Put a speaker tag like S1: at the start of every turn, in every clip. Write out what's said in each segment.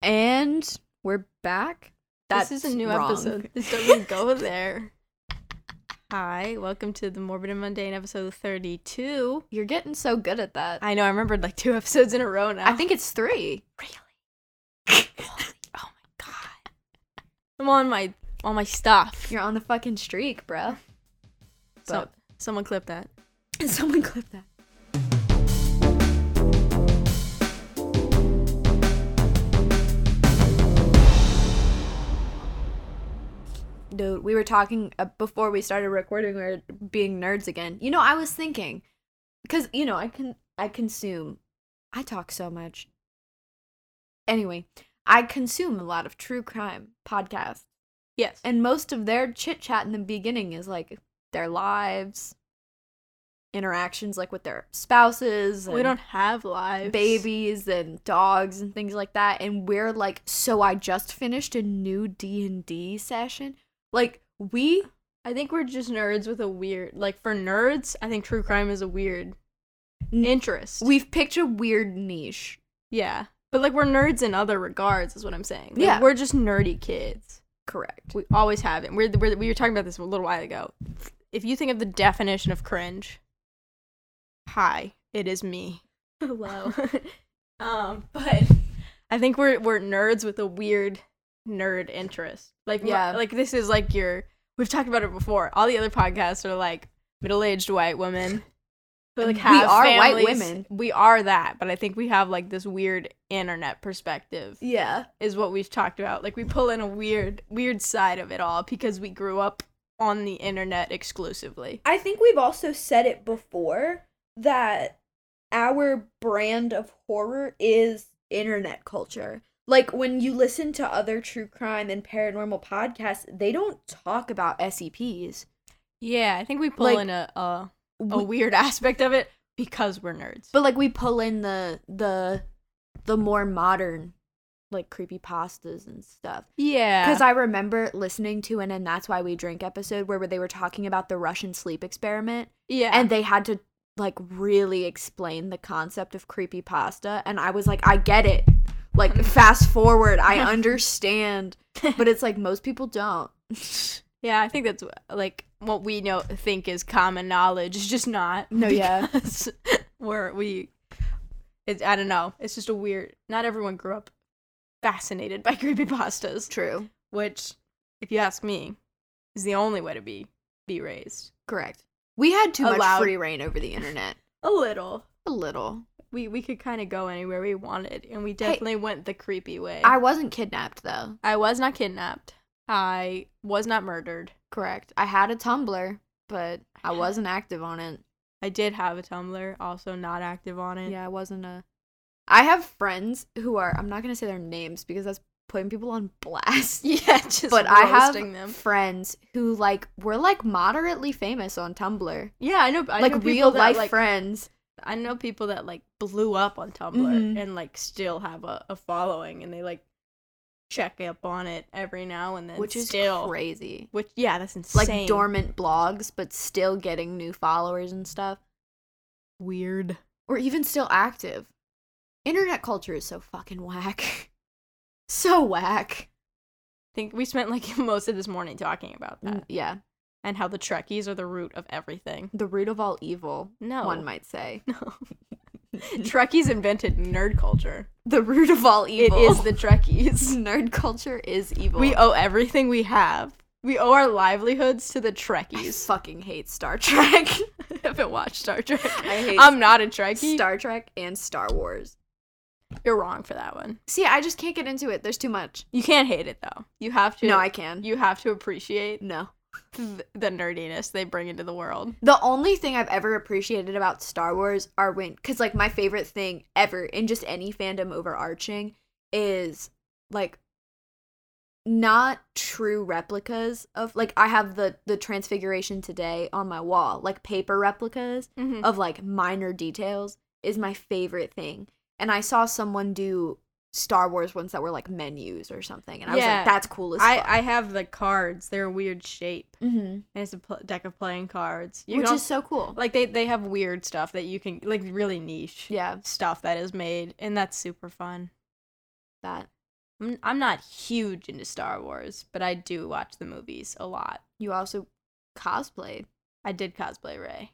S1: And we're back. That's
S2: this is a new
S1: wrong.
S2: episode. This doesn't go there. Hi, welcome to the Morbid and Mundane episode 32.
S1: You're getting so good at that. I,
S2: I know, I remembered like two episodes in a row now.
S1: think it's three.
S2: really. Holy- oh my god. I'm on my on my stuff.
S1: You're on the fucking streak, bro.
S2: So, someone clip that.
S1: Someone clip that. Dude, we were talking uh, before we started recording. We were being nerds again. You know, I was thinking, because you know, I can I consume, I talk so much. Anyway, I consume a lot of true crime podcasts,
S2: Yes.
S1: and most of their chit chat in the beginning is like their lives, interactions like with their spouses.
S2: we
S1: and-
S2: don't have lives.
S1: babies and dogs and things like that and we're like so i just finished a new d&d session like we
S2: I think we're just nerds with a weird like for nerds, I think true crime is a weird
S1: N-
S2: interest.
S1: we've picked a weird niche
S2: Yeah. But like we're nerds in other regards is what I'm saying. Like,
S1: Yeah.
S2: We're just nerdy kids.
S1: correct
S2: We always have it. We're, we're, we were talking about this a little while ago. If you think of the definition of cringe, hi, it is me. Hello. um, but I think we're we're nerds with a weird nerd interest. Like yeah,
S1: Yeah.
S2: like this is like your we've talked about it before. All the other podcasts are like middle-aged white women. Who like
S1: We
S2: have
S1: are white
S2: families.
S1: women.
S2: We are that, but I think we have like this weird internet perspective
S1: yeah
S2: is what we've talked about. Like we pull in a weird weird side of it all because we grew up on the internet exclusively.
S1: i think we've also said it before that our brand of horror is internet culture like when you listen to other true crime and paranormal podcasts they don't talk about E SCPs.
S2: Yeah, I think we pull
S1: Like-
S2: in a, a a
S1: We-
S2: weird aspect of it because we're nerds.
S1: But like we pull in the the the more modern like creepy pastas and stuff.
S2: yeah.
S1: Cuz I remember listening to an and that's why we drink episode where they were talking about the Russian sleep experiment
S2: yeah.
S1: and they had to like really explain the concept of creepy pasta and I was like I get it. Like fast forward, I understand, but it's like most people don't.
S2: Yeah, I think that's like what we know think is common knowledge is just not.
S1: No, yeah.
S2: because we're we. It's I don't know. It's just a weird. Not everyone grew up fascinated by creepypastas,
S1: True.
S2: which, if you ask me, is the only way to be be raised.
S1: Correct. We had too
S2: Allowed.
S1: much free reign over the internet.
S2: A little.
S1: A little.
S2: We we could kind of go anywhere we wanted, and we definitely went the creepy way.
S1: I wasn't kidnapped though.
S2: I was not kidnapped. I was not murdered.
S1: Correct. I had a Tumblr, but I wasn't active on it.
S2: I did have a Tumblr, also not active on it.
S1: Yeah, I wasn't a. I have friends who are. I'm not gonna say their names because that's putting people on blast.
S2: Yeah, just
S1: but I have
S2: roasting them.
S1: friends who like were like moderately famous on Tumblr,
S2: Yeah, I know. I know
S1: like
S2: people
S1: real
S2: that,
S1: life
S2: like-
S1: friends.
S2: I know people that like blew up on Tumblr
S1: Mhm.
S2: and like still have a, a following, and they like check up on it every now and then.
S1: Which is
S2: still
S1: crazy.
S2: which yeah, that's insane.
S1: Like dormant blogs, but still getting new followers and stuff,
S2: weird.
S1: or even still active. Internet culture is so fucking whack. so whack.
S2: I think we spent like most of this morning talking about that
S1: Yeah,
S2: and how the Trekkies are the root of everything.
S1: the root of all evil.
S2: No,
S1: One might say.
S2: no. Trekkies invented nerd culture.
S1: the root of all evil.
S2: It is the Trekkies.
S1: nerd culture is evil.
S2: we owe everything we have. We owe our livelihoods to the
S1: I
S2: Trekkies.
S1: fucking hate Star Trek.
S2: I haven't watched Star Trek.
S1: I hate
S2: I'm not a Trekkie.
S1: Star Trek and Star Wars.
S2: You're wrong for that one.
S1: See, I just can't get into it. There's too much.
S2: You can't hate it though. You have to.
S1: No, I can.
S2: You have to appreciate
S1: no.
S2: th- the nerdiness they bring into the world.
S1: The only thing I've ever appreciated about Star Wars are when, because like my favorite thing ever in just any fandom overarching is like not true replicas of like I have the the Transfiguration today on my wall, like paper replicas.
S2: Mm-hmm.
S1: of like minor details is my favorite thing. And I saw someone do Star Wars ones that were like menus or something, and I was
S2: Yeah.
S1: like, "That's cool as
S2: I
S1: fuck."
S2: I have the cards. They're a weird shape,
S1: Mhm.
S2: and it's a pl- deck of playing cards. You
S1: which
S2: don't-
S1: is so cool.
S2: like they they have weird stuff that you can like really niche
S1: yeah,
S2: stuff that is made, and that's super fun.
S1: that
S2: I'm, I'm not huge into Star Wars, but I do watch the movies a lot.
S1: You also cosplayed.
S2: I did cosplay Ray.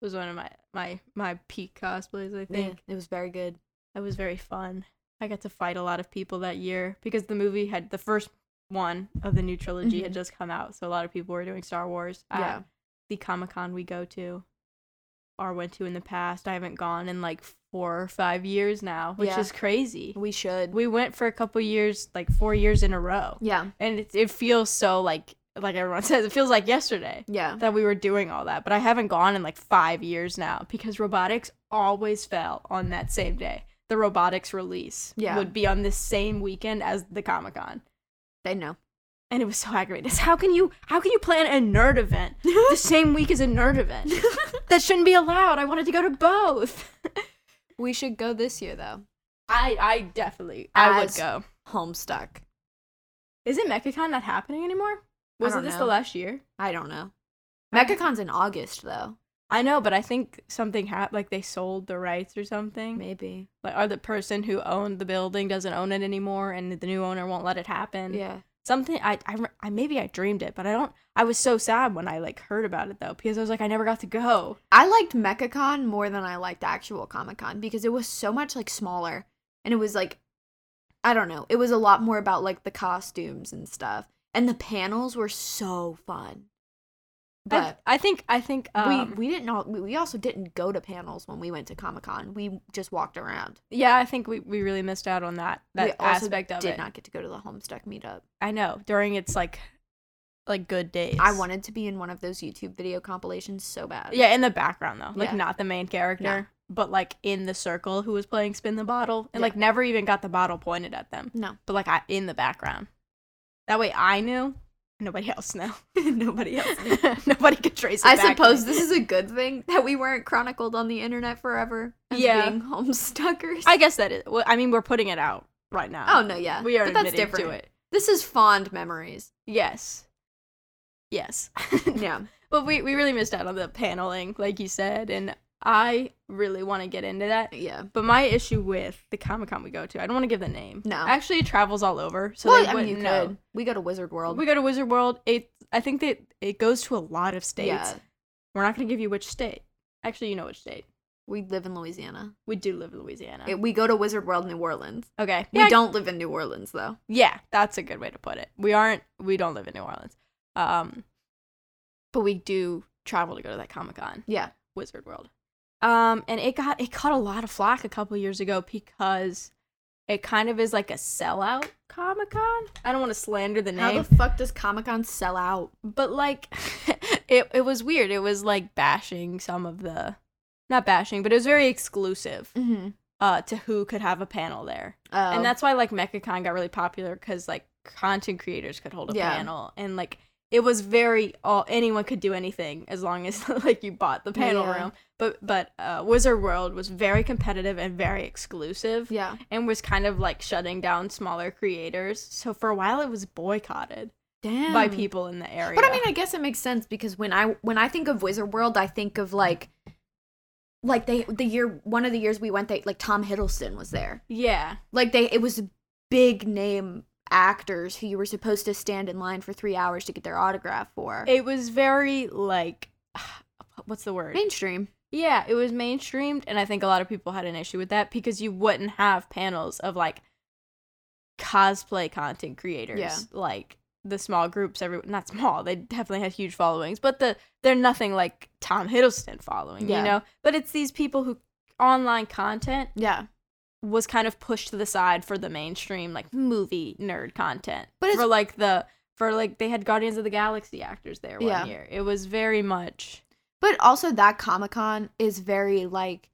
S2: It was one of my my my peak cosplays, I think.
S1: it was very good.
S2: That was very fun. I got to fight a lot of people that year because the movie had the first one of the new trilogy had
S1: Mhm.
S2: just come out, so a lot of people were doing Star Wars. at
S1: Yeah.
S2: the Comic Con we go to or went to in the past. I haven't gone in like four or five years now, which
S1: Yeah.
S2: is crazy.
S1: We should.
S2: We went for a couple years, like four years in a row,
S1: yeah.
S2: and it it feels so like like everyone says, it feels like yesterday
S1: Yeah.
S2: that we were doing all that. But I haven't gone in like five years now because robotics always fell on that same day. The robotics release
S1: Yeah.
S2: would be on the same weekend as the Comic Con.
S1: They know.
S2: And it was so aggravating. It's, How can you how can you plan a nerd event the same week as a nerd event? that shouldn't be allowed. I wanted to go to both.
S1: we should go this year though.
S2: I I definitely I would
S1: As-
S2: go.
S1: Homestuck.
S2: Isn't MechaCon not happening anymore?
S1: I
S2: Wasn't
S1: don't
S2: this
S1: know.
S2: the last year?
S1: I don't know. MechaCon's in August though.
S2: I know, but I think something happened. Like they sold the rights or something.
S1: Maybe.
S2: Like, or the person who owned the building doesn't own it anymore, and the new owner won't let it happen.
S1: Yeah.
S2: Something I, I re- I maybe I dreamed it, but I don't. I was so sad when I like heard about it though, because I was like, I never got to go.
S1: I liked MechaCon more than I liked actual Comic Con because it was so much like smaller and it was like I don't know. It was a lot more about like the costumes and stuff. And the panels were so fun. But
S2: I, I think I think um,
S1: we we didn't all we, we also didn't go to panels when we went to Comic Con. We just walked around.
S2: yeah, I think we, we really missed out on that
S1: we
S2: that
S1: also
S2: aspect of
S1: did
S2: it.
S1: not get to go to the Homestuck meetup.
S2: I know during its like like good days.
S1: I wanted to be in one of those YouTube video compilations so bad.
S2: Yeah, in the background though, like
S1: Yeah.
S2: not the main character, but like in the circle who was playing spin the bottle, and
S1: Yeah.
S2: like never even got the bottle pointed at them,
S1: No.
S2: but like I, in the background. That way, I knew. Nobody else knew.
S1: Nobody else knew.
S2: nobody could trace. It
S1: I
S2: back to
S1: suppose
S2: me.
S1: this is a good thing that we weren't chronicled on the internet forever as
S2: Yeah.
S1: being homestuckers.
S2: I guess that is. Well, I mean, we're putting it out right now.
S1: oh no, yeah,
S2: we are
S1: but that's
S2: admitting
S1: different.
S2: to it.
S1: This is fond memories.
S2: Yes, yes.
S1: Yeah,
S2: But we we really missed out on the paneling, like you said, and I really want to get into that.
S1: yeah.
S2: But my issue with the Comic Con we go to, I don't want to give the name.
S1: No.
S2: Actually, it travels all over, so
S1: well,
S2: they
S1: I mean, you
S2: wouldn't know.
S1: could. We go to Wizard World.
S2: We go to Wizard World. It, I think that it goes to a lot of states.
S1: Yeah,
S2: We're not going to give you which state. Actually, you know which state.
S1: we live in Louisiana.
S2: We do live in Louisiana.
S1: It- we go to Wizard World, New Orleans.
S2: okay.
S1: we don't live in New Orleans though.
S2: Yeah, that's a good way to put it. We aren't. We don't live in New Orleans. Um, but we do travel to go to that Comic Con.
S1: Yeah,
S2: Wizard World. Um, and it got it caught a lot of flack a couple years ago because it kind of is like a sellout Comic Con. I don't want to slander the
S1: how
S2: name,
S1: the fuck does Comic Con sell out?
S2: but like it it was weird. It was like bashing some of the not bashing, but it was very exclusive
S1: Mm-hmm.
S2: uh to who could have a panel there.
S1: Oh,
S2: And that's why like MechaCon got really popular cuz like content creators could hold a
S1: Yeah.
S2: panel and like it was very all anyone could do anything as long as like you bought the panel
S1: Yeah.
S2: room. But but uh, Wizard World was very competitive and very exclusive
S1: yeah.
S2: and was kind of like shutting down smaller creators. So for a while it was boycotted
S1: Damn.
S2: by people in the area.
S1: But I mean, I guess it makes sense because when I when I think of Wizard World, I think of like like they the year one of the years we went, they like Tom Hiddleston was there.
S2: yeah.
S1: Like they it was big name actors who you were supposed to stand in line for three hours to get their autograph for.
S2: It was very like what's the word?
S1: Mainstream.
S2: Yeah, it was mainstreamed, and I think a lot of people had an issue with that because you wouldn't have panels of like cosplay content creators,
S1: Yeah.
S2: like the small groups. Every not small, they definitely have huge followings, but the they're nothing like Tom Hiddleston following,
S1: Yeah.
S2: you know. But it's these people who online content
S1: Yeah.
S2: was kind of pushed to the side for the mainstream like movie nerd content.
S1: But it's-
S2: for like the for like they had Guardians of the Galaxy actors there one
S1: Yeah.
S2: year. It was very much
S1: But also that Comic Con is very like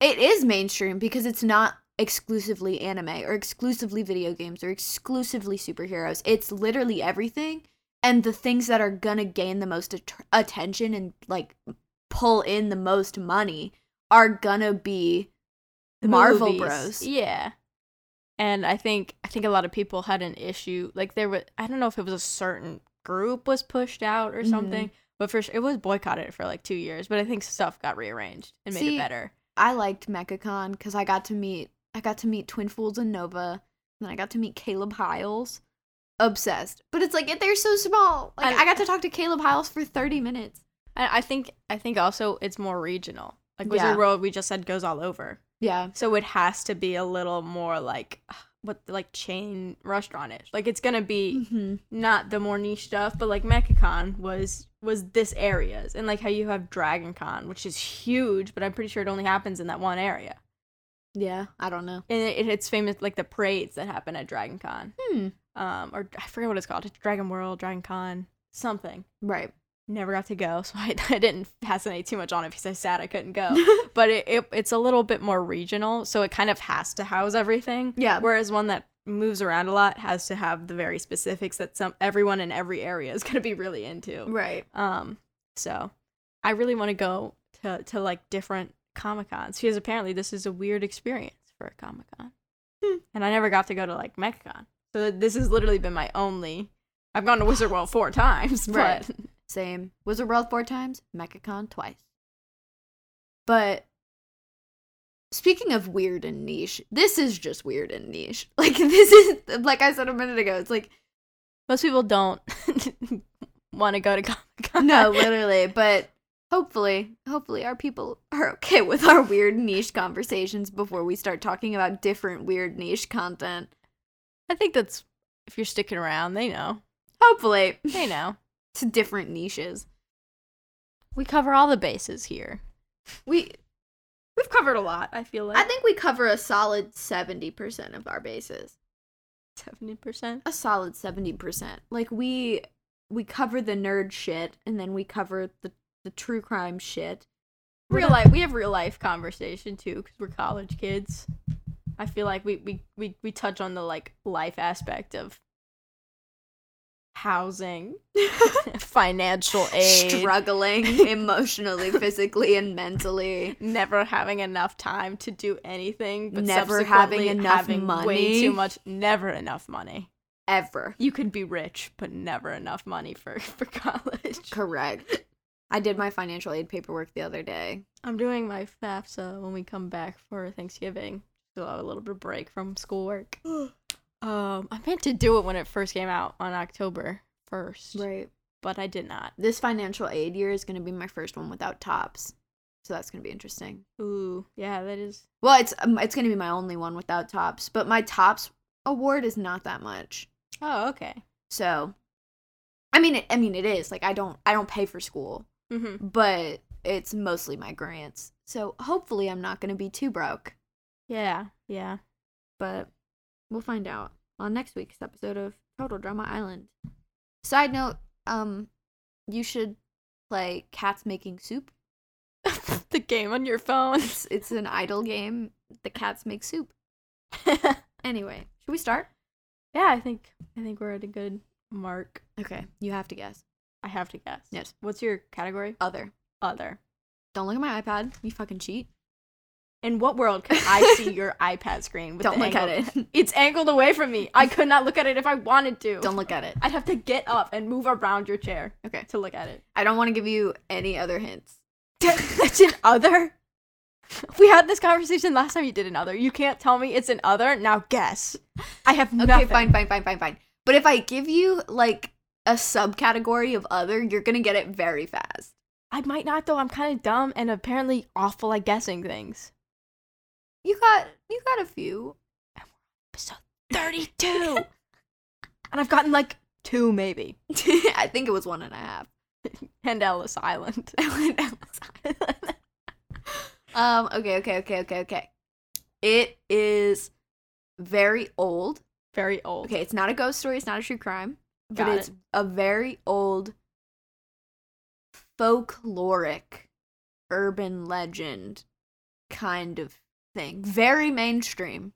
S1: it is mainstream because it's not exclusively anime or exclusively video games or exclusively superheroes. It's literally everything and the things that are going to gain the most at- attention and like pull in the most money are going to be
S2: the
S1: Marvel
S2: movies.
S1: Bros.
S2: Yeah. And I think I think a lot of people had an issue. Like there was I don't know if it was a certain group was pushed out or
S1: Mhm.
S2: something, but for sure it was boycotted for like 2 years, but I think stuff got rearranged and made
S1: See,
S2: it better.
S1: I liked MechaCon cuz I got to meet I got to meet Twin Fools and Nova. And then I got to meet Caleb Hiles. Obsessed. But it's like, it, they're so small. Like,
S2: And-
S1: I got to talk to Caleb Hiles for 30 minutes.
S2: I, I think I think also it's more regional. Like
S1: Yeah.
S2: Wizard World, we just said goes all over,
S1: Yeah.
S2: so it has to be a little more like what like chain restaurant ish. Like it's gonna be
S1: Mm-hmm.
S2: not the more niche stuff, but like MechaCon was was this areas and like how you have Dragon Con, which is huge, but I'm pretty sure it only happens in that one area.
S1: Yeah. I don't know.
S2: And it, it's famous like the parades that happen at Dragon Con,
S1: Hmm.
S2: um, or I forget what it's called, It's Dragon World, Dragon Con, something.
S1: Right.
S2: Never got to go, so I, I didn't fascinate too much on it because I sad I couldn't go. but it, it it's a little bit more regional, so it kind of has to house everything.
S1: Yeah.
S2: Whereas one that moves around a lot has to have the very specifics that some everyone in every area is going to be really into.
S1: Right.
S2: Um, so I really want to go to to like different Comic Cons because apparently this is a weird experience for a Comic Con,
S1: Hmm.
S2: and I never got to go to like MechaCon. So this has literally been my only. I've gone to Wizard World four times, but
S1: Right. Same. Wizard World four times, MechaCon twice. But speaking of weird and niche, this is just weird and niche. Like this is like I said a minute ago, it's like
S2: most people don't want to go to Comic Con.
S1: no, literally, but hopefully, hopefully our people are okay with our weird niche conversations before we start talking about different weird niche content.
S2: I think that's if you're sticking around, they know.
S1: Hopefully,
S2: They know.
S1: to different niches.
S2: We cover all the bases here.
S1: We
S2: We've covered a lot, I feel like.
S1: I think we cover a solid 70% of our bases.
S2: 70%.
S1: a solid 70%. Like we we cover the nerd shit and then we cover the the true crime shit.
S2: Real life. We have real life conversation too because we're college kids. I feel like we, we, we, we touch on the like life aspect of housing, financial aid,
S1: Struggling emotionally, physically and mentally.
S2: never having enough time to do anything, but
S1: Never
S2: subsequently
S1: having enough
S2: having
S1: money.
S2: Way too much. Never enough money.
S1: Ever.
S2: You could be rich, but never enough money for for college.
S1: Correct. I did my financial aid paperwork the other day.
S2: I'm doing my FAFSA when we come back for Thanksgiving. So I'll have a little bit of break from schoolwork. um, I meant to do it when it first came out on October 1st,
S1: Right.
S2: but I did not.
S1: This financial aid year is going to be my first one without tops. So that's going to be interesting.
S2: Ooh, yeah, that is.
S1: Well, it's um, it's going to be my only one without tops, but my tops award is not that much.
S2: Oh, okay.
S1: So I mean it, I mean it is like I don't I don't pay for school,
S2: Mm-hmm.
S1: but it's mostly my grants. So hopefully I'm not going to be too broke,
S2: Yeah, yeah.
S1: but we'll find out on next week's episode of Total Drama Island. Side note, um you should play Cats Making Soup.
S2: the game on your phone.
S1: It's, it's an idle game. The cats make soup.
S2: yeah,
S1: Anyway, should we start?
S2: I think I think we're at a good mark.
S1: Okay, you have to guess.
S2: I have to guess.
S1: Yes.
S2: What's your category?
S1: Other.
S2: Other.
S1: Don't look at my iPad. You fucking cheat.
S2: In what world can I see your iPad screen? With
S1: Don't
S2: the
S1: look at
S2: angled-
S1: it.
S2: It's angled away from me. I could not look at it if I wanted to.
S1: Don't look at it.
S2: I'd have to get up and move around your chair
S1: Okay.
S2: to look at it.
S1: I don't want to give you any other hints.
S2: it's an other. We had this conversation last time you did another. You can't tell me it's an other. Now guess. I have
S1: Okay,
S2: nothing.
S1: fine, fine, fine, fine, fine. But if I give you like a subcategory of other, you're gonna get it very fast.
S2: I might not though. I'm kind of dumb and apparently awful at guessing things.
S1: You got you got a few.
S2: Episode 32. and I've gotten like two maybe.
S1: I think it was one and a half.
S2: And Ellis Island.
S1: Um, okay, okay, okay, okay, okay. It is very old.
S2: Very old.
S1: Okay, it's not a ghost story, it's not a true crime, but
S2: Got
S1: it's a very old folkloric urban legend kind of thing. Very mainstream.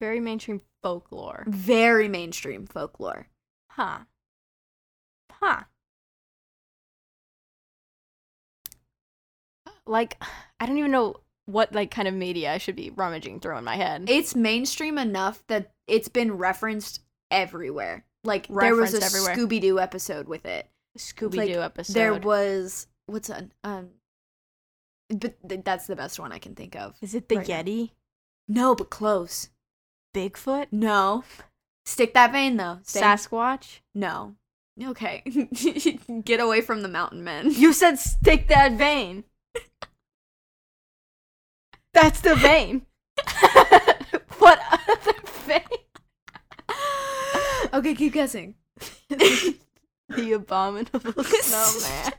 S2: Very mainstream folklore.
S1: Very mainstream folklore.
S2: Huh. Huh. Like, I don't even know what like kind of media I should be rummaging through in my head.
S1: It's mainstream enough that it's been referenced everywhere. Like there
S2: Referenced
S1: was a
S2: everywhere.
S1: Scooby Doo episode with it.
S2: Scooby
S1: like,
S2: Doo episode.
S1: There was what's an um but th- that's the best one I can think of.
S2: Is it the
S1: right now.
S2: Yeti?
S1: No, but close.
S2: Bigfoot?
S1: No. Stick that vein though. Same-
S2: Sasquatch?
S1: no. Okay. Get away from the mountain men.
S2: You said stick that vein. That's the vein. what other vein?
S1: okay, keep guessing.
S2: the abominable snowman.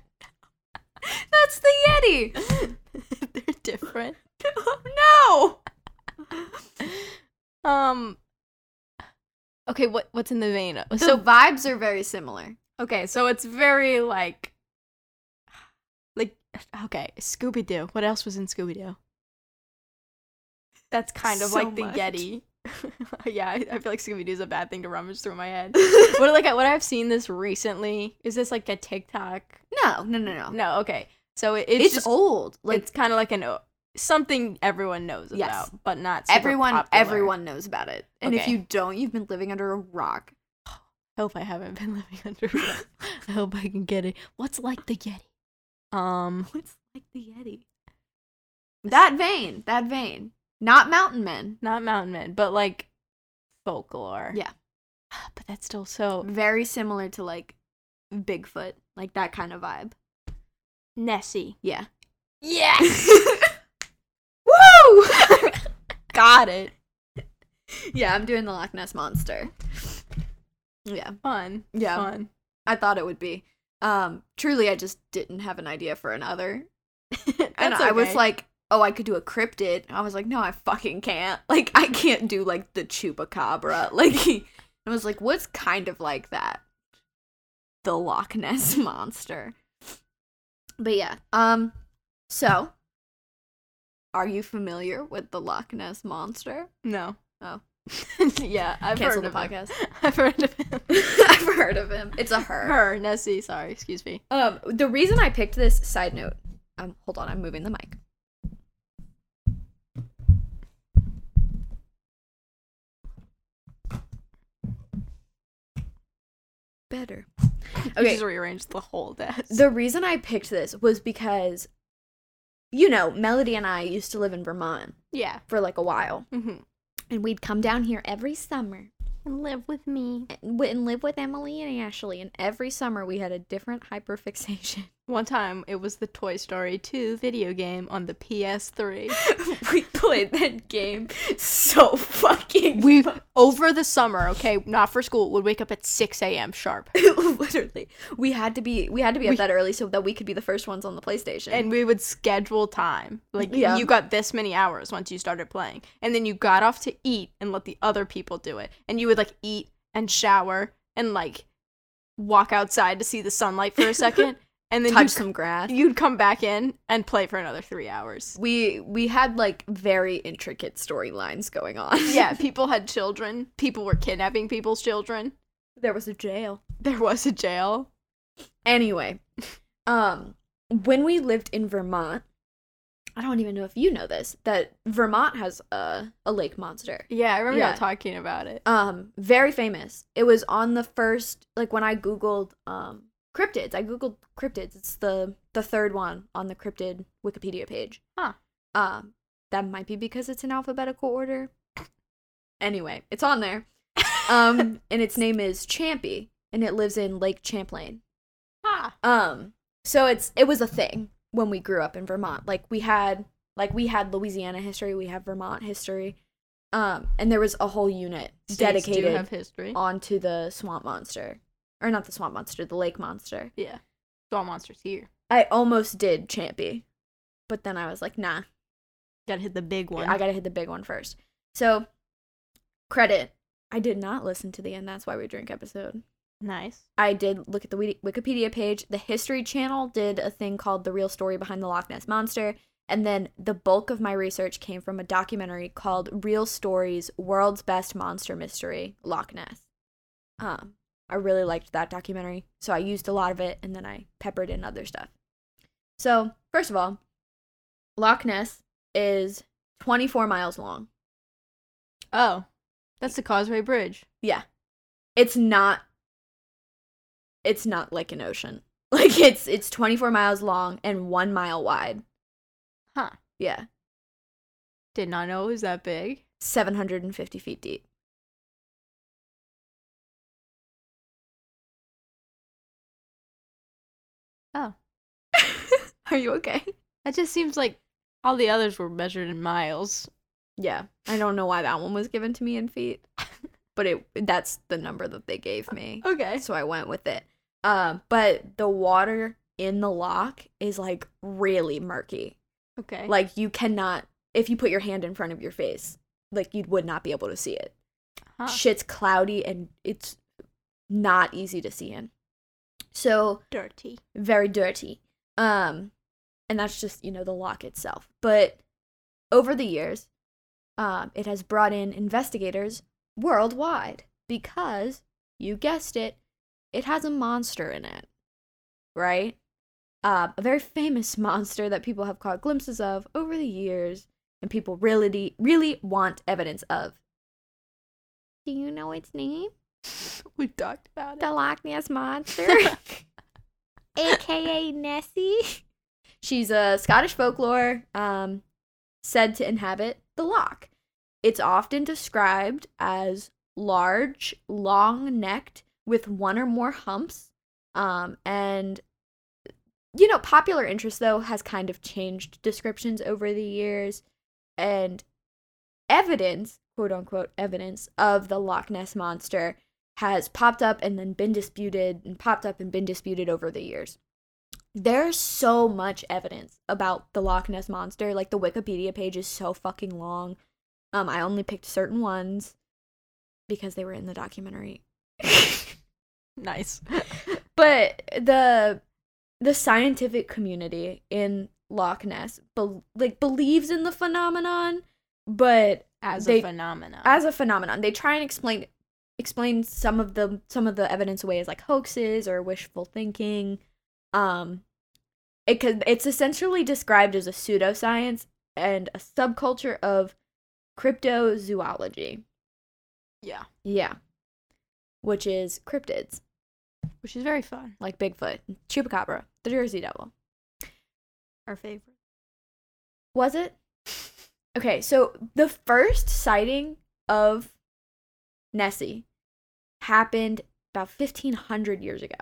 S1: That's the Yeti.
S2: They're different.
S1: no.
S2: Um. Okay, what what's in the vein?
S1: so
S2: So
S1: vibes are very similar.
S2: okay, so it's very like, like okay, Scooby Doo. What else was in Scooby Doo? That's kind of
S1: So
S2: like the
S1: much.
S2: Yeti. yeah, I, I feel like Scooby Doo is a bad thing to rummage through my head. what like what I've seen this recently is this like a TikTok?
S1: No, no, no, no.
S2: No, okay. So it,
S1: it's
S2: it's, just
S1: old. Like
S2: it's kind of like an o- something everyone knows about,
S1: Yes.
S2: but not super
S1: everyone,
S2: popular.
S1: everyone knows about it. And if
S2: Okay.
S1: you don't, you've been living under a rock.
S2: hope I haven't been living under a rock. I hope I can get it. What's like the Yeti? Um,
S1: What's like the Yeti? That vein, that vein. Not mountain men.
S2: not mountain men, but like folklore.
S1: Yeah.
S2: But that's still so
S1: Very similar to like Bigfoot, like that kind of vibe.
S2: Nessie.
S1: Yeah.
S2: Yes.
S1: Woo!
S2: Got it.
S1: yeah, I'm doing the Loch Ness monster. Yeah.
S2: Fun.
S1: Yeah.
S2: Fun.
S1: I thought it would be. Um, truly, I just didn't have an idea for another. and
S2: That's
S1: I was
S2: okay.
S1: like, oh, I could do a cryptid. I was like, no, I fucking can't. Like, I can't do like the chupacabra. Like, I was like, what's kind of like that? The Loch Ness monster. But yeah. Um. So, are you familiar with the Loch Ness monster?
S2: no.
S1: Oh.
S2: yeah, I've
S1: Cancel
S2: heard
S1: the
S2: of him.
S1: podcast.
S2: I've heard of him.
S1: I've heard of him. It's a her.
S2: Her Nessie. Sorry, excuse me.
S1: Um, the reason I picked this side note. Um, hold on, I'm moving the mic. Better.
S2: We
S1: Okay.
S2: just rearranged the whole desk.
S1: The reason I picked this was because, you know, Melody and I used to live in Vermont
S2: yeah.
S1: for like a while,
S2: Mm-hmm.
S1: and we'd come down here every summer
S2: And live with me.
S1: and, wi- and live with Emily and Ashley. And every summer we had a different hyperfixation.
S2: One time, it was the Toy Story 2 video game on the PS3.
S1: we played that game so fucking
S2: We over the summer, okay, not for school, would wake up at 6 a.m. sharp,
S1: literally we had to be we had to be up
S2: We-
S1: that early so that we could be the first ones on the PlayStation.
S2: and we would schedule time. Like
S1: Yeah.
S2: you got this many hours once you started playing, and then you got off to eat and let the other people do it, and you would like eat and shower and like walk outside to see the sunlight for a second, and then
S1: touch
S2: you'd,
S1: some grass.
S2: you'd come back in and play for another three hours.
S1: We we had like very intricate storylines going on.
S2: yeah, people had children. People were kidnapping people's children.
S1: there was a jail.
S2: There was a jail.
S1: Anyway, um when we lived in Vermont, I don't even know if you know this that Vermont has a a lake monster.
S2: Yeah, I remember
S1: y'all
S2: talking about it.
S1: um very famous it was on the first like when i googled um cryptids i googled cryptids it's the the third one on the cryptid wikipedia page
S2: Huh.
S1: um that might be because it's in alphabetical order anyway it's on there um and its name is champy and it lives in lake champlain
S2: Ha!
S1: um so it's it was a thing when we grew up in Vermont. Like we had like we had Louisiana history, we have Vermont history. Um and there was a whole unit dedicated
S2: do have history.
S1: onto the swamp monster. Or not the swamp monster, the lake monster.
S2: Yeah, swamp monsters here.
S1: I almost did Champy, but then I was like, nah,
S2: Gotta hit the big one.
S1: I got to hit the big one first. So credit, I did not listen to the end that's why we drink episode.
S2: nice.
S1: I did look at the Wiki- Wikipedia page. The History Channel did a thing called The Real Story Behind the Loch Ness Monster. And then the bulk of my research came from a documentary called Real Stories World's Best Monster Mystery Loch Ness. Um, I really liked that documentary. So I used a lot of it and then I peppered in other stuff. So, first of all, Loch Ness is 24 miles long.
S2: Oh, that's the Causeway Bridge.
S1: Yeah. It's not it's not like an ocean. Like it's it's 24 miles long and 1 mile wide.
S2: Huh.
S1: Yeah.
S2: Did not know it was that big.
S1: 750 feet deep.
S2: Oh.
S1: Are you okay?
S2: That just seems like all the others were measured in miles.
S1: Yeah. I don't know why that one was given to me in feet, but it that's the number that they gave me.
S2: Okay.
S1: So I went with it. Um, but the water in the lock is like really murky.
S2: Okay. Like
S1: Like you cannot if you put your hand in front of your face, like you would not be able to see it.
S2: huh.
S1: Shit's cloudy and it's not easy to see in. So
S2: dirty.
S1: very dirty. Um, and that's just you know the lock itself. But over the years, um, it has brought in investigators worldwide because you guessed it, it has a monster in it, right? Uh, a very famous monster that people have caught glimpses of over the years, and people really really want evidence of. Do you know its name?
S2: We talked about
S1: The Loch Ness Monster, aka Nessie. She's a Scottish folklore um, said to inhabit the loch. It's often described as large, long necked, with one or more humps. Um, and, you know, popular interest, though, has kind of changed descriptions over the years. And evidence, quote unquote, evidence of the Loch Ness monster has popped up and then been disputed and popped up and been disputed over the years. There's so much evidence about the Loch Ness monster. Like the Wikipedia page is so fucking long. Um, I only picked certain ones because they were in the documentary.
S2: nice.
S1: but the the scientific community in Loch Ness bel like believes in the phenomenon, but
S2: As
S1: They-
S2: a phenomenon.
S1: as a phenomenon. They try and explain explain some of the some of the evidence away as like hoaxes or wishful thinking. Um it could it's essentially described as a pseudoscience and a subculture of cryptozoology.
S2: yeah.
S1: Yeah. Which is cryptids
S2: Which is very fun.
S1: like Bigfoot, Chupacabra, the Jersey Devil.
S2: Our favorite.
S1: Was it? Okay, so the first sighting of Nessie happened about 1500 years ago.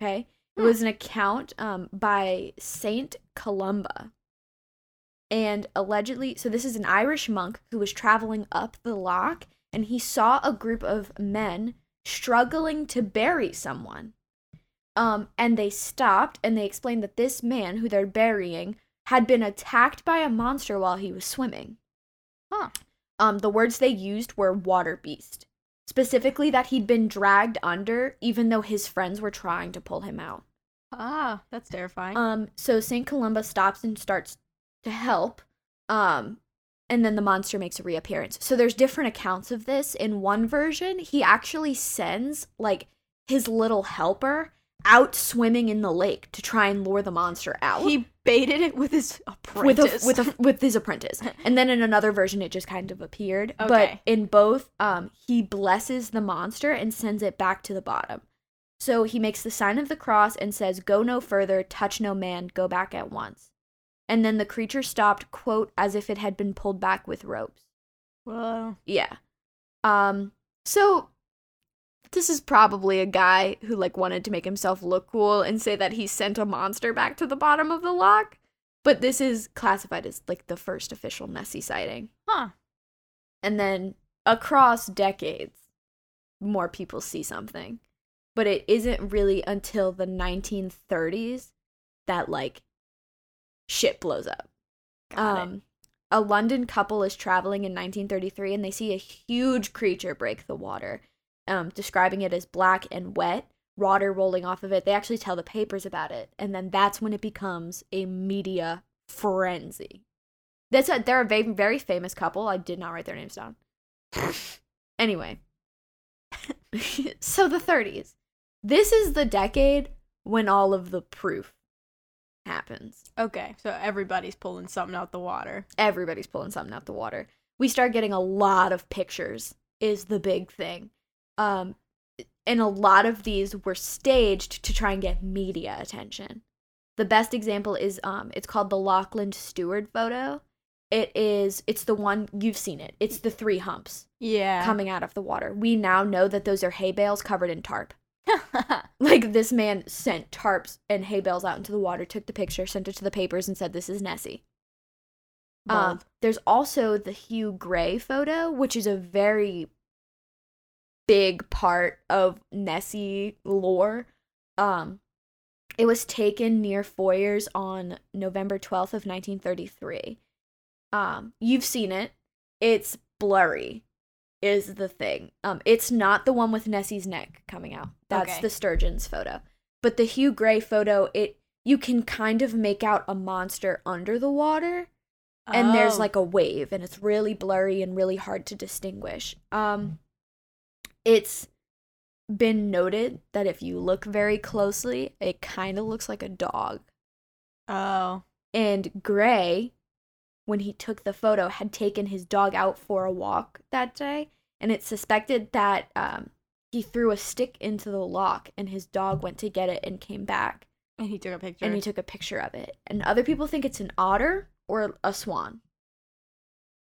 S1: Okay? It
S2: Hmm.
S1: was an account um, by Saint Columba. And allegedly, so this is an Irish monk who was traveling up the loch and he saw a group of men struggling to bury someone. Um, and they stopped and they explained that this man who they're burying had been attacked by a monster while he was swimming.
S2: Huh.
S1: Um, the words they used were water beast, specifically that he'd been dragged under, even though his friends were trying to pull him out.
S2: Ah, that's terrifying.
S1: Um, so St. Columba stops and starts to help. Um, and then the monster makes a reappearance. So there's different accounts of this. In one version, he actually sends like his little helper out swimming in the lake to try and lure the monster out
S2: he baited it with his
S1: with
S2: apprentice.
S1: a, with a, with his apprentice. And then in another version, it just kind of appeared. But
S2: Okay.
S1: in both, um, he blesses the monster and sends it back to the bottom. So he makes the sign of the cross and says, "Go no further, touch no man, go back at once." And then the creature stopped, quote, as if it had been pulled back with ropes.
S2: Whoa.
S1: Yeah. Um. So this is probably a guy who like wanted to make himself look cool and say that he sent a monster back to the bottom of the lock. But this is classified as like the first official Nessie sighting.
S2: Huh.
S1: And then across decades, more people see something. But it isn't really until the 1930s that like shit blows up
S2: Got it.
S1: um, a London couple is traveling in 1933 and they see a huge creature break the water, um, describing it as black and wet, water rolling off of it. They actually tell the papers about it, and then that's when it becomes a media frenzy. That's a, they're a very, very famous couple. I did not write their names down. anyway, so the 30s. This is the decade when all of the proof happens
S2: Okay, so everybody's pulling something out the water.
S1: everybody's pulling something out the water. We start getting a lot of pictures is the big thing. Um and a lot of these were staged to try and get media attention. The best example is um it's called the Lachlan Stewart photo It is it's the one you've seen it. It's the three humps
S2: Yeah.
S1: coming out of the water. We now know that those are hay bales covered in tarp. Like this man sent tarps and hay bales out into the water, took the picture, sent it to the papers and said this is Nessie. Um,
S2: Bold.
S1: there's also the Hugh Gray photo, which is a very big part of Nessie lore. Um, it was taken near Foyers on November 12th of 1933. Um, you've seen it. It's blurry is the thing. Um, it's not the one with Nessie's neck coming out. That's
S2: Okay.
S1: the sturgeon's photo. But the Hugh Gray photo, it you can kind of make out a monster under the water Um, and there's
S2: Oh.
S1: like a wave and it's really blurry and really hard to distinguish um it's been noted that if you look very closely it kind of looks like a dog
S2: Oh.
S1: and gray when he took the photo had taken his dog out for a walk that day and it's suspected that um he threw a stick into the lock and his dog went to get it and came back
S2: And he took a picture.
S1: and he took a picture of it and other people think it's an otter or a swan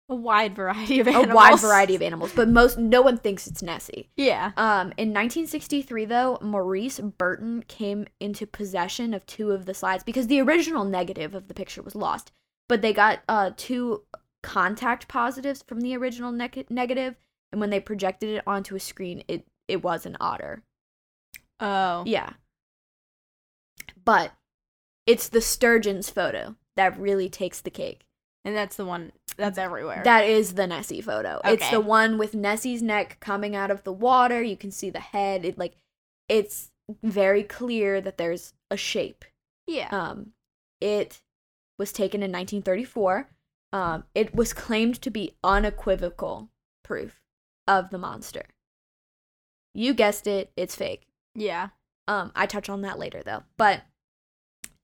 S2: a wide variety of
S1: a
S2: animals.
S1: wide variety of animals, but most no one thinks it's Nessie.
S2: Yeah.
S1: Um, in 1963, though, Maurice Burton came into possession of two of the slides because the original negative of the picture was lost, but they got uh, two contact positives from the original neg- negative, and when they projected it onto a screen, it it was an otter.
S2: Oh.
S1: Yeah, but it's the sturgeon's photo that really takes the cake.
S2: And that's the one that's everywhere.
S1: That is the Nessie photo. It's
S2: Okay.
S1: the one with Nessie's neck coming out of the water. You can see the head. It like it's very clear that there's a shape.
S2: yeah.
S1: Um it was taken in 1934. Um it was claimed to be unequivocal proof of the monster. You guessed it, it's fake.
S2: yeah.
S1: Um, I touch on that later though. But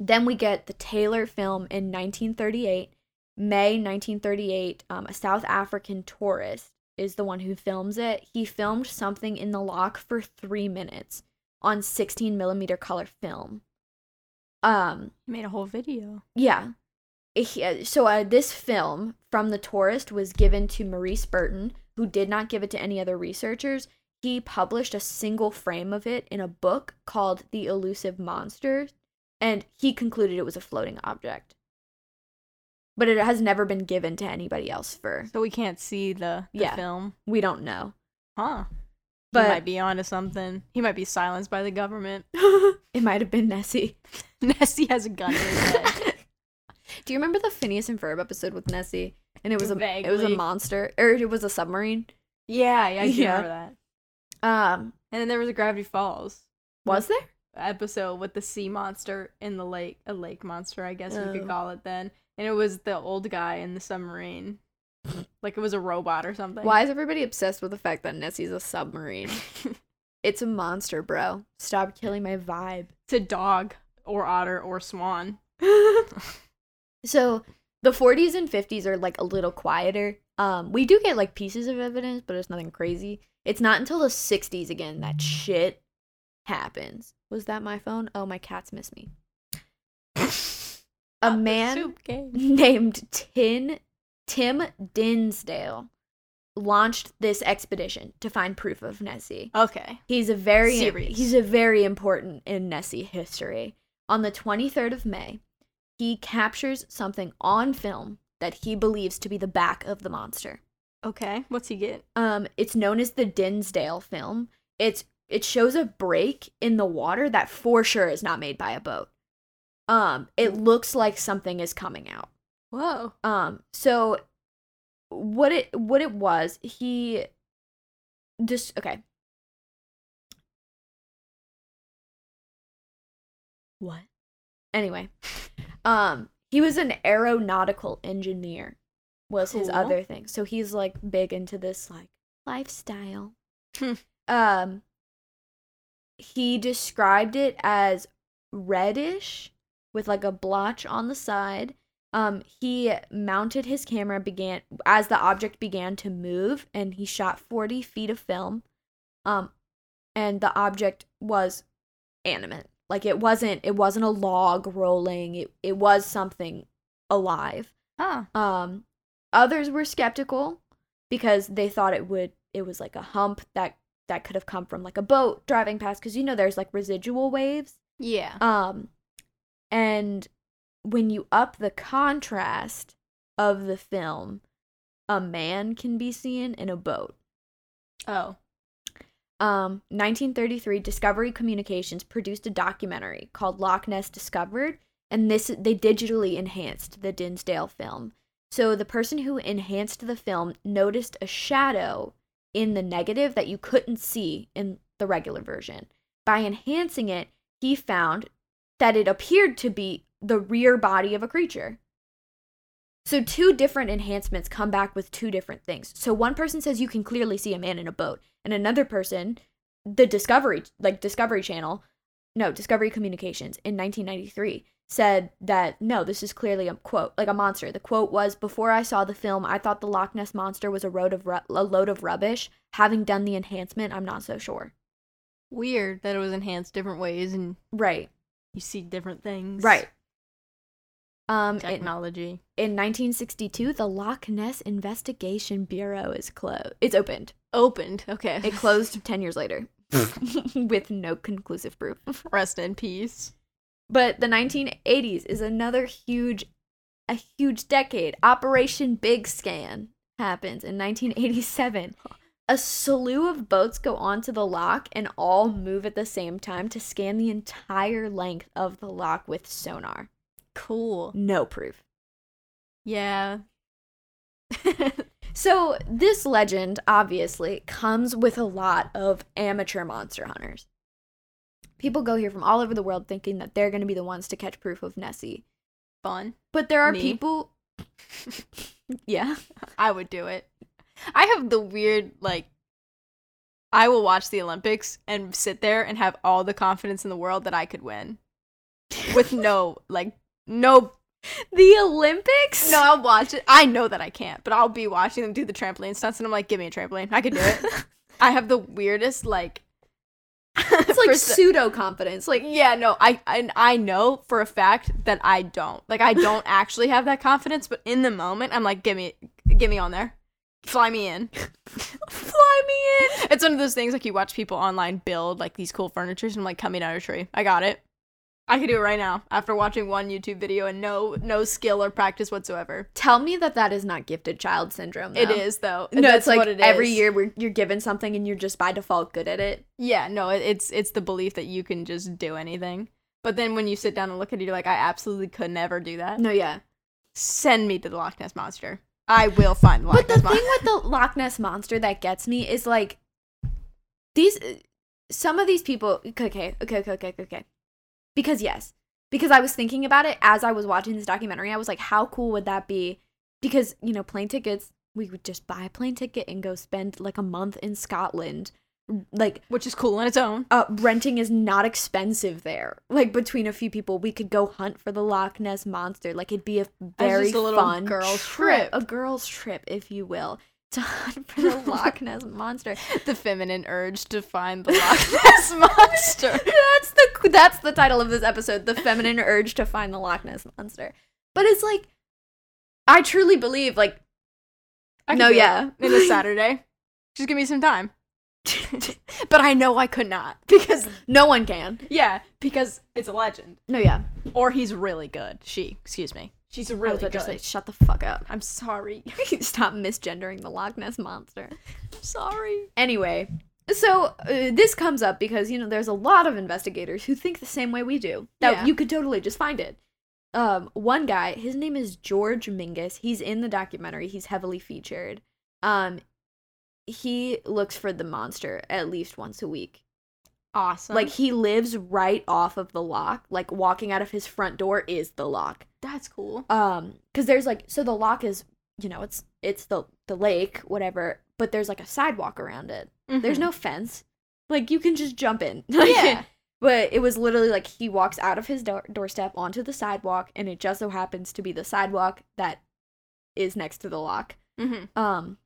S1: then we get the Taylor film in 1938, May 1938. Um, a South African tourist is the one who films it. He filmed something in the lock for three minutes on 16 millimeter color film. Um,
S2: He made a whole video.
S1: yeah. He- uh, so uh, this film from the tourist was given to Maurice Burton, who did not give it to any other researchers. He published a single frame of it in a book called The Elusive Monster, and he concluded it was a floating object. But it has never been given to anybody else for
S2: So we can't see the, the
S1: Yeah.
S2: film.
S1: we don't know.
S2: Huh. he might
S1: But
S2: be onto something. He might be silenced by the government.
S1: it might have been Nessie.
S2: Nessie has a gun in his head.
S1: Do you remember the Phineas and Ferb episode with Nessie? And it was a it was a
S2: Vaguely.
S1: monster or it was a submarine.
S2: yeah, yeah, I do
S1: Yeah.
S2: remember that.
S1: Um,
S2: And then there was a Gravity Falls
S1: was there?
S2: episode with the sea monster in the lake, a lake monster, I guess we
S1: Oh.
S2: could call it then. And it was the old guy in the submarine. like it was a robot or something.
S1: Why is everybody obsessed with the fact that Nessie's a submarine? it's a monster, bro. Stop killing my vibe.
S2: It's a dog or otter or swan.
S1: So the 40s and 50s are like a little quieter. Um, we do get like pieces of evidence, but it's nothing crazy. It's not until the 60s again that shit happens. Was that my phone? Oh, my cats miss me. a
S2: Not the
S1: man
S2: soup game.
S1: named Tin Tim Dinsdale launched this expedition to find proof of Nessie.
S2: Okay.
S1: He's a very
S2: Serious.
S1: he's a very important in Nessie history. On the 23rd of May, he captures something on film that he believes to be the back of the monster.
S2: Okay. What's he get?
S1: Um, it's known as the Dinsdale film. It's it shows a break in the water that for sure is not made by a boat. Um, it looks like something is coming out.
S2: Whoa.
S1: Um, so what it what it was, he just okay. What? Anyway, um, he was an aeronautical engineer was his
S2: Cool.
S1: other thing. So he's like big into this like lifestyle.
S2: Hmm.
S1: um he described it as reddish with like a blotch on the side. Um, he mounted his camera began as the object began to move, and he shot forty feet of film. Um, and the object was animate, like it wasn't it wasn't a log rolling. It it was something alive.
S2: Huh.
S1: Um, Others were skeptical because they thought it would it was like a hump that that could have come from like a boat driving past because you know there's like residual waves.
S2: Yeah.
S1: Um, and when you up the contrast of the film, a man can be seen in a boat.
S2: Oh.
S1: Um, 1933, Discovery Communications produced a documentary called Loch Ness Discovered, and this they digitally enhanced the Dinsdale film. So the person who enhanced the film noticed a shadow in the negative that you couldn't see in the regular version. By enhancing it, he found that it appeared to be the rear body of a creature. So, two different enhancements come back with two different things. So, one person says you can clearly see a man in a boat, and another person, the Discovery, like Discovery Channel, no, Discovery Communications in 1993, said that no, this is clearly a quote, like a monster. The quote was Before I saw the film, I thought the Loch Ness monster was a, road of ru- a load of rubbish. Having done the enhancement, I'm not so sure.
S2: Weird that it was enhanced different ways and
S1: Right,
S2: you see different things.
S1: right. Um, it-
S2: Technology.
S1: In 1962, the Loch Ness Investigation Bureau is closed. It's opened.
S2: Opened. Okay.
S1: It closed 10 years later with no conclusive proof.
S2: Rest in peace.
S1: But the 1980s is another huge a huge decade. Operation Big Scan happens in 1987. A slew of boats go onto the lock and all move at the same time to scan the entire length of the lock with sonar.
S2: Cool.
S1: No proof.
S2: Yeah.
S1: So, this legend obviously comes with a lot of amateur monster hunters. People go here from all over the world thinking that they're going to be the ones to catch proof of Nessie.
S2: Fun.
S1: But there are
S2: Me?
S1: people. yeah.
S2: I would do it. I have the weird like I will watch the Olympics and sit there and have all the confidence in the world that I could win. With no like no
S1: The Olympics?
S2: no I'll watch it. I know that I can't, but I'll be watching them do the trampoline stunts and I'm like, give me a trampoline. I could do it. I have the weirdest like
S1: It's like
S2: First-
S1: pseudo confidence. Like,
S2: yeah, no, I and I know for a fact that I don't. Like I don't actually have that confidence, but in the moment I'm like, give me give me on there. Fly me in.
S1: fly me in.
S2: It's one of those things like you watch people online build like these cool furnitures and I'm like coming out of a tree. I got it. I could do it right now after watching one YouTube video and no no skill or practice whatsoever.
S1: Tell me that that is not gifted child syndrome.
S2: It
S1: though.
S2: is though.
S1: No,
S2: That's
S1: it's like
S2: what it
S1: every
S2: is.
S1: year we're, you're given something and you're just by default good at it.
S2: Yeah, no, it, it's it's the belief that you can just do anything. But then when you sit down and look at it, you're like, I absolutely could never do that.
S1: No, yeah.
S2: Send me to the Loch Ness monster. I will find the Loch
S1: But the
S2: Ness
S1: thing
S2: monster.
S1: with the Loch Ness monster that gets me is like these some of these people okay, okay, okay, okay, okay, okay. Because yes, because I was thinking about it as I was watching this documentary, I was like how cool would that be? Because, you know, plane tickets, we would just buy a plane ticket and go spend like a month in Scotland. Like
S2: Which is cool on its own.
S1: uh, renting is not expensive there. Like between a few people, we could go hunt for the Loch Ness monster. Like it'd be a very
S2: just a little
S1: fun
S2: girl's trip.
S1: a girl's trip, if you will, to hunt for the Loch Ness monster.
S2: The feminine urge to find the Loch Ness monster.
S1: that's the that's the title of this episode: the feminine urge to find the Loch Ness monster. But it's like, I truly believe, like,
S2: I could
S1: no,
S2: do it
S1: yeah,
S2: in a Saturday. Just give me some time. but I know I could not because
S1: no one can.
S2: yeah, because it's a legend.
S1: No, yeah,
S2: Or he's really good. She, excuse me. She's
S1: I
S2: really
S1: was about
S2: good.
S1: to say, shut the fuck up.
S2: I'm sorry. I'm
S1: Stop misgendering the Loch Ness monster.
S2: sorry.
S1: Anyway, so uh, this comes up because you know there's a lot of investigators who think the same way we do. That
S2: Yeah.
S1: you could totally just find it. Um, one guy, his name is George Mingus. He's in the documentary. He's heavily featured. Um, he looks for the monster at least once a week.
S2: Awesome.
S1: Like he lives right off of the lock. Like walking out of his front door is the lock
S2: that's cool.
S1: um because there's like so the lock is you know it's it's the the lake whatever but there's like a sidewalk around it there's no fence like you can just jump in
S2: Mm-hmm. Yeah.
S1: but it was literally like he walks out of his door- doorstep onto the sidewalk and it just so happens to be the sidewalk that is next to the lock
S2: Mm-hmm.
S1: um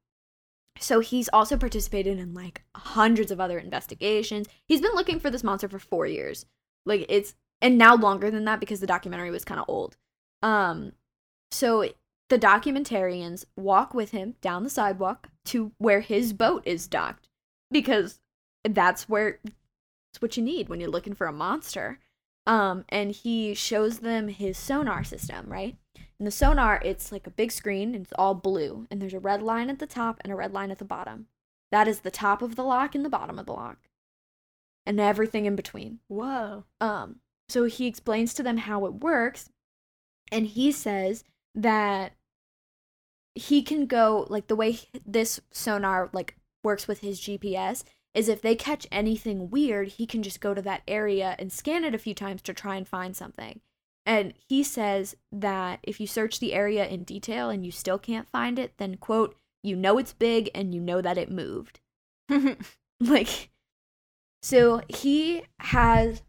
S1: so he's also participated in like hundreds of other investigations he's been looking for this monster for four years like it's and now longer than that because the documentary was kind of old um so The documentarians walk with him down the sidewalk to where his boat is docked because that's where it's what you need when you're looking for a monster. Um, and he shows them his sonar system, right? And the sonar, it's like a big screen and it's all blue, and there's a red line at the top and a red line at the bottom. That is the top of the lock and the bottom of the lock, and everything in between.
S2: Whoa.
S1: Um, so he explains to them how it works, and he says that he can go like the way h- this sonar like works with his GPS is if they catch anything weird, he can just go to that area and scan it a few times to try and find something. And he says that if you search the area in detail and you still can't find it, then quote, you know it's big and you know that it moved. Like, so he has,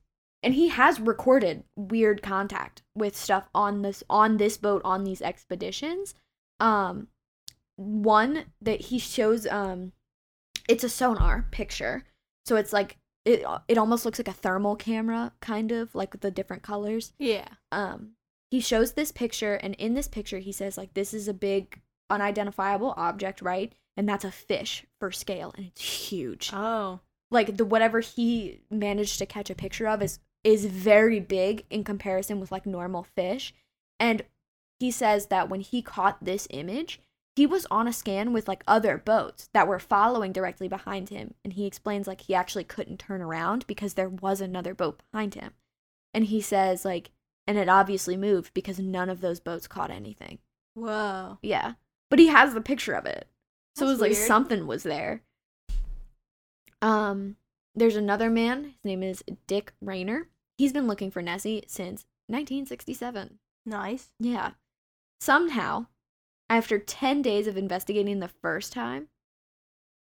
S1: and he has recorded weird contact with stuff on this on this boat on these expeditions. Um, one that he shows, um, it's a sonar picture, so it's like it it almost looks like a thermal camera, kind of like the different colors
S2: yeah.
S1: um he shows this picture and in this picture he says like this is a big unidentifiable object right and that's a fish for scale and it's huge
S2: Oh.
S1: like the whatever he managed to catch a picture of is is very big in comparison with like normal fish and he says that when he caught this image he was on a scan with like other boats that were following directly behind him and he explains like he actually couldn't turn around because there was another boat behind him and he says like and it obviously moved because none of those boats caught anything
S2: Whoa.
S1: yeah but he has the picture of it so it
S2: That's
S1: was like
S2: weird.
S1: something was there. Um, there's another man. His name is Dick Rayner. He's been looking for Nessie since 1967.
S2: Nice.
S1: Yeah. Somehow, after 10 days of investigating the first time,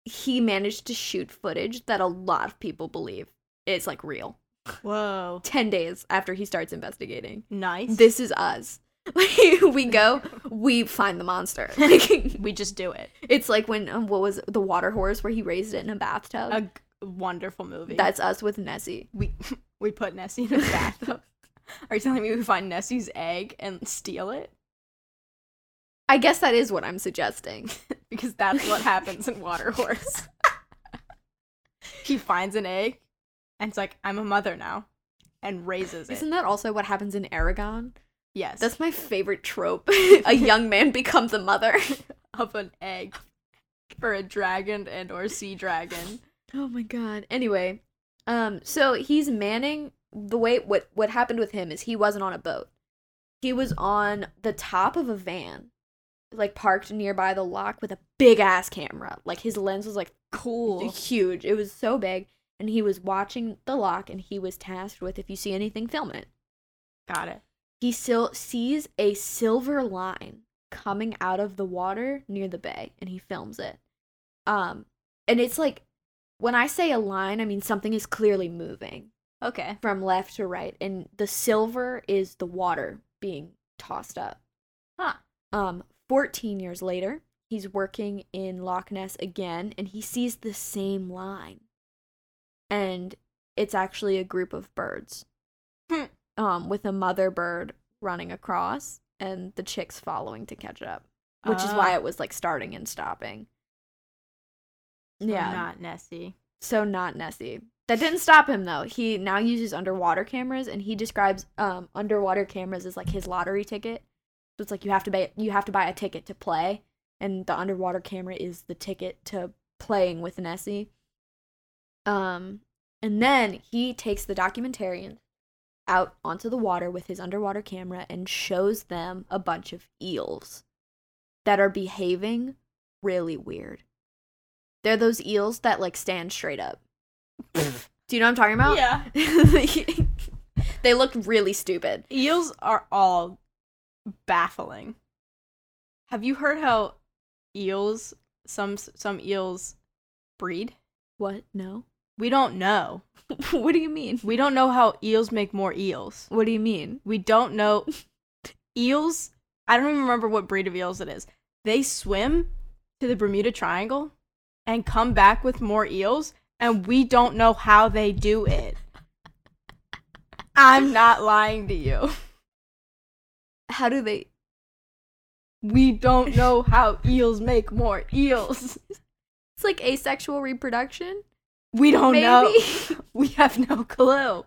S1: he managed to shoot footage that a lot of people believe is like real.
S2: Whoa.
S1: 10 days after he starts investigating.
S2: Nice.
S1: This is us. we go, we find the monster. Like,
S2: we just do it.
S1: it's like when um, what was it, the water horse where he raised it in a bathtub.
S2: A g- wonderful movie.
S1: Oh. That's us with Nessie.
S2: we we put Nessie in a bathtub. Are you telling me we find Nessie's egg and steal it?
S1: I guess that is what I'm suggesting.
S2: Because that's what happens in Water Horse. he finds an egg and it's like, I'm a mother now. And raises it.
S1: Isn't that also what happens in Aragon?
S2: yes.
S1: That's my favorite trope. a young man becomes a mother.
S2: of an egg for a dragon and or sea dragon.
S1: Oh my god. Anyway, um, so he's manning the way what what happened with him is he wasn't on a boat. He was on the top of a van, like parked nearby the lock with a big ass camera. Like his lens was like
S2: Cool.
S1: huge. It was so big. And he was watching the lock and he was tasked with if you see anything, film it.
S2: Got it.
S1: He still sees a silver line coming out of the water near the bay and he films it. Um and it's like when I say a line, I mean something is clearly moving
S2: Okay.
S1: from left to right and the silver is the water being tossed up.
S2: Huh.
S1: Um 14 years later, he's working in Loch Ness again and he sees the same line. And it's actually a group of birds.
S2: Hmm.
S1: Um with a mother bird running across and the chicks following to catch up, which is why
S2: Ah.
S1: it was like starting and stopping.
S2: I'm
S1: Yeah.
S2: Not Nessie.
S1: So not Nessie. That didn't stop him though. He now uses underwater cameras and he describes um underwater cameras as like his lottery ticket. So it's like you have to buy you have to buy a ticket to play and the underwater camera is the ticket to playing with Nessie. Um and then he takes the documentarian out onto the water with his underwater camera and shows them a bunch of eels that are behaving really weird. They're those eels that like stand straight up. Do you know what I'm talking about?
S2: Yeah.
S1: they looked really stupid.
S2: Eels are all baffling. Have you heard how eels some some eels breed?
S1: What? No.
S2: We don't know.
S1: what do you mean?
S2: We don't know how eels make more eels.
S1: What do you mean?
S2: We don't know eels. I don't even remember what breed of eels it is. They swim to the Bermuda Triangle and come back with more eels, and we don't know how they do it. I'm not lying to you.
S1: How do they
S2: We don't know how eels make more eels.
S1: It's like asexual reproduction.
S2: We don't know.
S1: maybe.
S2: We have no clue.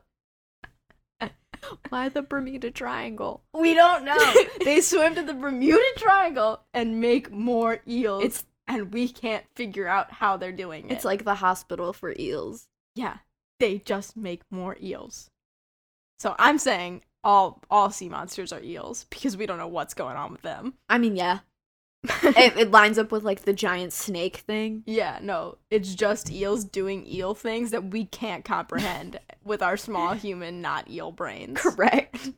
S1: Why the Bermuda Triangle?
S2: We don't know. they swim to the Bermuda Triangle and make more eels.
S1: It's
S2: and we can't figure out how they're doing it.
S1: it's like the hospital for eels.
S2: yeah, they just make more eels. So I'm saying all all sea monsters are eels because we don't know what's going on with them.
S1: I mean, yeah, it, it lines up with like the giant snake thing.
S2: yeah, no, it's just eels doing eel things that we can't comprehend with our small human not eel brains.
S1: Correct.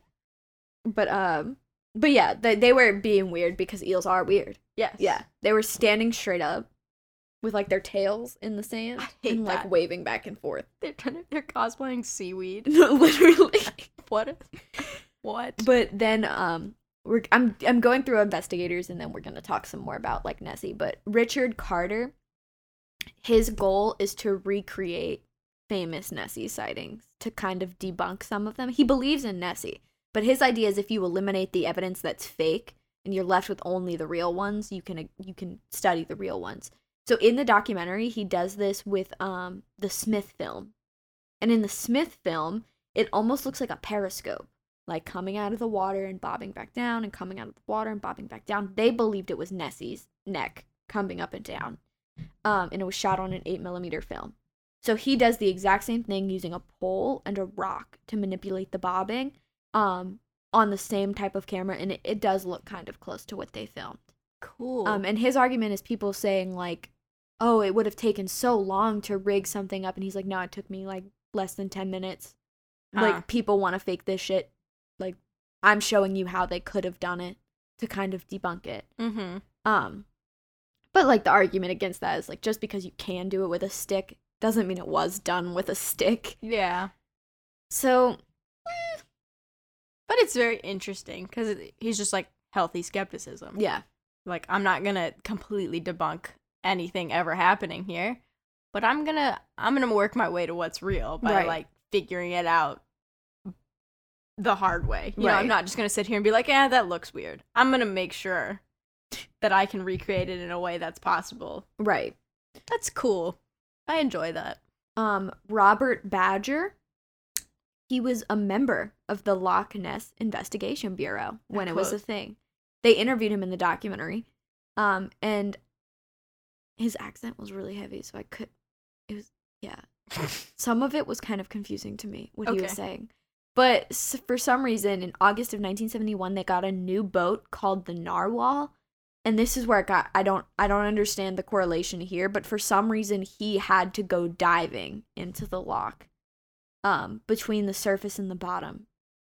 S1: But um, but yeah, they they were being weird because eels are weird.
S2: Yes.
S1: Yeah, they were standing straight up with like their tails in the sand
S2: I hate
S1: and like
S2: that.
S1: waving back and forth.
S2: They're kind of, they're cosplaying seaweed.
S1: Literally.
S2: What? What?
S1: But then um we're I'm I'm going through investigators and then we're going to talk some more about like Nessie, but Richard Carter his goal is to recreate famous Nessie sightings to kind of debunk some of them. He believes in Nessie, but his idea is if you eliminate the evidence that's fake and you're left with only the real ones, you can you can study the real ones. So in the documentary, he does this with um the Smith film. And in the Smith film, it almost looks like a periscope like coming out of the water and bobbing back down and coming out of the water and bobbing back down. They believed it was Nessie's neck coming up and down. Um, and it was shot on an 8 millimeter film. So he does the exact same thing using a pole and a rock to manipulate the bobbing um, on the same type of camera. And it, it does look kind of close to what they filmed.
S2: cool.
S1: Um, and his argument is people saying like, "Oh, it would have taken so long to rig something up," and he's like, "No, it took me like less than ten minutes."
S2: Huh.
S1: Like people want to fake this shit. Like I'm showing you how they could have done it to kind of debunk it.
S2: mm-hmm.
S1: Um, but like the argument against that is like just because you can do it with a stick doesn't mean it was done with a stick.
S2: Yeah.
S1: So
S2: But it's very interesting because he's just like healthy skepticism.
S1: yeah,
S2: Like, I'm not going to completely debunk anything ever happening here, but I'm going to, I'm going to work my way to what's real by
S1: Right.
S2: like figuring it out the hard way. You know,
S1: Right.
S2: I'm not just going to sit here and be like, yeah, that looks weird. I'm going to make sure that I can recreate it in a way that's possible.
S1: right.
S2: That's cool. I enjoy that.
S1: um, Robert Badger. He was a member of the Loch Ness Investigation Bureau when it was a
S2: Close.
S1: thing. They interviewed him in the documentary, um, and his accent was really heavy, so I could. It was yeah. Some of it was kind of confusing to me what he was
S2: Okay.
S1: saying, but s- for some reason, in August of 1971, they got a new boat called the Narwhal, and this is where it got I don't I don't understand the correlation here, but for some reason he had to go diving into the lock. Um, between the surface and the bottom.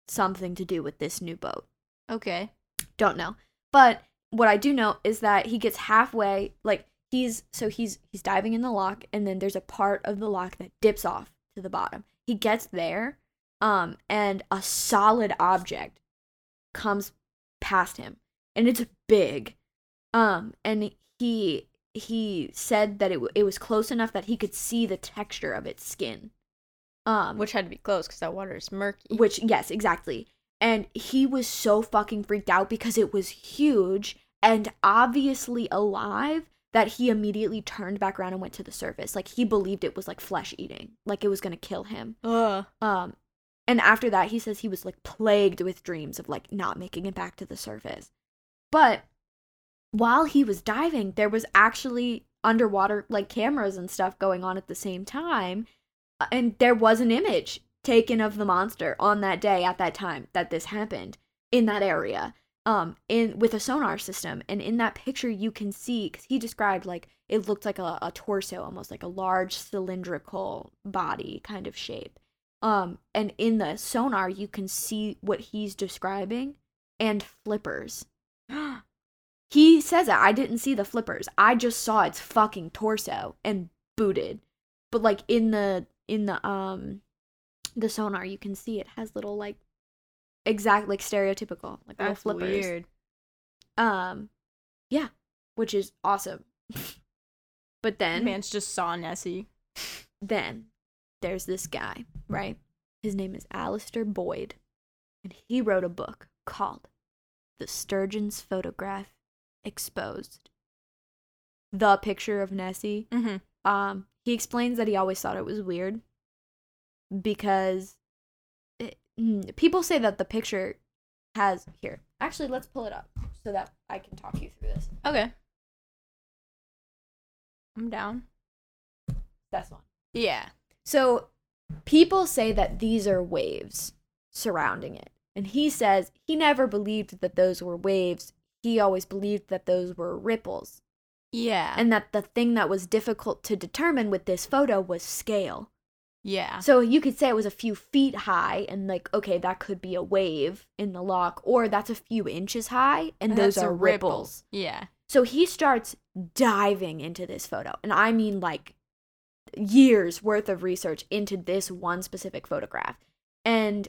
S1: Something to do with this new boat.
S2: Okay.
S1: Don't know. But what I do know is that he gets halfway, like he's so he's he's diving in the lock and then there's a part of the lock that dips off to the bottom. He gets there, um, and a solid object comes past him. And it's big. Um, and he he said that it w- it was close enough that he could see the texture of its skin. Um,
S2: Which had to be close because that water is murky.
S1: which yes exactly and he was so fucking freaked out because it was huge and obviously alive that he immediately turned back around and went to the surface like he believed it was like flesh eating like it was going to kill him
S2: Ugh.
S1: um and after that he says he was like plagued with dreams of like not making it back to the surface but while he was diving there was actually underwater like cameras and stuff going on at the same time uh, and there was an image taken of the monster on that day at that time that this happened in that area um in with a sonar system and in that picture you can see because he described like it looked like a, a torso almost like a large cylindrical body kind of shape um and in the sonar you can see what he's describing and flippers he says that i didn't see the flippers i just saw its fucking torso and booted but like in the in the um the sonar you can see it has little like exact like stereotypical like little
S2: That's
S1: flippers
S2: weird.
S1: um yeah which is awesome but then
S2: Man's just saw Nessie.
S1: then there's this guy, right? His name is Alistair Boyd, and he wrote a book called The Sturgeon's Photograph exposed the picture of Nessie,
S2: Mm-hmm.
S1: um, he explains that he always thought it was weird because it, mm, people say that the picture has here. Actually, let's pull it up so that I can talk you through this.
S2: Okay. I'm down.
S1: That's one.
S2: Yeah.
S1: So people say that these are waves surrounding it. And he says he never believed that those were waves. He always believed that those were ripples.
S2: Yeah.
S1: And that the thing that was difficult to determine with this photo was scale.
S2: yeah.
S1: So you could say it was a few feet high and like, okay, that could be a wave in the lock, or that's a few inches high and those
S2: That's a
S1: are
S2: ripple.
S1: ripples.
S2: Yeah.
S1: So he starts diving into this photo. And I mean, like, years worth of research into this one specific photograph. And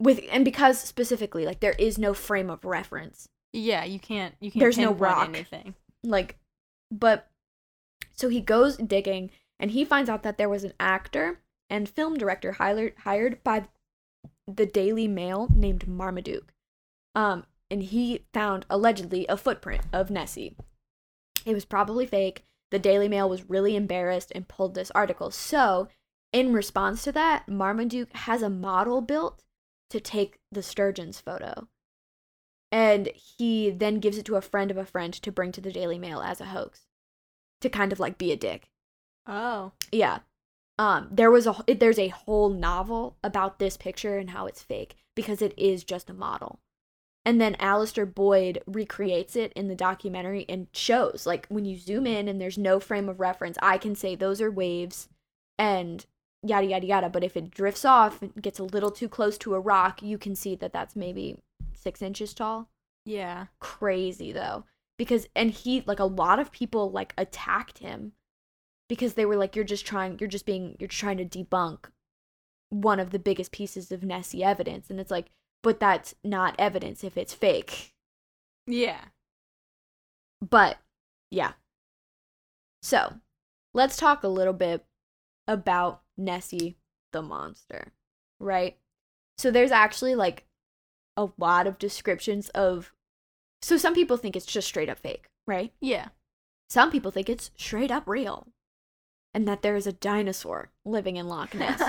S1: with, and because specifically, like, there is no frame of reference.
S2: Yeah. You can't. You can't.
S1: There's no
S2: pinpoint
S1: rock.
S2: Anything.
S1: Like, but so he goes digging and he finds out that there was an actor and film director hired, hired by the Daily Mail named Marmaduke. Um, and he found allegedly a footprint of Nessie. It was probably fake. The Daily Mail was really embarrassed and pulled this article. So, in response to that, Marmaduke has a model built to take the sturgeon's photo. And he then gives it to a friend of a friend to bring to the Daily Mail as a hoax to kind of like be a dick.
S2: Oh.
S1: Yeah. Um, there was a it- there's a whole novel about this picture and how it's fake because it is just a model. And then Alistair Boyd recreates it in the documentary and shows like when you zoom in and there's no frame of reference, I can say those are waves and yada yada yada. But if it drifts off and gets a little too close to a rock, you can see that that's maybe six inches tall
S2: Yeah.
S1: crazy though because and he like a lot of people like attacked him because they were like you're just trying you're just being you're trying to debunk one of the biggest pieces of Nessie evidence and it's like but that's not evidence if it's fake
S2: Yeah.
S1: but yeah so let's talk a little bit about Nessie the monster right so there's actually like a lot of descriptions of so some people think it's just straight up fake right
S2: Yeah.
S1: some people think it's straight up real and that there is a dinosaur living in Loch Ness.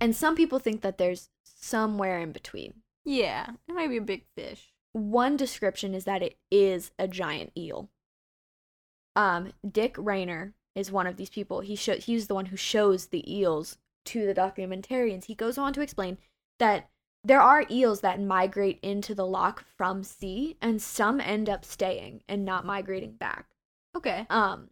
S1: and some people think that there's somewhere in between.
S2: yeah. It might be a big fish.
S1: One description is that it is a giant eel. Um, Dick Rayner is one of these people. He show- he's the one who shows the eels to the documentarians. He goes on to explain that there are eels that migrate into the loch from sea, and some end up staying and not migrating back.
S2: Okay.
S1: um,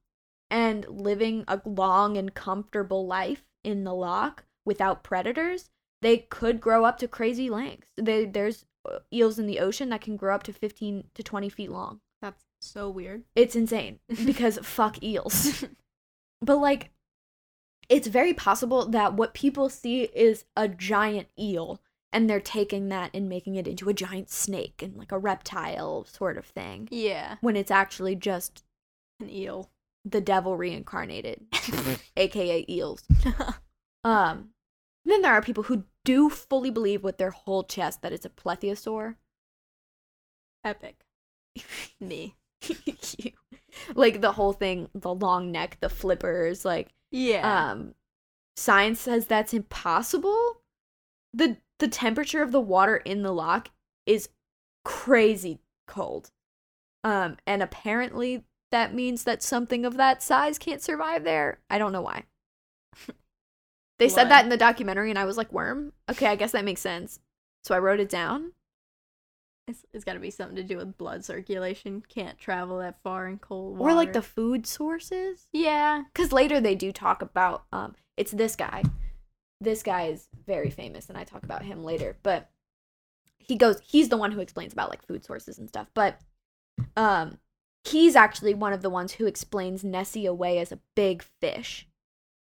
S1: and living a long and comfortable life in the lock without predators, they could grow up to crazy lengths. They, there's uh, eels in the ocean that can grow up to 15 to 20 feet long.
S2: That's so weird.
S1: It's insane because fuck eels. But like, it's very possible that what people see is a giant eel and they're taking that and making it into a giant snake and like a reptile sort of thing
S2: yeah.
S1: when it's actually just
S2: An eel.
S1: the devil reincarnated, aka eels. Um, then there are people who do fully believe with their whole chest that it's a plethiosaur.
S2: Epic. Me.
S1: You- like the whole thing, the long neck, the flippers, like
S2: Yeah.
S1: um science says that's impossible. The the temperature of the water in the lock is crazy cold. Um and apparently that means that something of that size can't survive there. I don't know why. They said
S2: Blood.
S1: that in the documentary and I was like, "Worm? Okay, I guess that makes sense." So I wrote it down.
S2: it's, it's got to be something to do with blood circulation. Can't travel that far in cold
S1: Or like the
S2: water.
S1: food sources.
S2: yeah.
S1: because later they do talk about um it's this guy this guy is very famous and i talk about him later but he goes he's the one who explains about like food sources and stuff but um he's actually one of the ones who explains nessie away as a big fish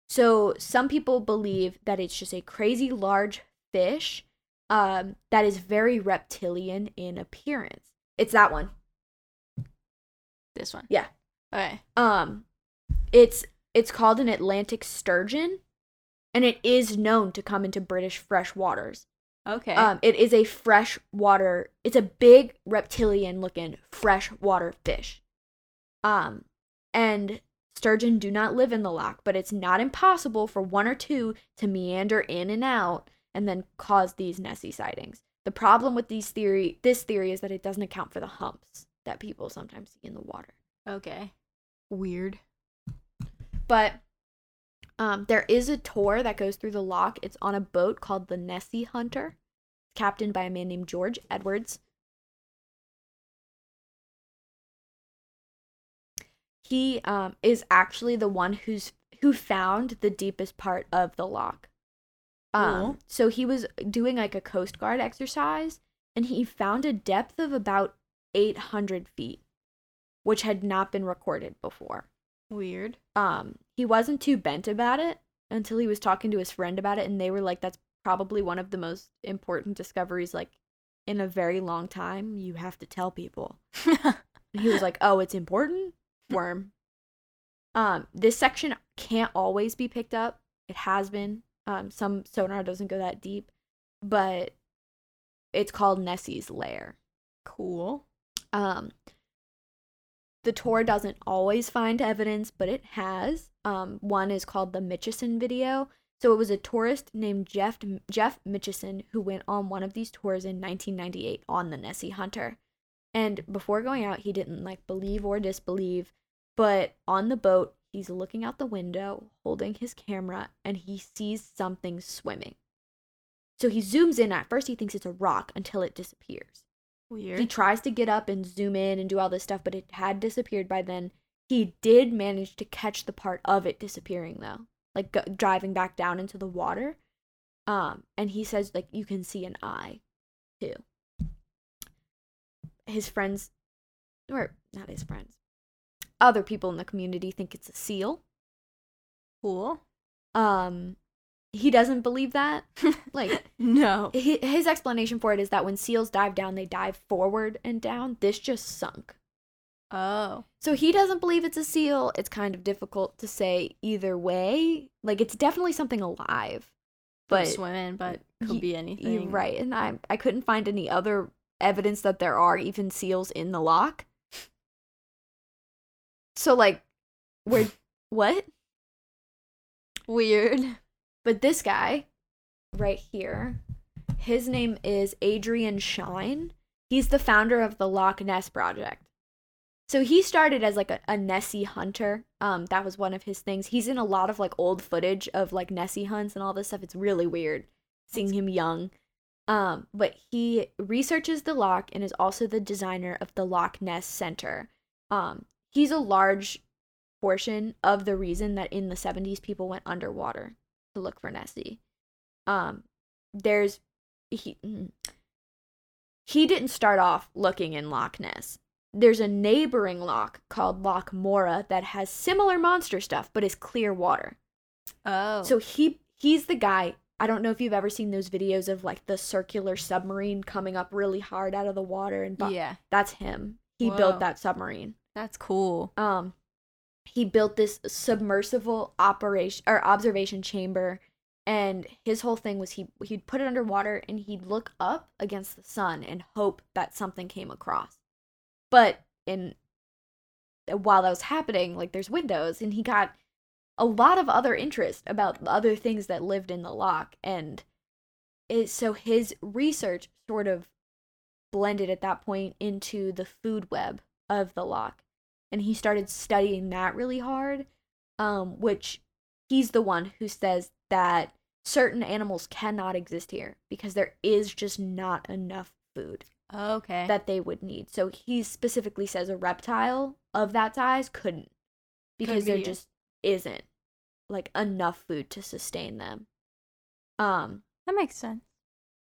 S1: so some people believe that it's just a crazy large fish um that is very reptilian in appearance it's that one
S2: This one.
S1: Yeah.
S2: Okay.
S1: um it's it's called an Atlantic sturgeon and it is known to come into British fresh waters.
S2: Okay.
S1: Um, it is a fresh water. It's a big reptilian looking freshwater fish. Um, and sturgeon do not live in the lock, but it's not impossible for one or two to meander in and out and then cause these Nessie sightings. The problem with these theory, this theory, is that it doesn't account for the humps that people sometimes see in the water.
S2: okay. Weird.
S1: But um, there is a tour that goes through the lock. It's on a boat called the Nessie Hunter, captained by a man named George Edwards. He um, is actually the one who's who found the deepest part of the lock. Um,
S2: Cool.
S1: So he was doing like a Coast Guard exercise, and he found a depth of about 800 feet, which had not been recorded before
S2: Weird.
S1: um he wasn't too bent about it until he was talking to his friend about it and they were like that's probably one of the most important discoveries like in a very long time you have to tell people and he was like oh it's important worm um this section can't always be picked up it has been um some sonar doesn't go that deep but it's called nessie's lair
S2: cool.
S1: um, the tour doesn't always find evidence, but it has. Um, one is called the Mitchison video. So it was a tourist named Jeff Jeff Mitchison who went on one of these tours in 1998 on the Nessie Hunter. And before going out, he didn't like believe or disbelieve, but on the boat, he's looking out the window, holding his camera, and he sees something swimming. So he zooms in. At first, he thinks it's a rock until it disappears. He
S2: Weird.
S1: tries to get up and zoom in and do all this stuff, but it had disappeared by then. He did manage to catch the part of it disappearing though, like go- driving back down into the water. Um, and he says like you can see an eye, too. His friends, or not his friends, other people in the community think it's a seal.
S2: Cool.
S1: Um, he doesn't believe that. Like
S2: No.
S1: hi- his explanation for it is that when seals dive down, they dive forward and down. This just sunk.
S2: Oh.
S1: So he doesn't believe it's a seal. It's kind of difficult to say either way. Like it's definitely something alive,
S2: But
S1: but
S2: swimming, but
S1: y-
S2: could be
S1: you're
S2: anything.
S1: E, right. And I I couldn't find any other evidence that there are even seals in the lock. So like, we're what?
S2: Weird.
S1: But this guy right here, his name is Adrian Shine. He's the founder of the Loch Ness Project. So he started as like a, a Nessie hunter. Um, that was one of his things. He's in a lot of like old footage of like Nessie hunts and all this stuff. It's really weird seeing him young. Um, but he researches the loch and is also the designer of the Loch Ness Center. Um, he's a large portion of the reason that in the 70s people went underwater to look for Nessie. Um, there's he mm. he didn't start off looking in Loch Ness. There's a neighboring loch called Loch Mora that has similar monster stuff, but is clear water.
S2: Oh.
S1: So he he's the guy. I don't know if you've ever seen those videos of like the circular submarine coming up really hard out of the water, and bu-
S2: yeah.
S1: that's him. He
S2: Whoa.
S1: built that submarine
S2: That's cool.
S1: um he built this submersible operation or observation chamber and his whole thing was he he'd put it underwater and he'd look up against the sun and hope that something came across but in while that was happening like there's windows and he got a lot of other interest about the other things that lived in the lock and it, so his research sort of blended at that point into the food web of the lock and he started studying that really hard um which he's the one who says that certain animals cannot exist here because there is just not enough food
S2: Okay.
S1: that they would need so he specifically says a reptile of that size couldn't because
S2: Couldn't be
S1: there
S2: here.
S1: just isn't like enough food to sustain them um
S2: that makes sense.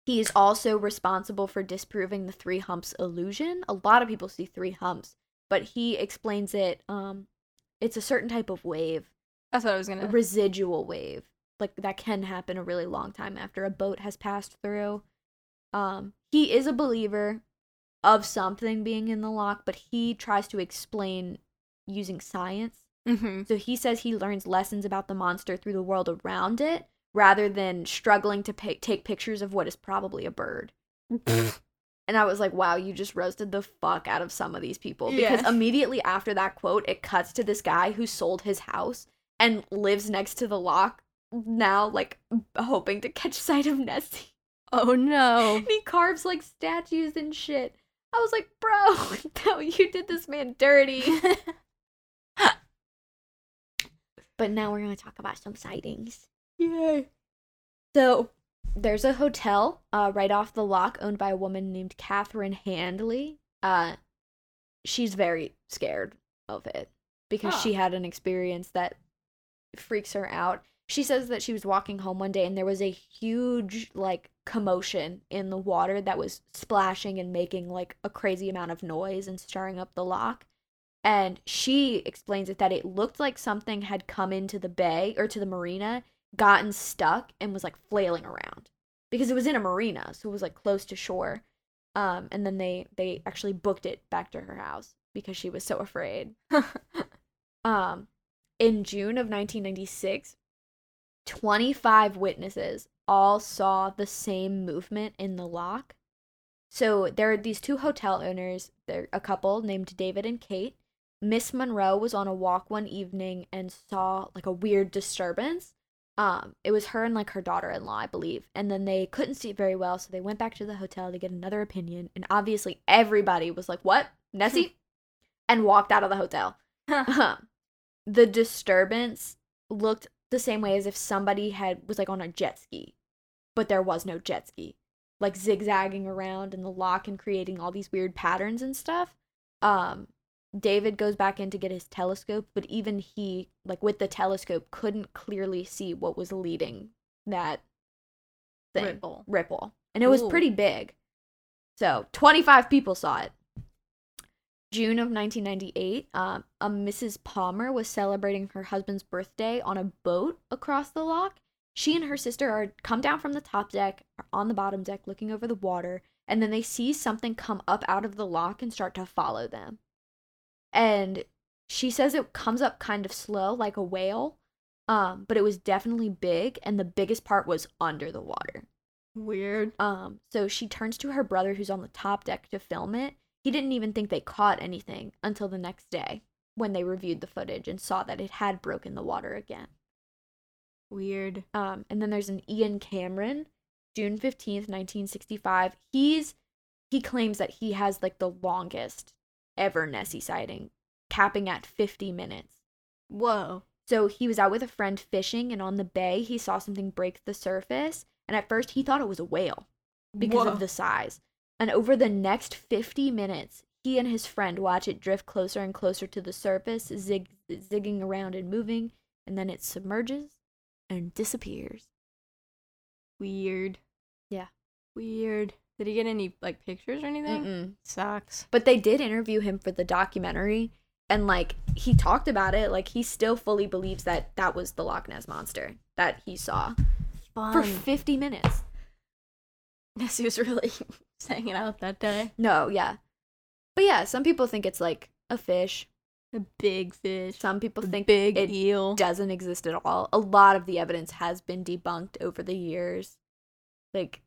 S1: he is also responsible for disproving the three humps illusion. A lot of people see three humps, but he explains it um it's a certain type of wave,
S2: That's what I was
S1: a
S2: gonna.
S1: residual wave. Like that can happen a really long time after a boat has passed through. Um he is a believer of something being in the lock, but he tries to explain using science
S2: mm-hmm.
S1: so he says he learns lessons about the monster through the world around it rather than struggling to pick, take pictures of what is probably a bird. and I was like, wow, you just roasted the fuck out of some of these people. Because
S2: Yeah.
S1: immediately after that quote, it cuts to this guy who sold his house and lives next to the lock now, like hoping to catch sight of Nessie.
S2: oh no.
S1: And he carves like statues and shit. I was like, bro, no, you did this man dirty. but now we're gonna talk about some sightings.
S2: Yay.
S1: So there's a hotel uh, right off the lock owned by a woman named Catherine Handley. Uh, she's very scared of it because
S2: Huh.
S1: she had an experience that freaks her out. She says that she was walking home one day and there was a huge like commotion in the water that was splashing and making like a crazy amount of noise and stirring up the lock. And she explains it that it looked like something had come into the bay or to the marina, gotten stuck and was like flailing around because it was in a marina, so it was like close to shore. Um, and then they they actually booked it back to her house because she was so afraid. Um, in June of 1996, 25 witnesses all saw the same movement in the lock. So there are these two hotel owners, they're a couple named David and Kate. Miss Monroe was on a walk one evening and saw like a weird disturbance. Um, it was her and like her daughter in law, I believe. And then they couldn't see it very well, so they went back to the hotel to get another opinion. And obviously, everybody was like, What? Nessie? and walked out of the hotel. Um, the disturbance looked the same way as if somebody had was like on a jet ski but there was no jet ski like zigzagging around in the lock and creating all these weird patterns and stuff um david goes back in to get his telescope but even he like with the telescope couldn't clearly see what was leading that thing
S2: Ripple.
S1: ripple and it was
S2: Ooh.
S1: pretty big so 25 people saw it june of 1998 um, a mrs palmer was celebrating her husband's birthday on a boat across the lock she and her sister are come down from the top deck are on the bottom deck looking over the water and then they see something come up out of the lock and start to follow them and she says it comes up kind of slow like a whale um, but it was definitely big and the biggest part was under the water
S2: Weird.
S1: um, so she turns to her brother who's on the top deck to film it. He didn't even think they caught anything until the next day when they reviewed the footage and saw that it had broken the water again.
S2: Weird.
S1: Um, and then there's an Ian Cameron, June 15th, 1965. He's he claims that he has like the longest ever Nessie sighting, capping at 50 minutes.
S2: Whoa.
S1: So he was out with a friend fishing, and on the bay, he saw something break the surface. And at first, he thought it was a whale because
S2: Whoa.
S1: of the size. And over the next 50 minutes, he and his friend watch it drift closer and closer to the surface, zig- zigging around and moving. And then it submerges and disappears.
S2: Weird.
S1: Yeah.
S2: Weird. Did he get any like pictures or anything?
S1: Mm-mm.
S2: Sucks.
S1: But they did interview him for the documentary. And like he talked about it, like he still fully believes that that was the Loch Ness monster that he saw
S2: Um.
S1: for 50 minutes.
S2: Nessie was really hanging out that day.
S1: No, yeah. But yeah, some people think it's like a fish.
S2: A big fish.
S1: Some people
S2: a
S1: think
S2: big
S1: it
S2: eel.
S1: doesn't exist at all. A lot of the evidence has been debunked over the years. Like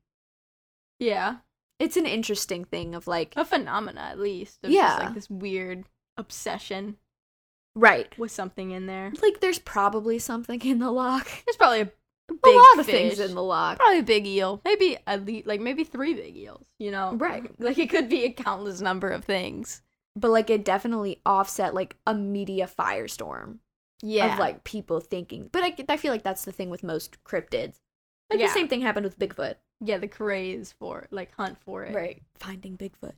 S2: yeah.
S1: it's an interesting thing of like
S2: A phenomena at least. Of Just,
S1: Yeah.
S2: like this weird obsession
S1: right.
S2: with something in there.
S1: Like there's probably something in the lock.
S2: There's probably a, big
S1: a lot of
S2: fish.
S1: things in the lock.
S2: probably a big eel. Maybe at least like maybe three big eels, you know.
S1: Right.
S2: Like it could be a countless number of things.
S1: But like it definitely offset like a media firestorm
S2: Yeah.
S1: of like people thinking. But I, I feel like that's the thing with most cryptids. Like the
S2: Yeah.
S1: same thing happened with Bigfoot.
S2: yeah, the craze for like hunt for it.
S1: Right. Finding Bigfoot.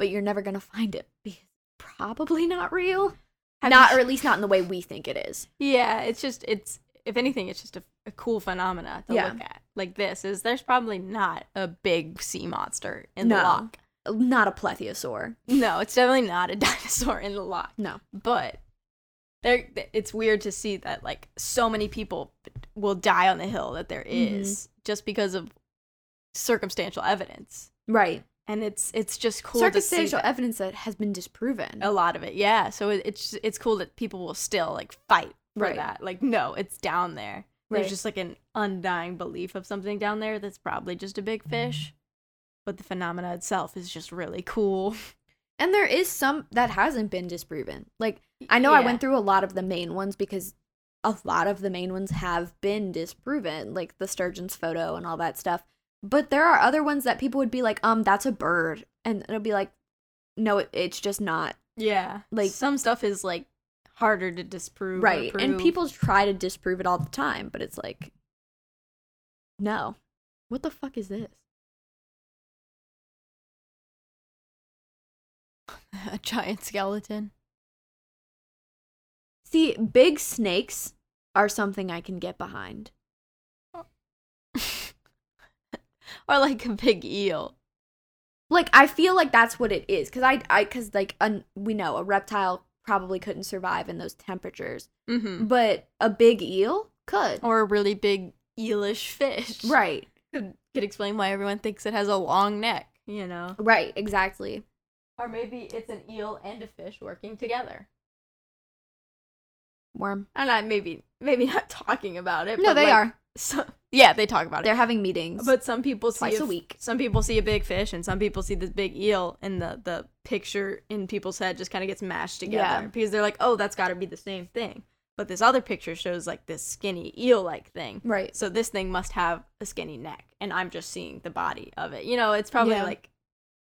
S1: But you're never going to find it because probably not real. not, or at least not in the way we think it is.
S2: Yeah, it's just it's if anything, it's just a, a cool phenomena to
S1: Yeah.
S2: look at. Like this is there's probably not a big sea monster in the
S1: No.
S2: lock.
S1: Not a plethiosaur.
S2: No, it's definitely not a dinosaur in the lock.
S1: No.
S2: But there, it's weird to see that like so many people will die on the hill that there
S1: Mm-hmm.
S2: is just because of circumstantial evidence,
S1: Right.
S2: and it's it's just cool to see
S1: Circumstantial
S2: that- Oh.
S1: evidence that has been disproven.
S2: a lot of it. Yeah, so it, it's it's cool that people will still like fight for
S1: Right.
S2: that. Like no, it's down there.
S1: Right.
S2: There's just like an undying belief of something down there that's probably just a big fish, but the phenomena itself is just really cool.
S1: And there is some that hasn't been disproven. Like I know I
S2: Yeah.
S1: went through a lot of the main ones because a lot of the main ones have been disproven, like the sturgeon's photo and all that stuff. But there are other ones that people would be like, "Um, that's a bird," and it'll be like, "No, it, it's just not
S2: Yeah,
S1: Like-
S2: like some stuff is like harder to disprove. or
S1: right." And
S2: prove.
S1: people try to disprove it all the time, but it's like, "No, what the fuck is this?"
S2: a giant skeleton.
S1: See, big snakes are something I can get behind.
S2: or like a big eel.
S1: like i feel like that's what it is because i i because like un, we know a reptile probably couldn't survive in those temperatures
S2: Mm-hmm.
S1: but a big eel could
S2: Or a really big eelish fish.
S1: right
S2: Could, could explain why everyone thinks it has a long neck, you know?
S1: right exactly
S2: Or maybe it's an eel and a fish working together.
S1: worm
S2: I'm not maybe maybe not talking about it.
S1: no
S2: but
S1: they
S2: like,
S1: are
S2: So, yeah, they talk about it.
S1: they're having meetings
S2: But some people see
S1: twice a
S2: f-
S1: week
S2: Some people see a big fish, and some people see this big eel, and the the picture in people's head just kind of gets mashed together
S1: Yeah.
S2: because they're like, oh, that's got to be the same thing. But this other picture shows like this skinny eel like thing.
S1: right
S2: So this thing must have a skinny neck, and I'm just seeing the body of it. You know, it's probably
S1: Yeah.
S2: like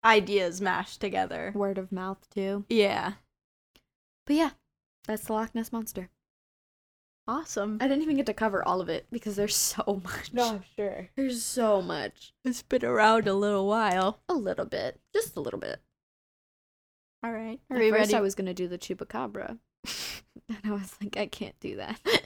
S2: ideas mashed together.
S1: word of mouth too
S2: Yeah.
S1: but yeah that's the loch ness monster
S2: Awesome.
S1: i didn't even get to cover all of it because there's so much
S2: sure.
S1: there's so much
S2: It's been around a little while.
S1: a little bit just a little bit
S2: All right. Are
S1: At
S2: we
S1: first,
S2: ready?
S1: I was gonna do the chupacabra, and I was like, I can't do that.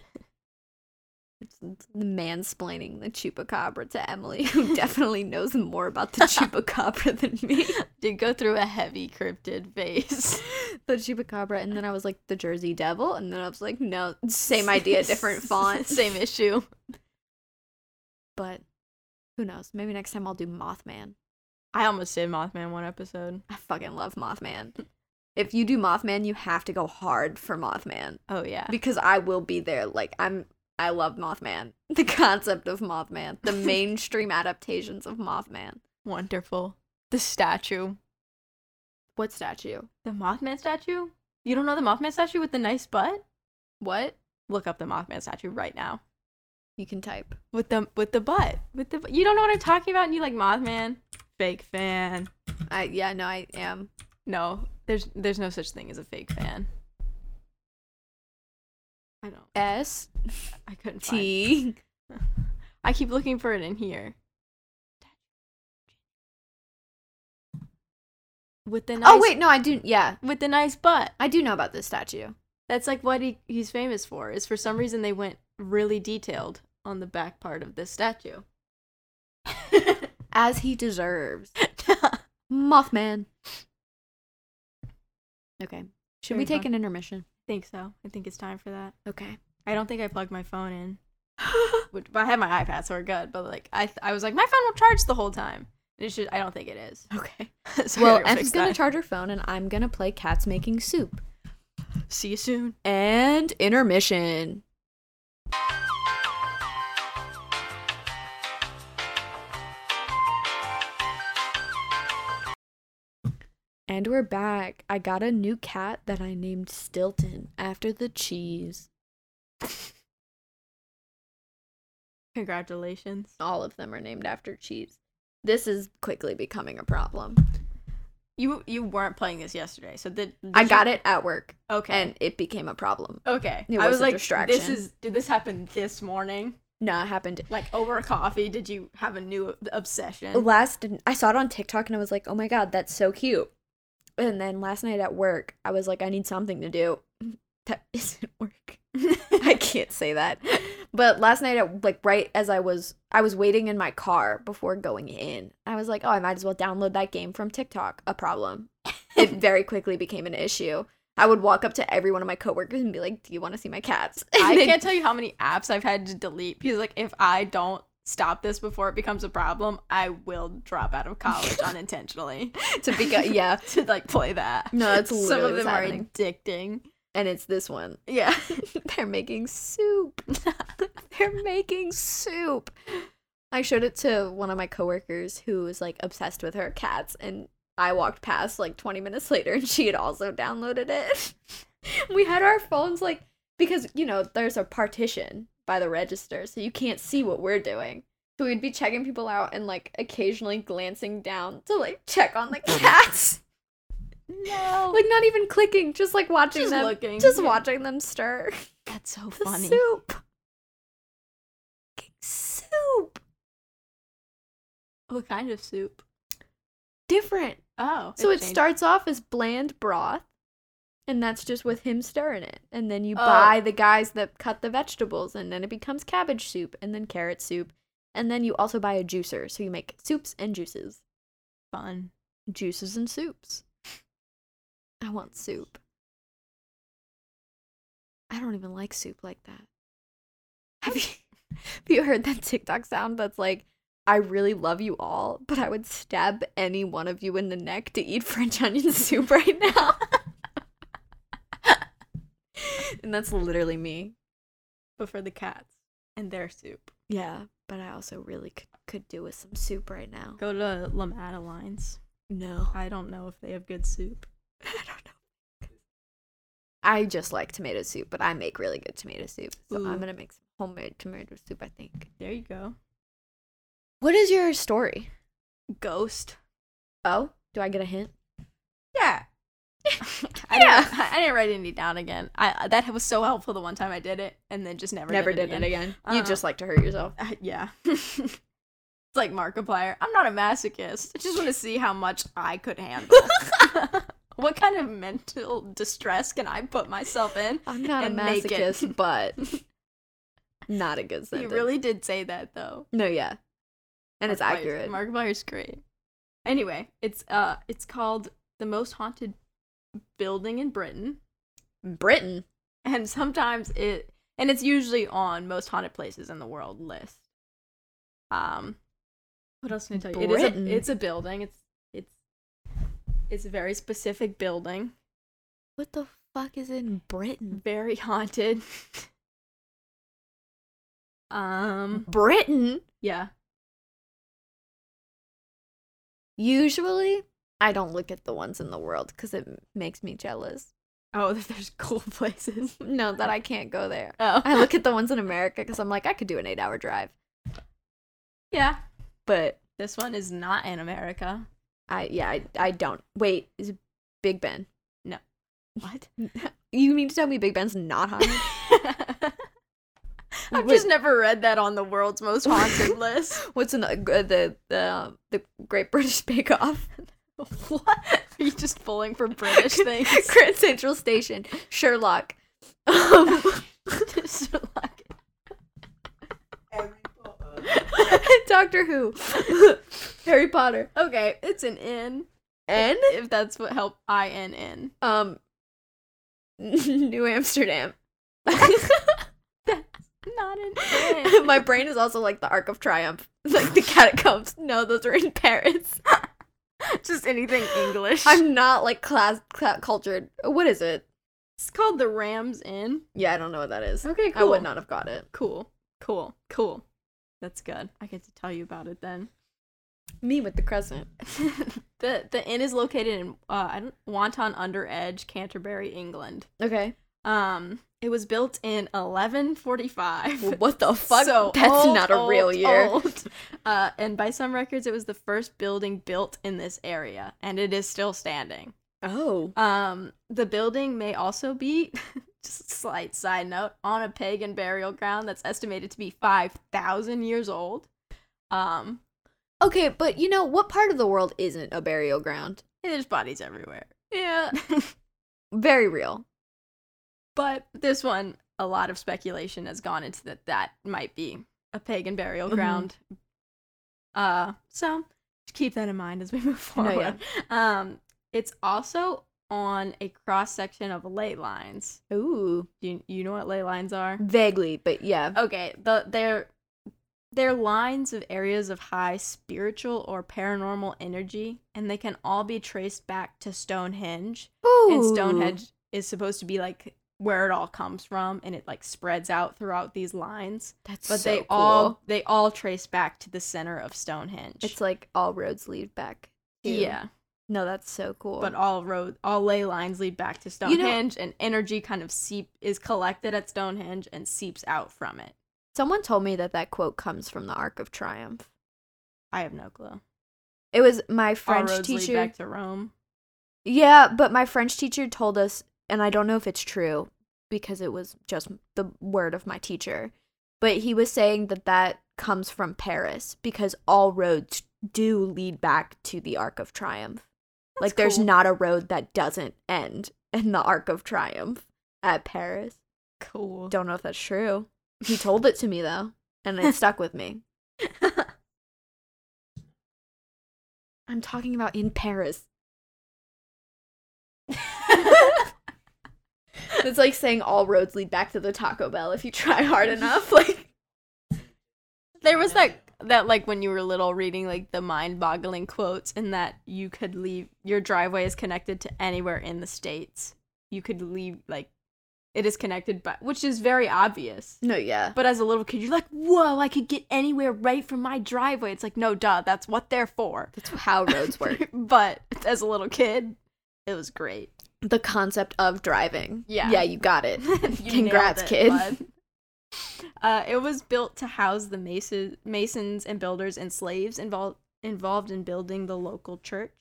S1: It's it's mansplaining the chupacabra to Emily, who definitely knows more about the chupacabra than me.
S2: Did go through a heavy cryptid phase.
S1: The chupacabra, and then I was like the Jersey Devil, and then I was like, no, same idea, different font,
S2: Same issue.
S1: But who knows? Maybe next time I'll do Mothman.
S2: I almost did Mothman one episode.
S1: I fucking love Mothman. If you do Mothman, you have to go hard for Mothman.
S2: Oh yeah.
S1: because I will be there. Like I'm I love Mothman. The concept of Mothman, the mainstream adaptations of Mothman.
S2: Wonderful. The statue.
S1: What statue?
S2: The Mothman statue? You don't know the Mothman statue with the nice butt?
S1: What?
S2: Look up the Mothman statue right now.
S1: You can type.
S2: With the with the butt. With the bu- You don't know what I'm talking about and you like Mothman? Fake fan.
S1: I yeah, no, I am.
S2: No. There's there's no such thing as a fake fan. I don't.
S1: S
S2: I couldn't find.
S1: T
S2: I keep looking for it in here. With the nice
S1: Oh wait, no, I do yeah.
S2: with the nice butt.
S1: I do know about this statue.
S2: That's like what he, he's famous for. Is for some reason they went really detailed on the back part of this statue.
S1: As he deserves. Mothman. Okay. Should we
S2: Very
S1: take
S2: fun.
S1: an intermission?
S2: think so. I think it's time for that.
S1: Okay.
S2: I don't think I plugged my phone in. Which, but I had my iPad, so we're good. But like I, th- I was like, my phone will charge the whole time. And it should. I don't think it is.
S1: Okay.
S2: so I
S1: Well,
S2: gotta go
S1: Em's
S2: fix
S1: gonna
S2: that.
S1: charge her phone and I'm gonna play cats making soup.
S2: See you soon.
S1: And intermission. And we're back. I got a new cat that I named Stilton after the cheese.
S2: Congratulations.
S1: All of them are named after cheese. This is quickly becoming a problem.
S2: You you weren't playing this yesterday, so did, did
S1: I
S2: you-
S1: got it at work
S2: Okay.
S1: and it became a problem.
S2: okay.
S1: It
S2: I
S1: was
S2: was
S1: a
S2: like, this
S1: distraction.
S2: is did this happen this morning?
S1: No, it happened
S2: Like over coffee? Did you have a new obsession?
S1: last I saw it on TikTok and I was like, "Oh my god, that's so cute." And then last night at work, I was like, "I need something to do." That isn't work. I can't say that. But last night at like right as I was I was waiting in my car before going in. I was like, "Oh, I might as well download that game from TikTok." A problem. It very quickly became an issue. I would walk up to every one of my coworkers and be like, "Do you want to see my cats?"
S2: I
S1: And they-
S2: can't tell you how many apps I've had to delete because like if I don't stop this before it becomes a problem, I will drop out of college unintentionally
S1: to be go- yeah.
S2: to like play that.
S1: No, that's
S2: some
S1: literally
S2: of
S1: what's
S2: them are
S1: happening.
S2: addicting.
S1: And it's this one.
S2: Yeah.
S1: They're making soup. they're making soup. I showed it to one of my coworkers who was like obsessed with her cats, and I walked past like 20 minutes later, and she had also downloaded it. we had our phones like because you know there's a partition by the register, so you can't see what we're doing. So we'd be checking people out and like occasionally glancing down to like check on the cats.
S2: No.
S1: like not even clicking, just like watching
S2: Just
S1: them,
S2: looking,
S1: just
S2: yeah.
S1: watching them stir
S2: That's so
S1: the
S2: funny.
S1: soup. Fucking Soup,
S2: What kind of soup?
S1: different.
S2: Oh.
S1: So it
S2: changed.
S1: starts off as bland broth, and that's just with him stirring it. And then you
S2: Oh.
S1: buy the guys that cut the vegetables, and then it becomes cabbage soup, and then carrot soup, and then you also buy a juicer, so you make soups and juices,
S2: fun.
S1: juices and soups. I want soup. I don't even like soup like that. Have you, have you heard that TikTok sound that's like, I really love you all, but I would stab any one of you in the neck to eat French onion soup right now? and that's literally me.
S2: But for the cats and their soup.
S1: Yeah, but I also really could, could do with some soup right now.
S2: Go to La Madeline's.
S1: No.
S2: I don't know if they have good soup.
S1: I don't know. I just like tomato soup, but I make really good tomato soup. So
S2: Ooh.
S1: I'm going to make some homemade tomato soup, I think.
S2: There you go.
S1: What is your story?
S2: Ghost.
S1: Oh, do I get a hint?
S2: Yeah. I
S1: Yeah.
S2: Didn't, I didn't write any down again. I that was so helpful the one time I did it, and then just never
S1: Never
S2: did,
S1: did
S2: it again.
S1: You
S2: Uh-uh.
S1: just like to hurt yourself.
S2: Uh, yeah. it's like Markiplier. I'm not a masochist. I just want to see how much I could handle. what kind of mental distress can I put myself in?
S1: I'm not a
S2: And make it.
S1: masochist, but not a good
S2: He
S1: sentence.
S2: really did say that though.
S1: No, yeah. And it's
S2: Markiplier's-
S1: accurate.
S2: Markiplier's great. Anyway, it's uh it's called the most haunted building in Britain.
S1: Britain.
S2: And sometimes it and it's usually on most haunted places in the world list. Um what else can I tell you? It
S1: Britain.
S2: is a, it's a building. It's it's it's a very specific building.
S1: What the fuck is in Britain?
S2: Very haunted. um
S1: Mm-hmm. Britain?
S2: yeah.
S1: Usually, I don't look at the ones in the world because it makes me jealous.
S2: Oh, there's cool places.
S1: No, that I can't go there.
S2: Oh.
S1: I look at the ones in America because I'm like, I could do an eight hour drive.
S2: yeah.
S1: But
S2: This one is not in America.
S1: I, yeah, I, I don't. Wait, is it Big Ben?
S2: What?
S1: You mean to tell me Big Ben's not haunted?
S2: I've just never read that on the world's most haunted list.
S1: What's in the uh, the the, um, the Great British Bake Off?
S2: What? Are you just pulling for British things?
S1: Grand Central Station, Sherlock. Um,
S2: Just like-
S1: Doctor Who, Harry Potter.
S2: okay, it's an N.
S1: N?
S2: If that's what help I N N.
S1: Um, New Amsterdam.
S2: Not an
S1: My brain is also like the Arc of Triumph, like the catacombs. No, those are in Paris.
S2: just anything English.
S1: I'm not like class, cla cultured. What is it?
S2: it's called the Rams Inn.
S1: Yeah, I don't know what that is.
S2: Okay,
S1: I would not have got it.
S2: Cool. Cool. Cool. That's good. I get to tell you about it then.
S1: Me with the crescent.
S2: the the inn is located in uh, I don't Wanton Under Edge, Canterbury, England.
S1: Okay.
S2: Um, it was built in 1145.
S1: Well, what the fuck?
S2: So
S1: That's
S2: old,
S1: not a real
S2: old,
S1: year.
S2: old. Uh, and by some records, it was the first building built in this area, and it is still standing.
S1: Oh.
S2: Um, the building may also be, just a slight side note, on a pagan burial ground that's estimated to be 5,000 years old. Um,
S1: Okay, but you know what part of the world isn't a burial ground?
S2: and there's bodies everywhere.
S1: Yeah. Very real.
S2: But this one, a lot of speculation has gone into that that might be a pagan burial
S1: Mhm.
S2: ground. Uh, so just keep that in mind as we move
S1: No,
S2: forward.
S1: yeah.
S2: Um, it's also on a cross section of ley lines.
S1: Ooh.
S2: You you know what ley lines are?
S1: Vaguely, but yeah.
S2: Okay, the they're they're lines of areas of high spiritual or paranormal energy, and they can all be traced back to Stonehenge.
S1: Ooh.
S2: And Stonehenge is supposed to be like where it all comes from and it like spreads out throughout these lines
S1: That's
S2: but
S1: so
S2: they
S1: cool.
S2: all they all trace back to the center of stonehenge
S1: It's like all roads lead back. to-
S2: yeah
S1: No, that's so cool.
S2: but all road all ley lines lead back to
S1: You know-
S2: stonehenge and energy kind of seep is collected at stonehenge and seeps out from it
S1: someone told me that that quote comes from the Arc of Triumph.
S2: i have no clue
S1: It was my
S2: all
S1: French
S2: roads
S1: teacher.
S2: lead back to rome
S1: Yeah, but my French teacher told us, and I don't know if it's true because it was just the word of my teacher, but he was saying that that comes from Paris because all roads do lead back to the Arc of Triumph. like, there's
S2: cool.
S1: not a road that doesn't end in the Arc of Triumph at Paris.
S2: cool
S1: Don't know if that's true. He told it to me, though, and it stuck with me. I'm talking about in Paris. It's like saying all roads lead back to the Taco Bell if you try hard enough. Like,
S2: there was that that like when you were little reading like the mind-boggling quotes and that you could leave your driveway is connected to anywhere in the states you could leave like it is connected by which is very obvious
S1: no, yeah.
S2: but as a little kid you're like whoa i could get anywhere right from my driveway it's like no duh that's what they're for
S1: That's how roads work.
S2: but as a little kid it was great
S1: the concept of driving.
S2: Yeah.
S1: Yeah, you got it.
S2: You
S1: Congrats,
S2: nailed it,
S1: kid.
S2: bud. Uh, it was built to house the mason- masons and builders and slaves involved involved in building the local church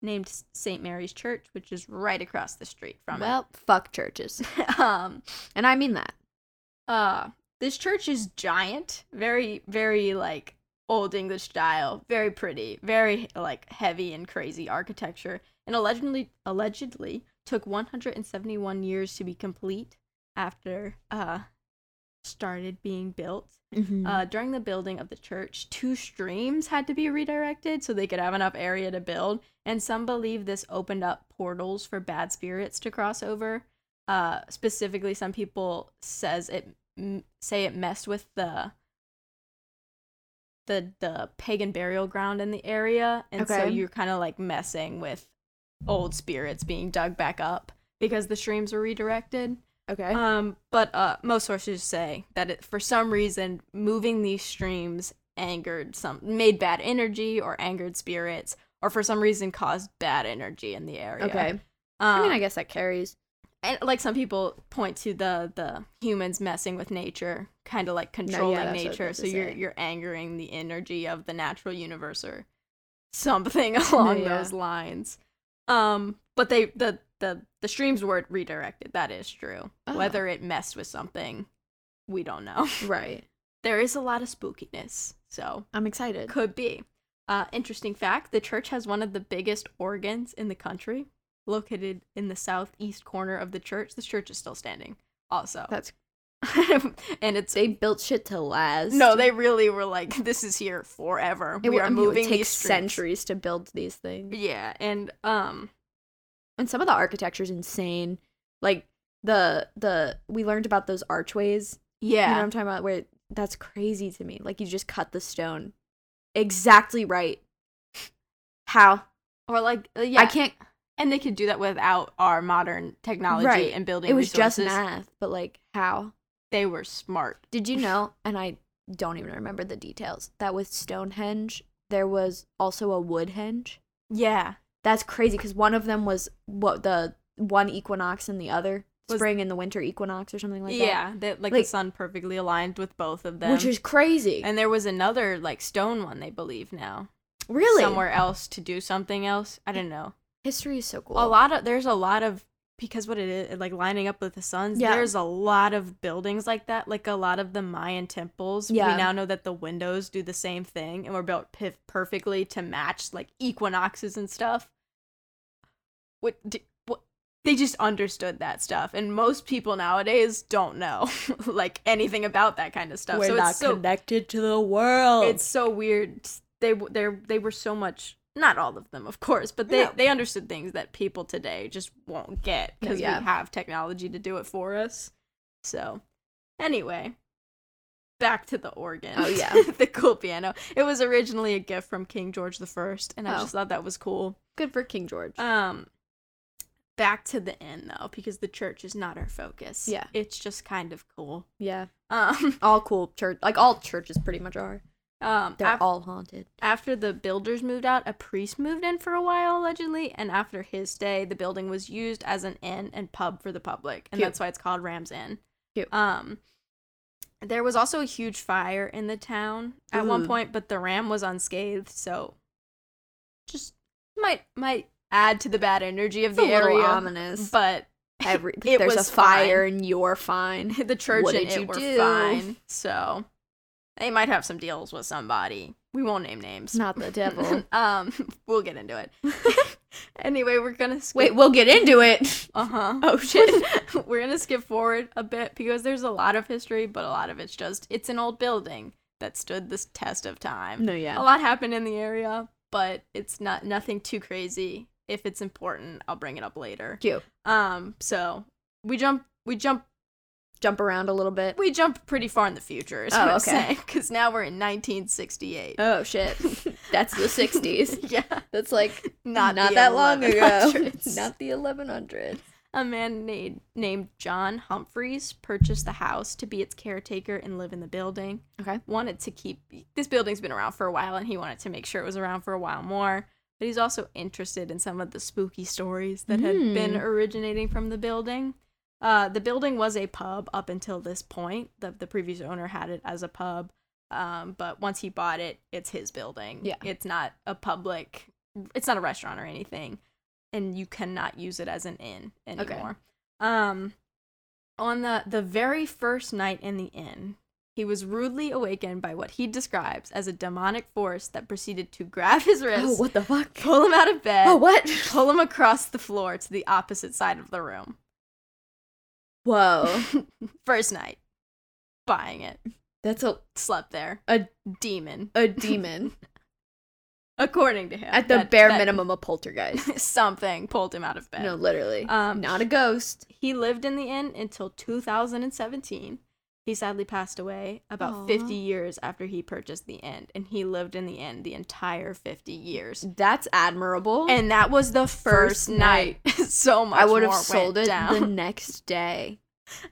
S2: named St. Mary's Church, which is right across the street from
S1: well, fuck churches.
S2: it. Um,
S1: And I mean that.
S2: uh, this church is giant, very, very like old English style, very pretty, very like heavy and crazy architecture, and allegedly allegedly took 171 years to be complete after uh started being built.
S1: Mm-hmm.
S2: Uh, during the building of the church, two streams had to be redirected so they could have enough area to build. And some believe this opened up portals for bad spirits to cross over. Uh, specifically, some people says it m- say it messed with the the the pagan burial ground in the area, and so
S1: Okay.
S2: you're kind of like messing with old spirits being dug back up because the streams were redirected.
S1: okay.
S2: Um, but uh, most sources say that it, for some reason, moving these streams angered some, made bad energy or angered spirits, or for some reason caused bad energy in the area.
S1: okay.
S2: Um,
S1: I mean, I guess that carries.
S2: and like some people point to the the humans messing with nature, kind of like controlling
S1: that's what I was
S2: nature.
S1: about to
S2: So you're
S1: say.
S2: you're angering the energy of the natural universe or something along
S1: yeah.
S2: those lines. Um, but they the the the streams were redirected. That is true.
S1: Oh.
S2: Whether it messed with something, we don't know.
S1: Right.
S2: there is a lot of spookiness, so
S1: I'm excited.
S2: could be. Uh, interesting fact the church has one of the biggest organs in the country. Located in the southeast corner of the church. This church is still standing, also.
S1: That's
S2: and it's.
S1: they built shit to last.
S2: No, they really were like, this is here forever.
S1: it,
S2: we
S1: would-
S2: are
S1: I mean, it would
S2: moving
S1: take
S2: these streams."
S1: centuries to build these things.
S2: Yeah, and um,
S1: And some of the architecture's insane. Like the the we learned about those archways.
S2: yeah,
S1: You know what I'm talking about? Where that's crazy to me. Like you just cut the stone exactly right. How?
S2: or like uh, yeah,
S1: I can't
S2: and they could do that without our modern technology
S1: Right.
S2: and building.
S1: it was just
S2: resources.
S1: math but like how
S2: They were smart.
S1: did you know and i don't even remember the details that with stonehenge there was also a woodhenge
S2: Yeah,
S1: that's crazy because one of them was what the one equinox and the other
S2: Was-
S1: spring and the winter equinox or something like
S2: yeah, they, like, the
S1: Like-
S2: sun perfectly aligned with both
S1: that
S2: of them.
S1: which is crazy
S2: and there was another like stone one they believe now
S1: really
S2: somewhere else to do something else. I don't know.
S1: history is so cool
S2: A lot of there's a lot of because what it is like lining up with the suns.
S1: Yeah.
S2: There's a lot of buildings like that. Like a lot of the Mayan temples. We
S1: Yeah.
S2: now know that the windows do the same thing and were built pif- perfectly to match like equinoxes and stuff. What, d- what they just understood that stuff, and most people nowadays don't know like anything about that kind of stuff. so it's so
S1: connected to the world
S2: it's so weird. They they they were so much. Not all of them, of course, but they
S1: No.
S2: they understood things that people today just won't
S1: No,
S2: get because
S1: yeah.
S2: we have technology to do it for us. So, anyway, back to the organ.
S1: Oh, yeah.
S2: the cool piano. It was originally a gift from King George the First, and I
S1: Oh. Uh,
S2: just thought that was cool.
S1: good for king george
S2: Um, back to the end though, because the church is not our focus.
S1: Yeah.
S2: It's just kind of cool.
S1: Yeah.
S2: Um,
S1: All cool church like all churches pretty much are.
S2: um
S1: They're
S2: af-
S1: all haunted.
S2: after the builders moved out, a priest moved in for a while allegedly, and after his day, the building was used as an inn and pub for the public, and
S1: Cute.
S2: that's why it's called Rams Inn.
S1: Cute.
S2: Um, there was also a huge fire in the town at one
S1: Ooh.
S2: point, but the ram was unscathed, so just might might add to the bad energy of
S1: It's
S2: the
S1: a little
S2: area.
S1: ominous.
S2: um, But
S1: Every
S2: it
S1: there's
S2: was
S1: a fire and you're fine.
S2: the church
S1: What
S2: and
S1: did
S2: it
S1: you
S2: were
S1: do?
S2: fine, so they might have some deals with somebody. We won't name names.
S1: It's not the devil.
S2: um, we'll get into it. anyway, we're gonna skip.
S1: Wait, we'll get into it.
S2: Uh huh.
S1: Oh shit.
S2: we're gonna skip forward a bit because there's a lot of history, but a lot of it's just it's an old building that stood this test of time.
S1: no, yeah.
S2: A lot happened in the area, but it's not nothing too crazy. If it's important, I'll bring it up later.
S1: Cute.
S2: Um, so we jump, we jump,
S1: Jump around a little bit.
S2: we jump pretty far in the future. Is
S1: Oh,
S2: what I'm
S1: okay.
S2: saying because now we're in 1968.
S1: Oh shit. That's the 60s.
S2: yeah,
S1: That's like
S2: not the 1100s.
S1: the 1100s.
S2: a man named named John Humphreys purchased the house to be its caretaker and live in the building.
S1: Okay.
S2: Wanted to keep this building's been around for a while and he wanted to make sure it was around for a while more. But he's also interested in some of the spooky stories that had been
S1: Mm.
S2: originating from the building. Uh, the building was a pub up until this point. The, the previous owner had it as a pub. Um, but once he bought it, it's his building.
S1: Yeah.
S2: It's not a public, it's not a restaurant or anything. And you cannot use it as an inn
S1: Okay.
S2: anymore. Um, on the, the very first night in the inn, he was rudely awakened by what he describes as a demonic force that proceeded to grab his wrist,
S1: Oh, what the fuck?
S2: pull him out of bed,
S1: Oh, what?
S2: pull him across the floor to the opposite side of the room.
S1: Whoa.
S2: First night. Buying it.
S1: That's a
S2: Slept there.
S1: A-
S2: demon.
S1: a demon
S2: According to him.
S1: at the
S2: That-
S1: bare
S2: that-
S1: minimum a poltergeist.
S2: Something pulled him out of bed.
S1: No, literally.
S2: Um,
S1: Not a ghost.
S2: He lived in the inn until 2017. He sadly passed away about
S1: Aw.
S2: 50 years after he purchased the inn, and he lived in the inn the entire 50 years.
S1: That's admirable.
S2: And that was the first,
S1: First
S2: night. so much
S1: I would have
S2: more went
S1: sold it
S2: down.
S1: the next day.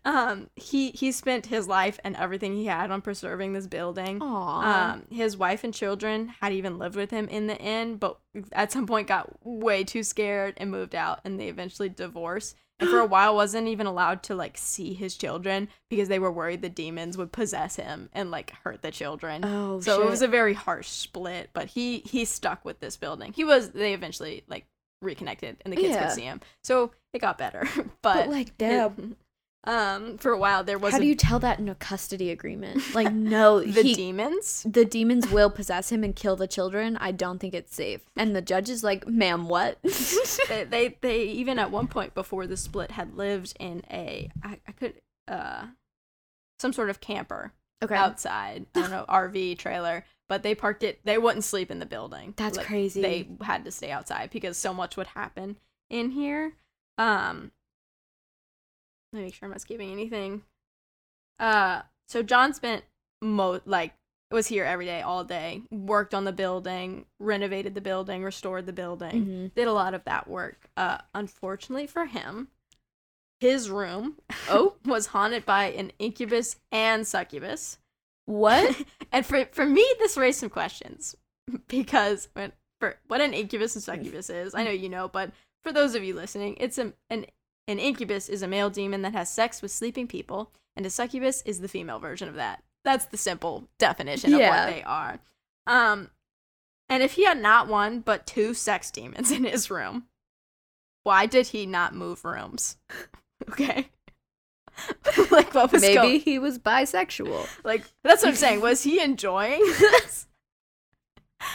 S2: um, he he spent his life and everything he had on preserving this building.
S1: Aww.
S2: Um, his wife and children had even lived with him in the inn, but at some point got way too scared and moved out, and they eventually divorced. And for a while, wasn't even allowed to like see his children because they were worried the demons would possess him and like hurt the children.
S1: oh,
S2: so
S1: shit.
S2: it was a very harsh split. But he he stuck with this building. He was they eventually like reconnected, and the kids
S1: Yeah.
S2: could see him. So it got better.
S1: but
S2: but
S1: like,
S2: it-
S1: damn.
S2: um, for a while there was
S1: How
S2: a-
S1: do you tell that in a custody agreement? Like, no,
S2: the
S1: he,
S2: demons.
S1: the demons will possess him and kill the children. I don't think it's safe. And the judge is like, ma'am, what?
S2: they, they they even at one point before the split had lived in a I, I could uh some sort of camper
S1: okay.
S2: outside. I don't know RV trailer, but they parked it. They wouldn't sleep in the building.
S1: That's
S2: Like,
S1: crazy.
S2: They had to stay outside because so much would happen in here. Um, let me make sure I'm not skipping anything. Uh, so John spent mo like was here every day, all day, worked on the building, renovated the building, restored the building
S1: Mhm.
S2: did a lot of that work. Uh, unfortunately for him, his room
S1: Oh,
S2: was haunted by an incubus and succubus.
S1: what?
S2: And for for me, this raised some questions because when, for what an incubus and succubus is, I know you know, but for those of you listening, it's a, an an incubus is a male demon that has sex with sleeping people, and a succubus is the female version of that. That's the simple definition
S1: Yeah.
S2: of what they are. Um, and if he had not one but two sex demons in his room, why did he not move rooms? Okay, like what was
S1: Maybe
S2: going-
S1: he was bisexual.
S2: like that's what I'm saying. Was he enjoying this?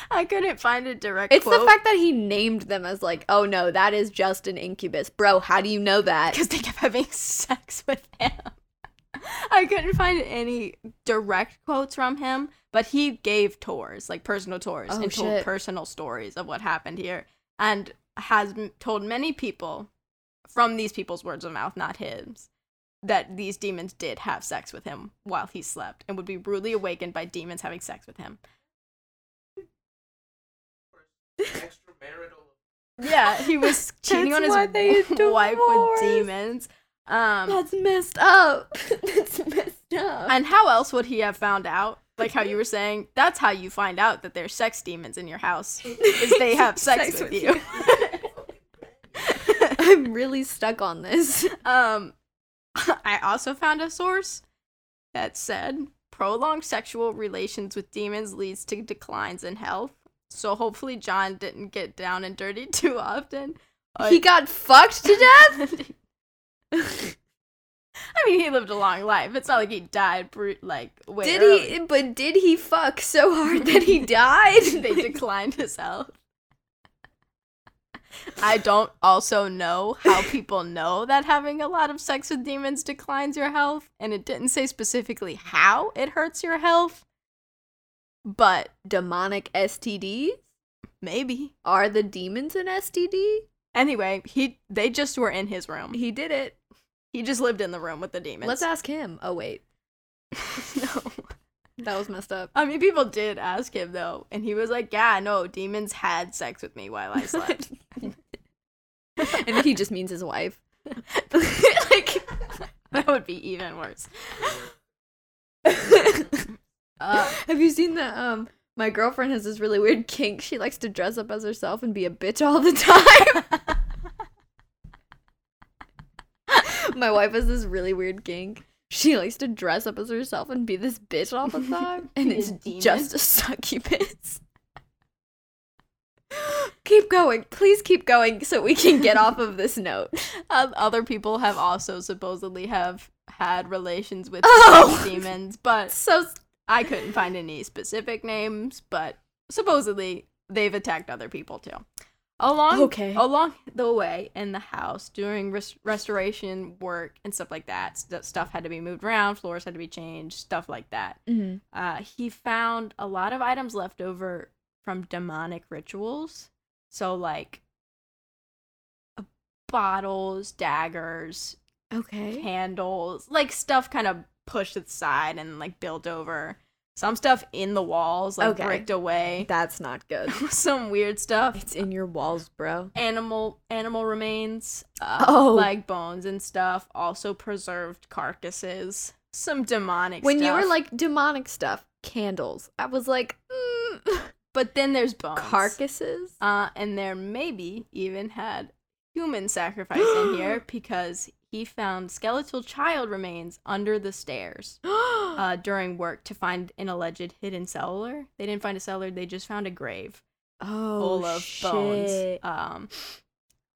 S2: I couldn't find a direct
S1: It's
S2: quote
S1: the fact that he named them as like, oh no, that is just an incubus, bro. How do you know that?
S2: because they kept having sex with him. I couldn't find any direct quotes from him, but he gave tours, like personal tours,
S1: Oh,
S2: and told
S1: shit.
S2: personal stories of what happened here, and has m- told many people from these people's words of mouth, not his, that these demons did have sex with him while he slept and would be rudely awakened by demons having sex with him.
S3: extramarital
S2: Yeah, he was cheating on
S1: That's
S2: his
S1: why they
S2: wife with
S1: divorced.
S2: demons. Um,
S1: That's messed up. That's messed up.
S2: and how else would he have found out? Like how you were saying, that's how you find out that there's sex demons in your house is they have sex, with, you.
S1: I'm really stuck on this.
S2: um, I also found a source that said prolonged sexual relations with demons leads to declines in health. So hopefully John didn't get down and dirty too often. but-
S1: He got fucked to death?
S2: I mean, he lived a long life. It's not like he died brute like way.
S1: did
S2: early.
S1: he but did he fuck so hard that he died?
S2: they declined his help. I don't also know how people know that having a lot of sex with demons declines your health, and it didn't say specifically how it hurts your health, but
S1: Demonic STD?
S2: maybe.
S1: Are the demons an STD?
S2: Anyway, he they just were in his room.
S1: He did it.
S2: He just lived in the room with the demons.
S1: Let's ask him. Oh wait,
S2: no.
S1: that was messed up.
S2: I mean, people did ask him though, and he was like, "Yeah, no, demons had sex with me while I slept."
S1: and he just means his wife.
S2: like that would be even worse. Uh,
S1: Have you seen that? Um, my girlfriend has this really weird kink. She likes to dress up as herself and be a bitch all the time. my wife has this really weird kink. She likes to dress up as herself and be this bitch all the time, and
S2: Be a
S1: it's
S2: demon.
S1: just a succubus. keep going, please keep going, so we can get off of this note.
S2: um, other people have also supposedly have had relations with
S1: Oh!
S2: demons, but
S1: So
S2: I couldn't find any specific names. But supposedly they've attacked other people too. Along
S1: Okay.
S2: along the way in the house during res- restoration work and stuff like that, st- stuff had to be moved around, floors had to be changed, stuff like that.
S1: Mm-hmm.
S2: uh, he found a lot of items left over from demonic rituals. So, like uh, bottles, daggers,
S1: okay,
S2: candles, like stuff kind of pushed to the side and like built over. Some stuff in the walls, like
S1: Okay.
S2: bricked away.
S1: that's not good.
S2: Some weird stuff.
S1: It's in your walls, bro.
S2: Animal animal remains, uh,
S1: Oh.
S2: like bones and stuff. Also preserved carcasses. Some demonic.
S1: when you were
S2: stuff.
S1: like demonic stuff, candles, I was like, mm,
S2: but then there's bones.
S1: carcasses.
S2: Uh, and there maybe even had human sacrifice in here because he found skeletal child remains under the stairs uh, during work to find an alleged hidden cellar. They didn't find a cellar; they just found a grave
S1: oh,
S2: full of bones.
S1: shit.
S2: Um,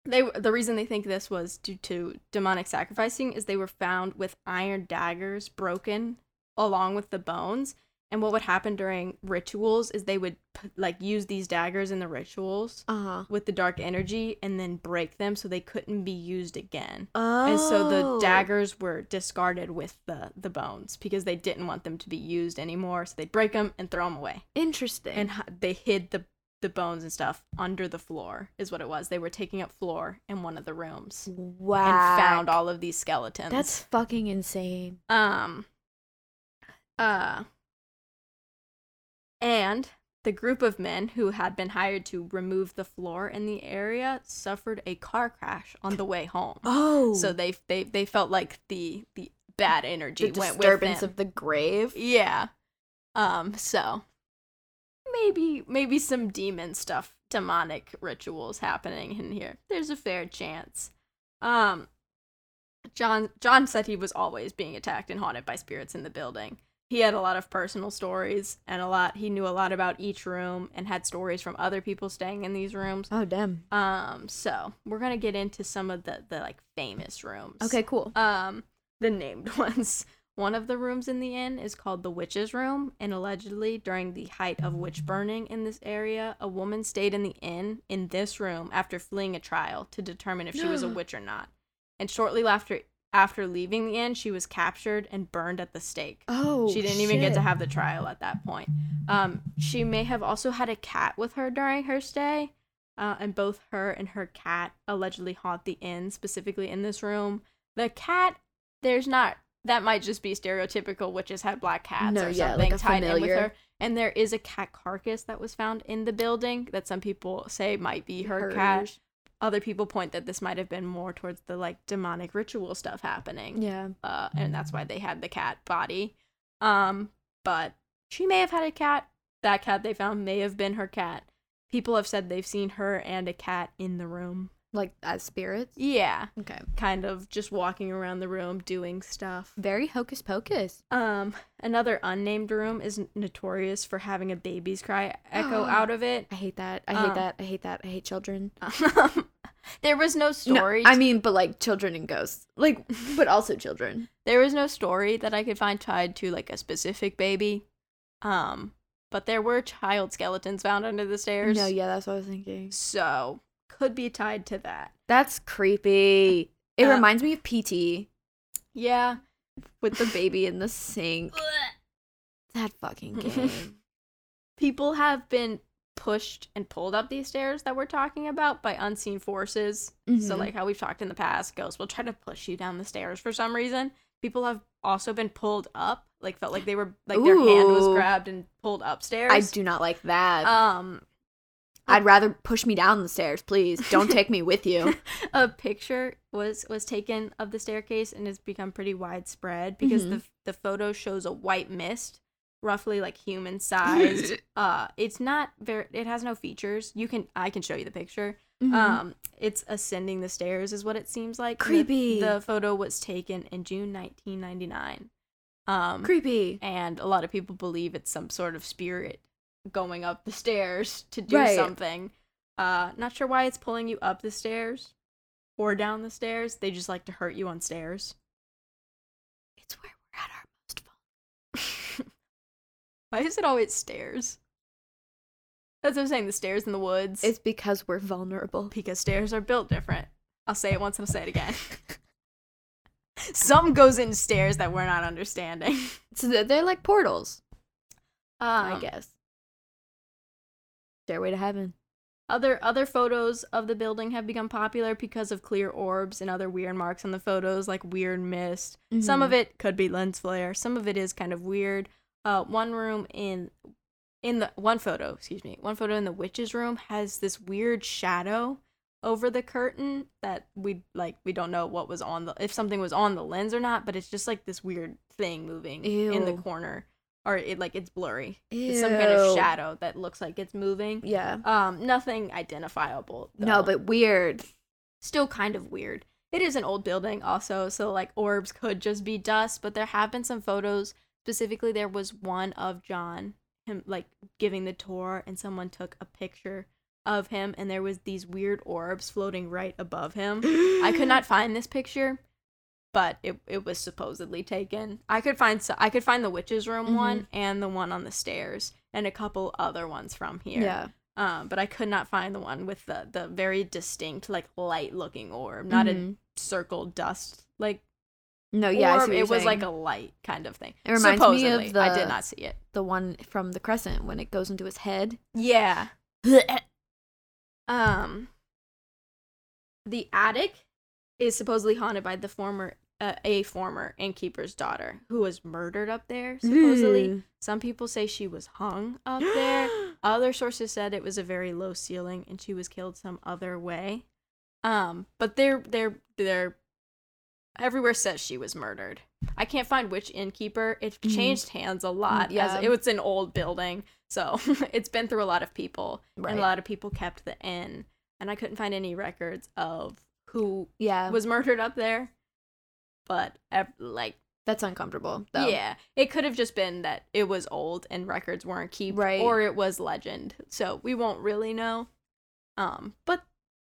S2: they the reason they think this was due to demonic sacrificing is they were found with iron daggers broken along with the bones. And what would happen during rituals is they would p- like use these daggers in the rituals
S1: Uh-huh.
S2: with the dark energy and then break them so they couldn't be used again.
S1: Oh.
S2: And so the daggers were discarded with the, the bones because they didn't want them to be used anymore. So they'd break them and throw them away.
S1: Interesting.
S2: And h- they hid the, the bones and stuff under the floor, is what it was. They were taking up floor in one of the rooms
S1: wow.
S2: and found all of these skeletons.
S1: That's fucking insane.
S2: Um. Uh. And the group of men who had been hired to remove the floor in the area suffered a car crash on the way home.
S1: Oh.
S2: So
S1: So
S2: they they they felt like the the bad energy
S1: the
S2: went
S1: disturbance
S2: with
S1: of the grave.
S2: them. yeah. Um. So maybe maybe some demon stuff, demonic rituals happening in here. There's a fair chance. Um. John John said he was always being attacked and haunted by spirits in the building. He had a lot of personal stories and a lot he knew a lot about each room and had stories from other people staying in these rooms.
S1: Oh damn.
S2: Um so, we're going to get into some of the the like famous rooms.
S1: Okay, cool.
S2: Um the named ones. One of the rooms in the inn is called the witch's room and allegedly during the height of witch burning in this area, a woman stayed in the inn in this room after fleeing a trial to determine if she was a witch or not and shortly after after leaving the inn, she was captured and burned at the stake.
S1: Oh.
S2: she didn't even get
S1: shit.
S2: to have the trial at that point. Um, she may have also had a cat with her during her stay, uh, and both her and her cat allegedly haunt the inn, specifically in this room. The cat, there's not. That might just be stereotypical witches had black cats
S1: No,
S2: or
S1: yeah,
S2: something
S1: like a
S2: tied in with
S1: familiar.
S2: her. And there is a cat carcass that was found in the building that some people say might be her cat.
S1: Hers.
S2: other people point that this might have been more towards the like demonic ritual stuff happening.
S1: Yeah.
S2: Uh, and that's why they had the cat body. Um, but she may have had a cat. That cat they found may have been her cat. People have said they've seen her and a cat in the room.
S1: Like as spirits.
S2: Yeah,
S1: Okay.
S2: kind of just walking around the room doing stuff.
S1: Very hocus pocus.
S2: Um, another unnamed room is notorious for having a baby's cry echo out of it.
S1: I hate that. I hate
S2: Um,
S1: that. I hate that. I hate children.
S2: Um, there was no story.
S1: I mean, but like children and ghosts. Like, but also children.
S2: there was no story that I could find tied to like a specific baby. Um, but there were child skeletons found under the stairs.
S1: No, yeah, that's what I was thinking.
S2: So could be tied to that.
S1: That's creepy. It
S2: Uh,
S1: reminds me of PT
S2: Yeah.
S1: with the baby in the sink. That fucking game.
S2: People have been pushed and pulled up these stairs that we're talking about by unseen forces. So
S1: Mhm.
S2: like how we've talked in the past, ghosts will try to push you down the stairs for some reason. People have also been pulled up, like felt like they were like their hand was
S1: Ooh.
S2: grabbed and pulled upstairs.
S1: I do not like that.
S2: Um,
S1: I'd rather push me down the stairs, please. Don't take me with you.
S2: a picture was was taken of the staircase and has become pretty widespread because the the photo shows a white mist, roughly like human sized. uh, it's not very. It has no features. You can I can show you the picture.
S1: Mhm.
S2: Um, it's ascending the stairs is what it seems like. The-
S1: Creepy.
S2: The, photo was taken in June 1999. Um,
S1: creepy.
S2: and a lot of people believe it's some sort of spirit going up the stairs to do
S1: Right.
S2: something. Uh, not sure why it's pulling you up the stairs or down the stairs. They just like to hurt you on stairs.
S1: It's where we're at our most fun.
S2: Why is it always stairs? That's what I'm saying. The stairs in the woods.
S1: It's because we're vulnerable.
S2: because stairs are built different. I'll say it once and I'll say it again. Some goes in stairs that we're not understanding.
S1: So they're, they're like portals, Ah, I
S2: Um,
S1: guess. Stairway to heaven.
S2: Other other photos of the building have become popular because of clear orbs and other weird marks on the photos, like weird mist. Some
S1: Mm-hmm.
S2: of it could be lens flare. Some of it is kind of weird. Uh, one room in in the one photo, excuse me, one photo in the witch's room has this weird shadow over the curtain that we like we don't know what was on the if something was on the lens or not, but it's just like this weird thing moving in the
S1: Ew.
S2: corner. Or it like it's blurry. It's some kind of
S1: Ew.
S2: shadow that looks like it's moving.
S1: Yeah.
S2: Um, nothing identifiable.
S1: No,
S2: though.
S1: but weird.
S2: still kind of weird. It is an old building, also, so like orbs could just be dust. But there have been some photos. Specifically, there was one of John him like giving the tour, and someone took a picture of him, and there was these weird orbs floating right above him. I could not find this picture, but it, it was supposedly taken. I could find so- I could find the witch's room one
S1: Mm-hmm.
S2: and the one on the stairs and a couple other ones from here
S1: Yeah.
S2: um, but I could not find the one with the the very distinct like light looking orb, not
S1: Mhm.
S2: a circle dust like
S1: No, Oh, yeah. I see
S2: orb.
S1: what you're
S2: It was like
S1: saying.
S2: a light kind of thing.
S1: It reminds me of
S2: Supposedly. I
S1: the-
S2: did not see it.
S1: the one from the crescent when it goes into his head.
S2: Yeah. Um. The attic is supposedly haunted by the former uh, a former innkeeper's daughter who was murdered up there. Supposedly, some people say she was hung up there. Other sources said it was a very low ceiling and she was killed some other way. Um, but they're they're they're everywhere says she was murdered. I can't find which innkeeper. It's
S1: Mhm.
S2: changed hands a lot. Yeah,
S1: Mm, yeah.
S2: it was an old building, so it's been through a lot of people, and
S1: Right.
S2: a lot of people kept the inn. And I couldn't find any records of who
S1: yeah.
S2: was murdered up there. But ev- like,
S1: that's uncomfortable. Though.
S2: yeah, it could have just been that it was old and records weren't kept,
S1: Right.
S2: or it was legend. So we won't really know. Um, but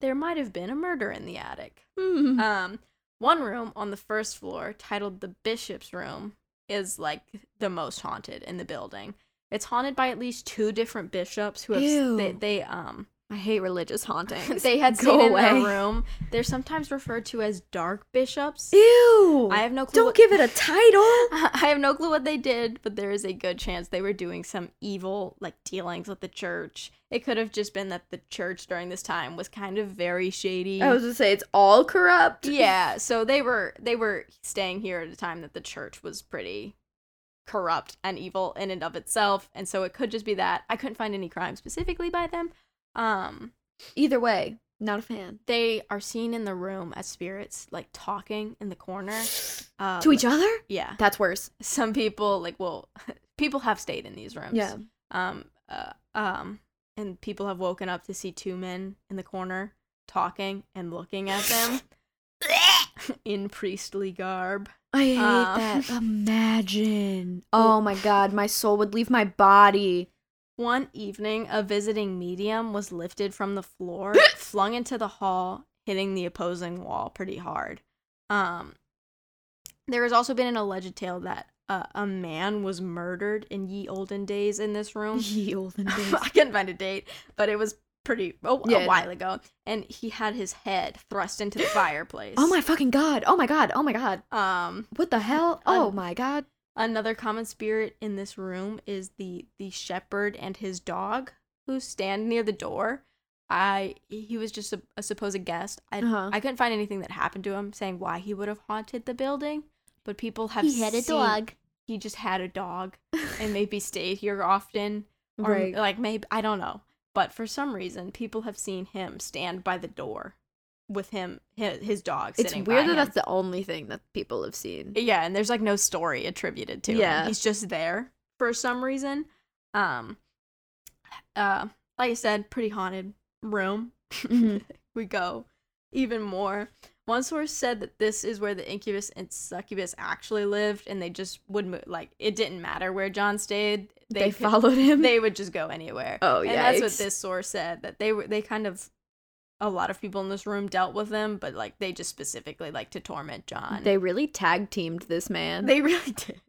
S2: there might have been a murder in the attic.
S1: Mm.
S2: Um, one room on the first floor, titled the Bishop's Room, is like the most haunted in the building. It's haunted by at least two different bishops who have s-
S1: Ew.
S2: they, they um
S1: I hate religious hauntings.
S2: they had
S1: Go
S2: seen in their
S1: away.
S2: room. They're sometimes referred to as dark bishops.
S1: Ew.
S2: I have no clue.
S1: Don't
S2: what-
S1: give it a title.
S2: I have no clue what they did, but there is a good chance they were doing some evil, like dealings with the church. It could have just been that the church during this time was kind of very shady.
S1: I was gonna say it's all corrupt.
S2: yeah, so they were they were staying here at a time that the church was pretty corrupt and evil in and of itself, and so it could just be that I couldn't find any crime specifically by them. Um,
S1: Either way, Not a fan.
S2: They are seen in the room as spirits, like talking in the corner. Uh,
S1: to each other?
S2: yeah.
S1: That's worse.
S2: Some people like well, people have stayed in these rooms.
S1: Yeah.
S2: Um. Uh, um. And people have woken up to see two men in the corner talking and looking at them in priestly garb.
S1: I hate
S2: Um,
S1: that. Imagine. Oh my god, my soul would leave my body.
S2: One evening, a visiting medium was lifted from the floor, flung into the hall, hitting the opposing wall pretty hard. Um, there has also been an alleged tale that uh, a man was murdered in ye olden days in this room.
S1: Ye olden days.
S2: I couldn't find a date, but it was pretty oh,
S1: Yeah.
S2: a while ago, and he had his head thrust into the fireplace.
S1: oh my fucking god. Oh my god. Oh my god.
S2: Um,
S1: What the hell? Oh my god.
S2: another common spirit in this room is the the shepherd and his dog who stand near the door i he was just a, a supposed guest i
S1: Uh-huh.
S2: i couldn't find anything that happened to him saying why he would have haunted the building but people have seen- he just had a dog and maybe stayed here often or
S1: Right.
S2: like maybe i don't know but for some reason people have seen him stand by the door with him his, his dog
S1: It's
S2: sitting
S1: weird
S2: by
S1: that
S2: him.
S1: that's the only thing that people have seen.
S2: Yeah, and there's like no story attributed to him.
S1: Yeah.
S2: He's just there for some reason. Um uh like I said, pretty haunted room.
S1: Mhm.
S2: we go even more. One source said that this is where the incubus and succubus actually lived and they just would move like it didn't matter where John stayed.
S1: They,
S2: could-
S1: followed him.
S2: they would just go anywhere.
S1: Oh,
S2: and that's what
S1: yikes.
S2: this source said that they were they kind of a lot of people in this room dealt with them, but like they just specifically like to torment John.
S1: They really tag teamed this man.
S2: They really did.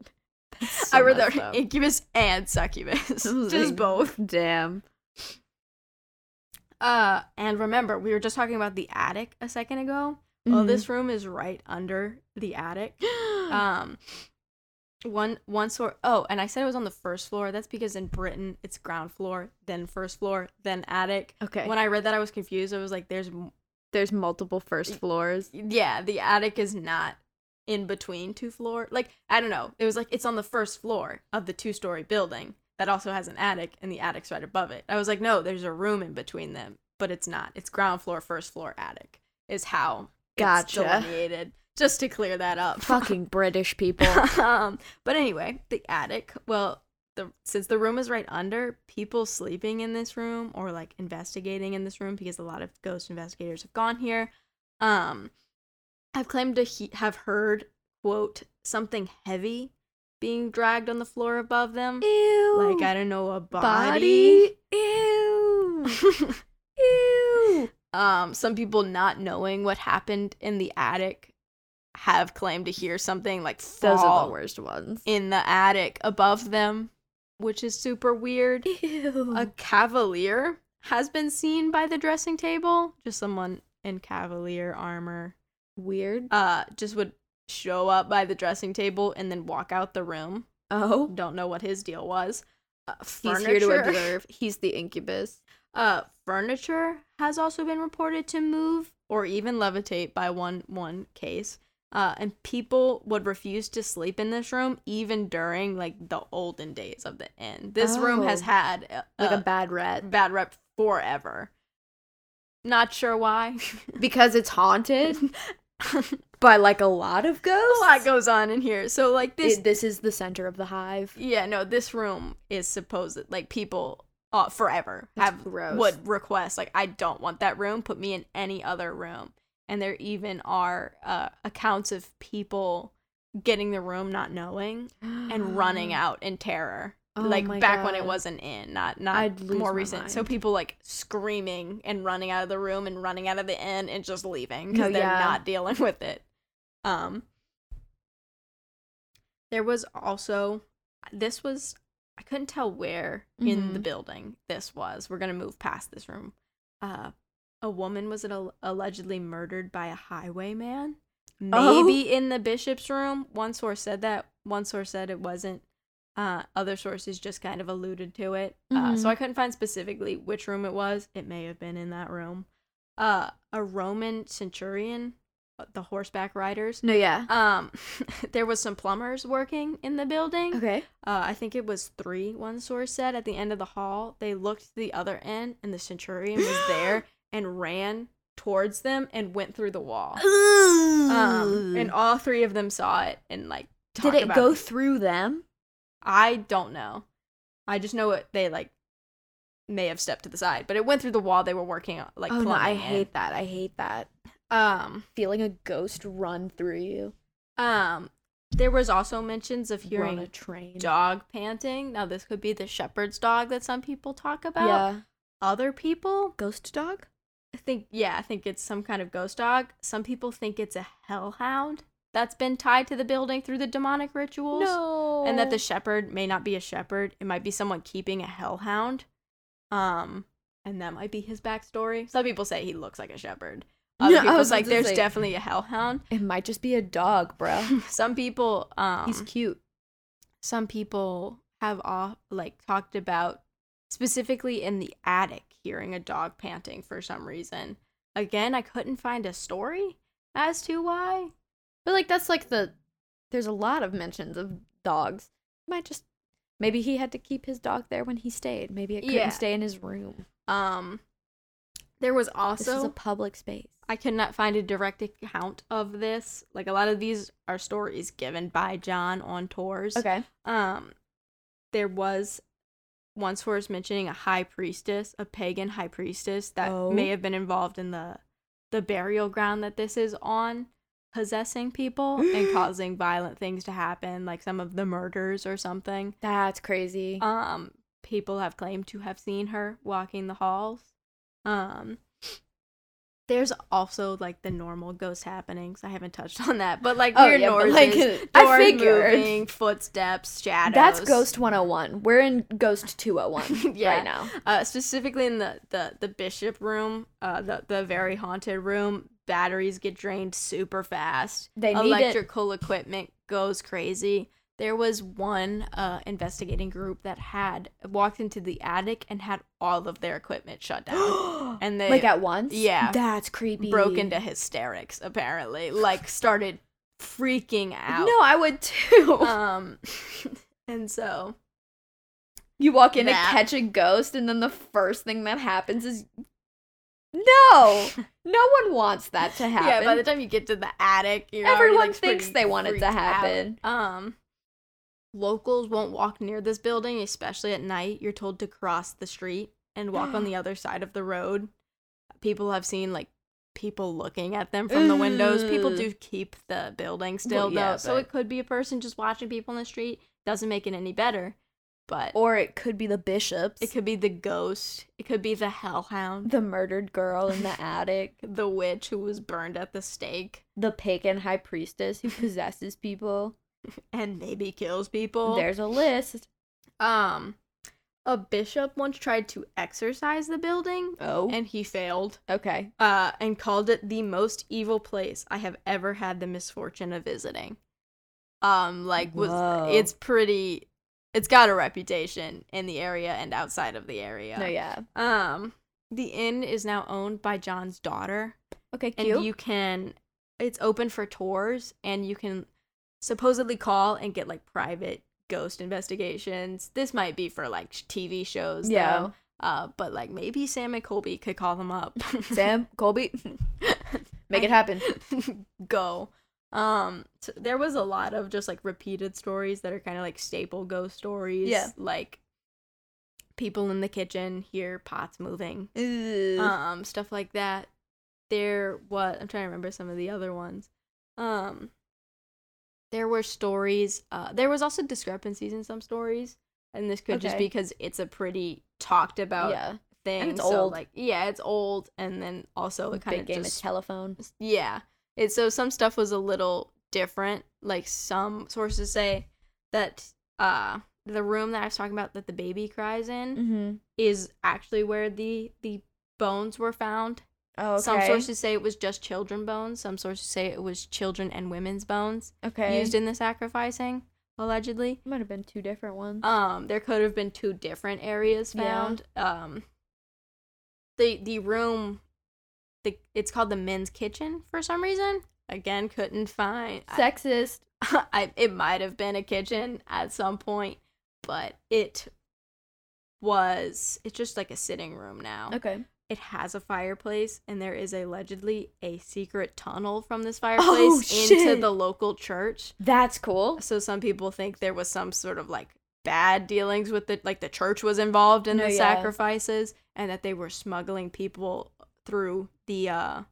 S1: That's
S2: I
S1: so
S2: read that
S1: messed up.
S2: incubus and succubus,
S1: Those
S2: just
S1: are-
S2: both.
S1: Damn.
S2: Uh, and remember, we were just talking about the attic a second ago.
S1: Mm-hmm.
S2: Well, this room is right under the attic. Um, one one sort. Oh, and I said it was on the first floor. That's because in Britain it's ground floor, then first floor, then attic.
S1: okay.
S2: When I read that, I was confused. I was like, "There's m-
S1: There's multiple first floors.
S2: yeah, the attic is not in between two floor. Like I don't know. It was like it's on the first floor of the two story building that also has an attic, and the attic's right above it. I was like, no, there's a room in between them, but it's not. It's ground floor, first floor, attic is how it's
S1: Gotcha.
S2: delineated. Just to clear that up.
S1: Fucking British people.
S2: um, but anyway, the attic. Well, the since the room is right under, people sleeping in this room or like investigating in this room because a lot of ghost investigators have gone here. Um, I've claimed to he- have heard quote something heavy being dragged on the floor above them.
S1: Ew.
S2: Like I don't know a body.
S1: Ew. Ew.
S2: um, some people not knowing what happened in the attic have claimed to hear something like fall
S1: Those are the worst ones.
S2: in the attic above them, which is super weird.
S1: Ew.
S2: A cavalier has been seen by the dressing table. Just someone in cavalier armor.
S1: weird.
S2: Uh, just would show up by the dressing table and then walk out the room.
S1: oh.
S2: Don't know what his deal was. Uh,
S1: He's
S2: furniture.
S1: here to observe. He's the incubus.
S2: Uh, furniture has also been reported to move or even levitate by one one case. Uh, and people would refuse to sleep in this room even during like the olden days of the inn. This room has
S1: Oh.
S2: had uh,
S1: Like a
S2: a,
S1: bad rat.
S2: bad rep forever. Not sure why.
S1: Because it's haunted
S2: a
S1: by like a lot of ghosts.
S2: lot goes on in here. So like this,
S1: This, this is the center of the hive.
S2: yeah, no, this room is supposed like people uh, forever
S1: That's
S2: have
S1: gross.
S2: would request like i don't want that room put me in any other room and there even are uh, accounts of people getting the room not knowing and running out in terror
S1: Oh
S2: like
S1: my
S2: back when it
S1: God.
S2: was an inn not not
S1: I'd lose
S2: more
S1: my
S2: recent so
S1: mind.
S2: people like screaming and running out of the room and running out of the inn and just leaving
S1: No,
S2: because they're
S1: yeah.
S2: not dealing with it um there was also this was I couldn't tell where in the
S1: Mhm.
S2: building this was. We're gonna move past this room. Uh, a woman was al- allegedly murdered by a highwayman.
S1: Oh.
S2: Maybe in the bishop's room. One source said that. One source said it wasn't. Uh, other sources just kind of alluded to it. Uh, so
S1: Mhm.
S2: I couldn't find specifically which room it was. It may have been in that room. Uh, a Roman centurion, uh, the horseback riders.
S1: No, yeah.
S2: Um, there was some plumbers working in the building.
S1: Okay.
S2: Uh, I think it was three, one source said. At the end of the hall, they looked to the other end, and the centurion was there and ran towards them and went through the wall. Um,
S1: Um,
S2: and all three of them saw it and like
S1: did
S2: talked
S1: it
S2: about
S1: go through them?
S2: I don't know. I just know it. They like may have stepped to the side, but it went through the wall they were working on. Like,
S1: oh no, I
S2: plumbing in.
S1: hate that. I hate that.
S2: Um,
S1: Feeling a ghost run through you.
S2: um, there was also mentions of
S1: You're on
S2: hearing
S1: a train.
S2: dog panting. Now this could be the shepherd's dog that some people talk about.
S1: Yeah.
S2: Other people
S1: Ghost dog?
S2: I think yeah, I think it's some kind of ghost dog. Some people think it's a hellhound that's been tied to the building through the demonic rituals.
S1: No.
S2: and that the shepherd may not be a shepherd it might be someone keeping a hellhound um and that might be his backstory some people say he looks like a shepherd other
S1: Yeah, I
S2: people
S1: was
S2: like
S1: about to
S2: there's
S1: say-
S2: definitely a hellhound
S1: it might just be a dog, bro.
S2: some people um
S1: He's cute.
S2: some people have all like talked about specifically in the attic hearing a dog panting for some reason again i couldn't find a story as to why
S1: But like that's like the there's a lot of mentions of dogs. Might just maybe he had to keep his dog there when he stayed. Maybe it couldn't
S2: Yeah.
S1: stay in his room.
S2: um there was also
S1: This is a public space.
S2: I could not find a direct account of this. Like a lot of these are stories given by John on tours.
S1: Okay.
S2: Um there was one source mentioning a high priestess, a pagan high priestess that
S1: Oh.
S2: may have been involved in the the burial ground that this is on possessing people and causing violent things to happen, like some of the murders or something.
S1: That's crazy.
S2: Um, people have claimed to have seen her walking the halls. Um, there's also like the normal ghost happenings. I haven't touched on that, but like
S1: Oh,
S2: weird
S1: yeah, but,
S2: noises,
S1: like,
S2: doors
S1: I figured.
S2: moving, footsteps, shadows.
S1: That's Ghost 101. We're in Ghost 201
S2: Yeah.
S1: right now.
S2: Uh, specifically in the the the bishop room, uh, the the very haunted room. Batteries get drained super fast.
S1: They need it.
S2: electrical equipment goes crazy. There was one uh, investigating group that had walked into the attic and had all of their equipment shut down and they
S1: like at once?
S2: Yeah.
S1: That's creepy.
S2: broke into hysterics. Apparently, like started freaking out.
S1: No, I would too.
S2: Um, and so
S1: you walk in
S2: that.
S1: to catch a ghost, and then the first thing that happens is. No! No one wants that to happen.
S2: yeah, by the time you get to the attic, you're already,
S1: Everyone
S2: like,
S1: thinks
S2: pretty
S1: they want it
S2: freaked
S1: to
S2: out.
S1: happen.
S2: Um, locals won't walk near this building, especially at night. You're told to cross the street and walk on the other side of the road. People have seen like people looking at them from the windows. People
S1: Ooh.
S2: do keep the building still
S1: yeah,
S2: though, so
S1: but-
S2: it could be a person just watching people in the street. Doesn't make it any better, but
S1: Or it could be the bishops.
S2: it could be the ghost. It could be the hellhound,
S1: the murdered girl in the attic.
S2: the witch who was burned at the stake
S1: The pagan high priestess who possesses people.
S2: and maybe kills people.
S1: There's a list.
S2: Um, a bishop once tried to exorcise the building
S1: Oh.
S2: and he failed.
S1: okay.
S2: Uh, and called it the most evil place I have ever had the misfortune of visiting. Um, like was
S1: Whoa.
S2: it's pretty, it's got a reputation in the area and outside of the area.
S1: No, yeah.
S2: Um, the inn is now owned by John's daughter,
S1: Okay,
S2: and
S1: cute.
S2: you can, it's open for tours, and you can supposedly call and get like private ghost investigations. This might be for like sh- TV shows,
S1: Yeah.
S2: though. Uh, but like maybe Sam and Colby could call them up.
S1: Sam, Colby, make
S2: I-
S1: it happen.
S2: go. Um, so there was a lot of just like repeated stories that are kind of like staple ghost stories.
S1: Yeah.
S2: like people in the kitchen hear pots moving,
S1: Uh,
S2: um, stuff like that. There was I'm trying to remember some of the other ones. Um, there were stories. Uh, there was also discrepancies in some stories, and this could just
S1: Okay.
S2: be because it's a pretty talked about
S1: yeah,
S2: thing.
S1: it's
S2: so,
S1: old.
S2: Like yeah, it's old, and then also it kind
S1: big
S2: of
S1: game
S2: just
S1: of telephone.
S2: yeah. It so some stuff was a little different. Like some sources say that uh the room that I was talking about that the baby cries in
S1: Mm-hmm.
S2: is actually where the the bones were found.
S1: Oh, okay.
S2: Some sources say it was just children bones. Some sources say it was children and women's bones
S1: okay
S2: used in the sacrificing, allegedly.
S1: might have been two different ones.
S2: Um, there could have been two different areas
S1: Yeah.
S2: found. Um, the the room, the it's called the men's kitchen for some reason. Again, couldn't find. I,
S1: Sexist.
S2: I, it might have been a kitchen at some point, but it was. It's just like a sitting room now,
S1: Okay.
S2: It has a fireplace, and there is allegedly a secret tunnel from this fireplace into
S1: Oh, shit.
S2: the local church.
S1: That's cool.
S2: So some people think there was some sort of like bad dealings with the like the church was involved in
S1: No,
S2: the
S1: yeah.
S2: sacrifices, and that they were smuggling people through the uh,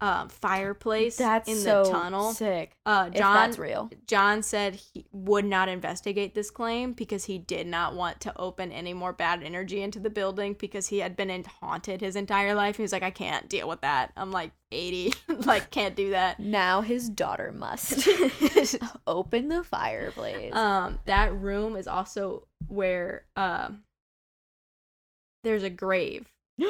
S2: uh fireplace
S1: That's
S2: in
S1: so
S2: the tunnel.
S1: sick.
S2: Uh,
S1: If
S2: John
S1: that's real.
S2: John said he would not investigate this claim because he did not want to open any more bad energy into the building because he had been in- haunted his entire life. He was like, I can't deal with that. I'm like 80, like can't do that.
S1: Now his daughter must open the fireplace.
S2: um, that room is also where um, there's a grave,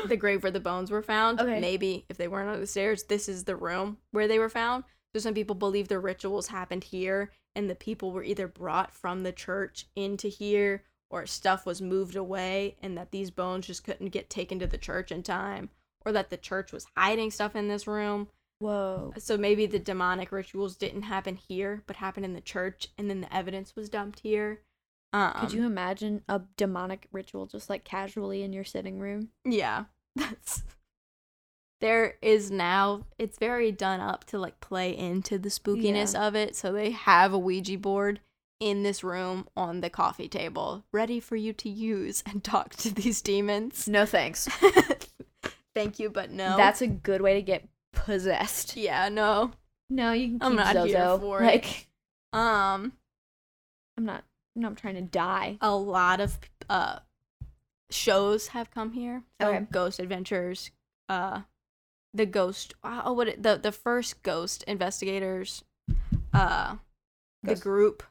S2: the grave where the bones were found.
S1: Okay.
S2: Maybe if they weren't on the stairs, this is the room where they were found. So some people believe the rituals happened here, and the people were either brought from the church into here, or stuff was moved away, and that these bones just couldn't get taken to the church in time, or that the church was hiding stuff in this room.
S1: Whoa.
S2: So maybe the demonic rituals didn't happen here, but happened in the church, and then the evidence was dumped here. Um,
S1: Could you imagine a demonic ritual just like casually in your sitting room?
S2: Yeah, that's. There is now. It's very done up to like play into the spookiness of it. So they have a Ouija board in this room on the coffee table, ready for you to use and talk to these demons.
S1: No thanks.
S2: Thank you, but no.
S1: That's a good way to get possessed.
S2: yeah, no.
S1: No, you can keep
S2: I'm not
S1: Zozo.
S2: here for it.
S1: like
S2: Um.
S1: I'm not I'm not trying to die.
S2: a lot of uh shows have come here. So
S1: Okay.
S2: Ghost Adventures, uh the ghost oh what it, the the first ghost investigators uh the
S1: Ghost-
S2: group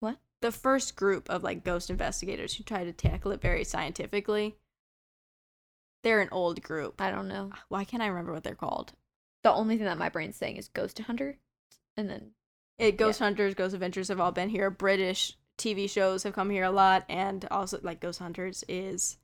S1: What?
S2: The first group of like ghost investigators who try to tackle it very scientifically. They're an old group.
S1: I don't know.
S2: Why can't I remember what they're called?
S1: The only thing that my brain's saying is ghost hunter and then
S2: It, ghost hunters, ghost adventures have all been here. British TV shows have come here a lot, and also like ghost hunters is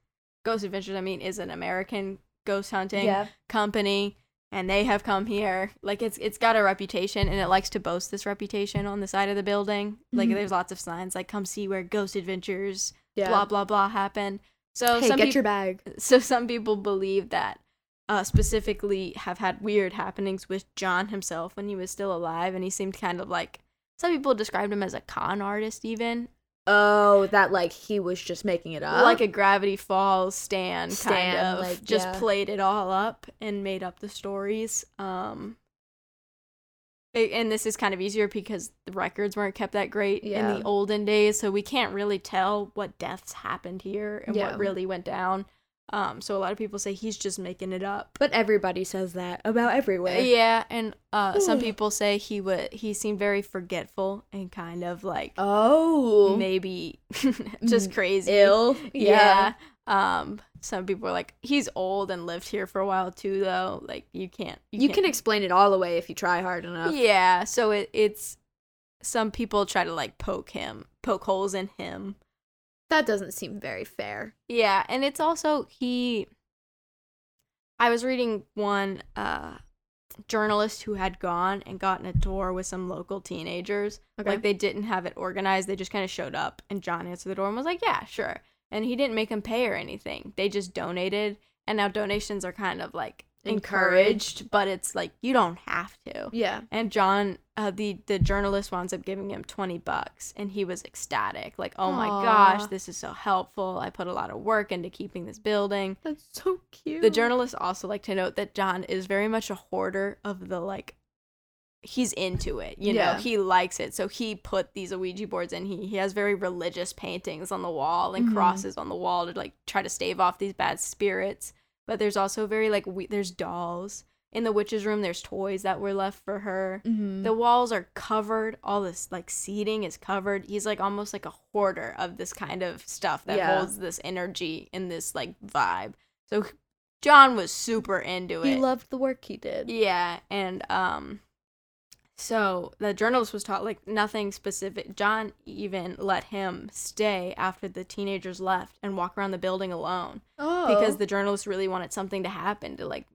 S2: ghost adventures. I mean, is an American ghost hunting company, and they have come here. Like it's it's got a reputation, and it likes to boast this reputation on the side of the building. Like
S1: Mhm.
S2: there's lots of signs like "Come see where ghost adventures
S1: Yeah.
S2: blah blah blah happen." So
S1: hey,
S2: some
S1: get
S2: peop-
S1: your bag.
S2: so some people believe that uh, specifically have had weird happenings with John himself when he was still alive, and he seemed kind of like some people described him as a con artist, even
S1: Oh, that like he was just making it
S2: like a Gravity Falls Stan, kind
S1: Stan,
S2: of
S1: like,
S2: just
S1: yeah.
S2: played it all up and made up the stories. Um, a- and this is kind of easier because the records weren't kept that great in
S1: Yeah.
S2: the olden days, so we can't really tell what deaths happened here and
S1: Yeah.
S2: what really went down. Um, so a lot of people say he's just making it up.
S1: but everybody says that about everywhere.
S2: Yeah, and uh, some
S1: Ugh.
S2: people say he would he seemed very forgetful and kind of like
S1: Oh.
S2: maybe just
S1: Mm,
S2: crazy.
S1: ill.
S2: Yeah. Um some people are like he's old and lived here for a while too though. Like you can't
S1: You can explain it all away if you try hard enough.
S2: Yeah, so it, it's some people try to like poke him, poke holes in him.
S1: That doesn't seem very fair.
S2: Yeah, and it's also he I was reading one uh journalist who had gone and gotten a tour with some local teenagers.
S1: Okay.
S2: Like they didn't have it organized. They just kind of showed up and John answered the door and was like, "Yeah, sure." And he didn't make them pay or anything. They just donated. And now donations are kind of like encouraged,
S1: Encouraged.
S2: but it's like you don't have to.
S1: yeah.
S2: And John, uh, the the journalist winds up giving him 20 bucks and he was ecstatic. Like, "Oh my
S1: Aw.
S2: gosh, this is so helpful. I put a lot of work into keeping this building."
S1: That's so cute.
S2: The journalists also like to note that John is very much a hoarder of the like he's into it, you know.
S1: Yeah.
S2: He likes it. So he put these Ouija boards in. He he has very religious paintings on the wall and
S1: Mhm.
S2: crosses on the wall to like try to stave off these bad spirits. But there's also very like we- there's dolls in the witch's room. There's toys that were left for her.
S1: Mhm.
S2: The walls are covered. All this like seating is covered. He's like almost like a hoarder of this kind of stuff that
S1: Yeah.
S2: holds this energy and this like vibe. So John was super into
S1: he
S2: it.
S1: loved the work he did.
S2: yeah, and um so the journalist was taught like nothing specific. John even let him stay after the teenagers left and walk around the building alone
S1: Oh.
S2: because the journalist really wanted something to happen to like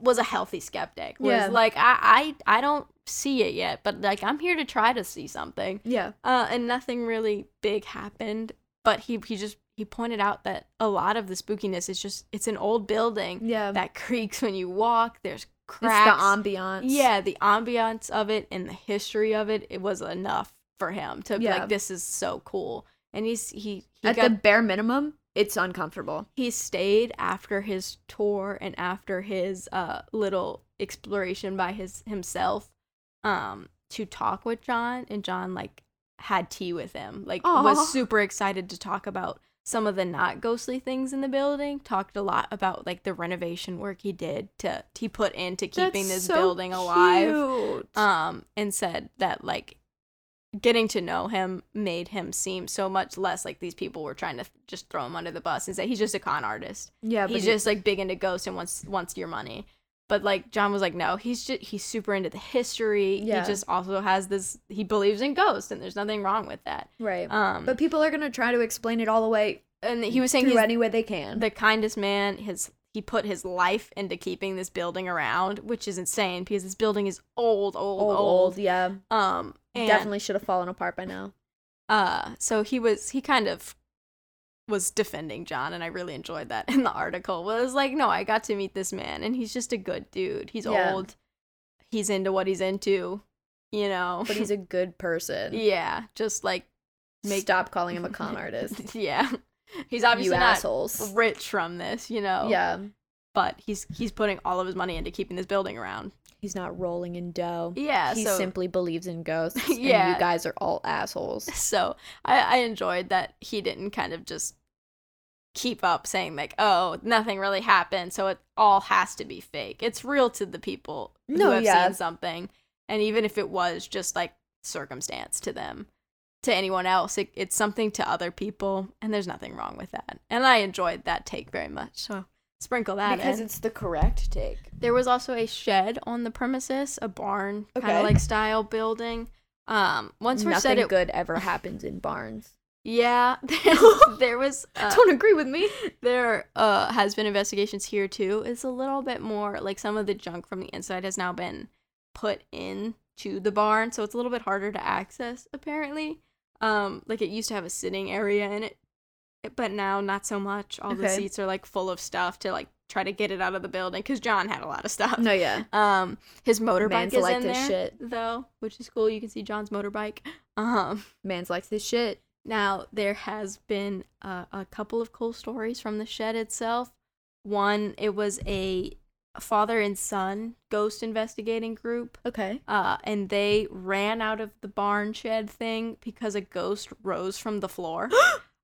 S2: was a healthy skeptic was
S1: Yeah.
S2: like I, I i don't see it yet but like i'm here to try to see something
S1: yeah.
S2: uh and nothing really big happened but he he just he pointed out that a lot of the spookiness is just it's an old building
S1: Yeah.
S2: that creaks when you walk. There's cracks.
S1: It's the ambiance.
S2: Yeah, the ambiance of it and the history of it, it was enough for him to be
S1: Yeah.
S2: like, this is so cool. And he's he he
S1: At
S2: got,
S1: the bare minimum, it's uncomfortable.
S2: he stayed after his tour and after his uh little exploration by his himself um to talk with John and John like had tea with him. Like
S1: Aw.
S2: was super excited to talk about some of the not ghostly things in the building. Talked a lot about like the renovation work he did to he put into keeping this building alive um, and said that like getting to know him made him seem so much less like these people were trying to just throw him under the bus and say he's just a con artist.
S1: yeah, but
S2: he's
S1: he-
S2: just like big into ghosts and wants wants your money. But like John was like, no, he's just he's super into the history.
S1: Yeah.
S2: He just also has this. He believes in ghosts, and there's nothing wrong with that.
S1: right.
S2: Um,
S1: but people are gonna try to explain it all the way
S2: and he was saying
S1: through
S2: he's
S1: any way they can.
S2: the kindest man. His he put his life into keeping this building around, which is insane because this building is old, old, old.
S1: yeah.
S2: Um, and-
S1: Definitely should have fallen apart by now.
S2: uh so he was he kind of was defending john and i really enjoyed that in the article Well, it was like no i got to meet this man and he's just a good dude he's
S1: Yeah.
S2: old he's into what he's into you know
S1: But he's a good person.
S2: yeah just like make-
S1: Stop calling him a con artist.
S2: yeah he's obviously
S1: you
S2: not
S1: assholes.
S2: rich from this you know
S1: Yeah.
S2: but he's he's putting all of his money into keeping this building around
S1: He's not rolling in dough.
S2: yeah
S1: he
S2: so
S1: simply believes in ghosts. And
S2: Yeah.
S1: you guys are all assholes.
S2: so I, I enjoyed that he didn't kind of just keep up saying like oh nothing really happened so it all has to be fake it's real to the people
S1: No,
S2: who have
S1: yeah.
S2: seen something and even if it was just like circumstance to them to anyone else it, it's something to other people and there's nothing wrong with that and i enjoyed that take very much so sprinkle that in
S1: it's the correct take.
S2: there was also a shed on the premises a barn kind
S1: Okay.
S2: of like style building um once we're said
S1: Nothing
S2: it
S1: good ever happens in barns.
S2: yeah, there, there was. Uh,
S1: Don't agree with me.
S2: there uh, has been investigations here too. It's a little bit more like some of the junk from the inside has now been put in to the barn, so it's a little bit harder to access. Apparently, um, like it used to have a sitting area in it, but now not so much. All the
S1: Okay.
S2: seats are like full of stuff to like try to get it out of the building because John had a lot of stuff.
S1: No, yeah.
S2: Um, his motorbike
S1: Mans
S2: is
S1: like
S2: in
S1: this
S2: there
S1: shit.
S2: though, which is cool. You can see John's motorbike. Um.
S1: Man's likes this shit.
S2: Now, there has been uh, a couple of cool stories from the shed itself. One, it was a father and son ghost investigating group,
S1: Okay.
S2: uh, and they ran out of the barn shed thing because a ghost rose from the floor.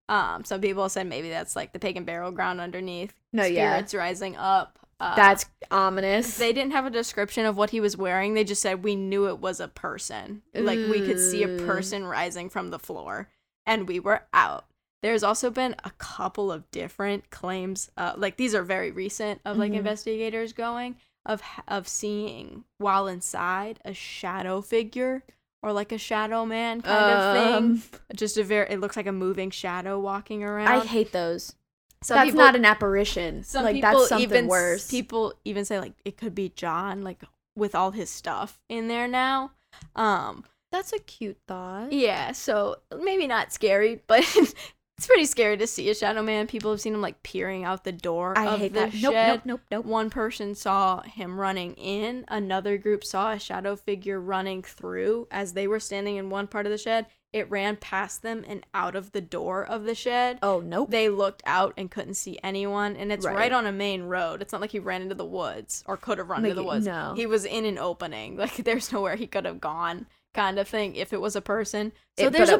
S2: um, some people said maybe that's like the pig and barrel ground underneath.
S1: No, Oh, yeah.
S2: spirits rising up. Uh,
S1: That's ominous.
S2: they didn't have a description of what he was wearing. They just said we knew it was a person. Like we could see a
S1: Ooh.
S2: person rising from the floor and we were out. There's also been a couple of different claims uh, like these are very recent of like
S1: Mhm.
S2: investigators going of h- of seeing while inside a shadow figure or like a shadow man kind of
S1: Um,
S2: thing. Just a very it looks like a moving shadow walking around.
S1: I hate those.
S2: Some
S1: um, that's
S2: people-
S1: not an apparition.
S2: some
S1: like
S2: people
S1: that's something
S2: even s-
S1: worse.
S2: People even say like it could be John, like with all his stuff in there now. Um,
S1: that's a cute thought.
S2: yeah, so maybe not scary, but it's pretty scary to see a shadow man. People have seen him like peering out the door.
S1: I
S2: of
S1: hate
S2: the
S1: that.
S2: Shed.
S1: Nope, nope, nope, nope.
S2: One person saw him running in. Another group saw a shadow figure running through as they were standing in one part of the shed. It ran past them and out of the door of the shed
S1: Oh, nope.
S2: they looked out and couldn't see anyone and it's
S1: Right.
S2: right, on a main road it's not like he ran into the woods or could have run into
S1: Like,
S2: the woods
S1: no.
S2: he was in an opening like there's nowhere he could have gone kind of thing if it was a person so
S1: It- but
S2: there's
S1: it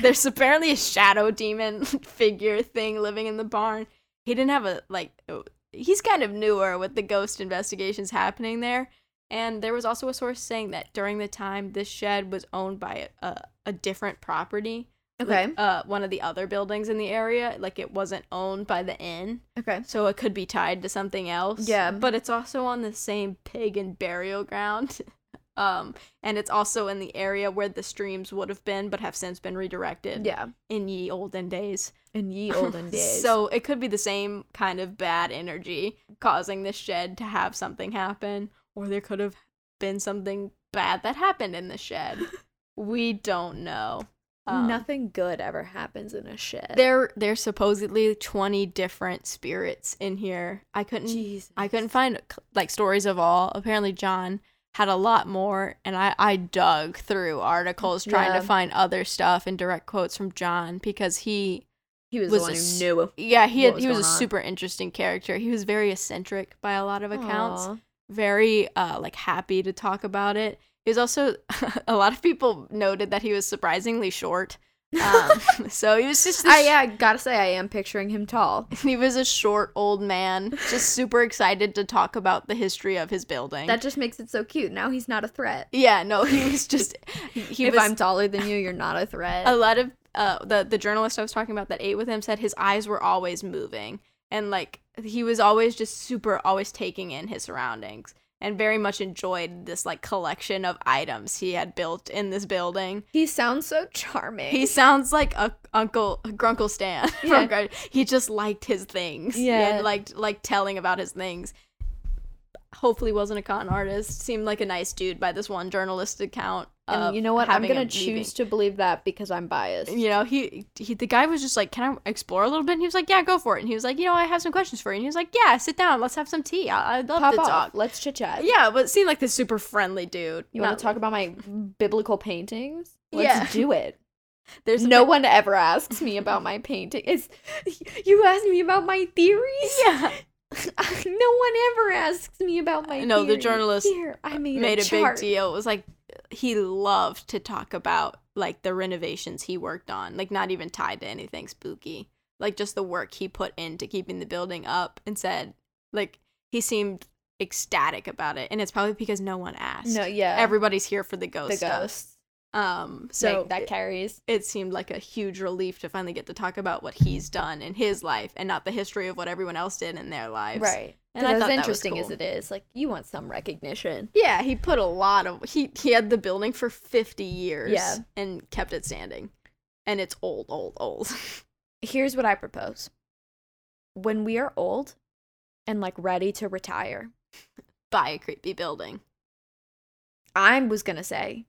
S2: there's apparently a shadow demon figure thing living in the barn he didn't have a like o- he's kind of newer with the ghost investigations happening there and there was also a source saying that during the time this shed was owned by a, a, a different property
S1: okay.
S2: like, uh, one of the other buildings in the area. Like it wasn't owned by the inn,
S1: okay.
S2: so it could be tied to something else.
S1: Yeah.
S2: but it's also on the same pig and burial ground. Um, and it's also in the area where the streams would have been, but have since been redirected
S1: Yeah.
S2: in ye olden days.
S1: In ye olden days.
S2: So it could be the same kind of bad energy causing the shed to have something happen, or there could have been something bad that happened in the shed. we don't know. Um,
S1: Nothing good ever happens in a shed.
S2: There, there's supposedly 20 different spirits in here. I couldn't,
S1: Jesus.
S2: I couldn't find like stories of all. Apparently, John had a lot more, and I, I dug through articles trying
S1: Yeah.
S2: to find other stuff and direct quotes from John because he,
S1: He was,
S2: was
S1: the one
S2: a s-
S1: who knew.
S2: yeah, he
S1: What
S2: had,
S1: was
S2: he was a
S1: going on?
S2: super interesting character. He was very eccentric by a lot of accounts.
S1: Aw.
S2: very uh like happy to talk about it. He was also a lot of people noted that he was surprisingly short. Um, so he was just this,
S1: I, yeah, I gotta say, I am picturing him tall.
S2: he was a short old man, just super excited to talk about the history of his building.
S1: That just makes it so cute. Now he's not a threat.
S2: yeah, no, he was just he, he
S1: if
S2: was
S1: I'm taller than you, you're not a threat.
S2: a lot of uh, the the journalist I was talking about that ate with him said his eyes were always moving and like he was always just super always taking in his surroundings and very much enjoyed this like collection of items he had built in this building.
S1: he sounds so charming.
S2: He sounds like a Uncle Grunkle Stan from
S1: Yeah.
S2: Grud- He just liked his things.
S1: Yeah.
S2: and liked like telling about his things. Hopefully, wasn't a con artist. Seemed like a nice dude by this one journalist account. of
S1: and you know what? I'm
S2: uh, having
S1: gonna
S2: him
S1: choose
S2: leaving
S1: to believe that because I'm biased.
S2: you know, he, he the guy was just like, "Can I explore a little bit?" And he was like, "Yeah, go for it." And he was like, "You know, I have some questions for you." And he was like, "Yeah, sit down. Let's have some tea. I, I'd love
S1: Pop
S2: to
S1: off.
S2: talk."
S1: Let's chit chat.
S2: Yeah, but it seemed like this super friendly dude.
S1: You want
S2: Not-
S1: to talk about my biblical paintings? Let's
S2: Yeah.
S1: do it.
S2: There's a
S1: no
S2: bit-
S1: one ever asks me about my painting. It's you asked me about my theories.
S2: Yeah,
S1: no one ever asks me about my.
S2: No, the
S1: theories.
S2: journalist
S1: Here, I made,
S2: made a big
S1: chart.
S2: deal. It was like he loved to talk about like the renovations he worked on, like not even tied to anything spooky, like just the work he put into keeping the building up. And said like he seemed ecstatic about it, and it's probably because no one asked.
S1: No, yeah,
S2: everybody's here for the
S1: the
S2: ghost
S1: ghosts.
S2: stuff. Um,
S1: So
S2: so
S1: that
S2: it,
S1: carries.
S2: it seemed like a huge relief to finally get to talk about what he's done in his life and not the history of what everyone else did in their lives.
S1: Right.
S2: And
S1: And
S2: I
S1: as
S2: thought that was
S1: interesting
S2: cool.
S1: as it is, like you want some recognition.
S2: Yeah, he put a lot of he he had the building for 50 years
S1: Yeah.
S2: and kept it standing. And it's old, old, old.
S1: Here's what I propose. When we are old and like ready to retire,
S2: Buy a creepy building.
S1: I was gonna say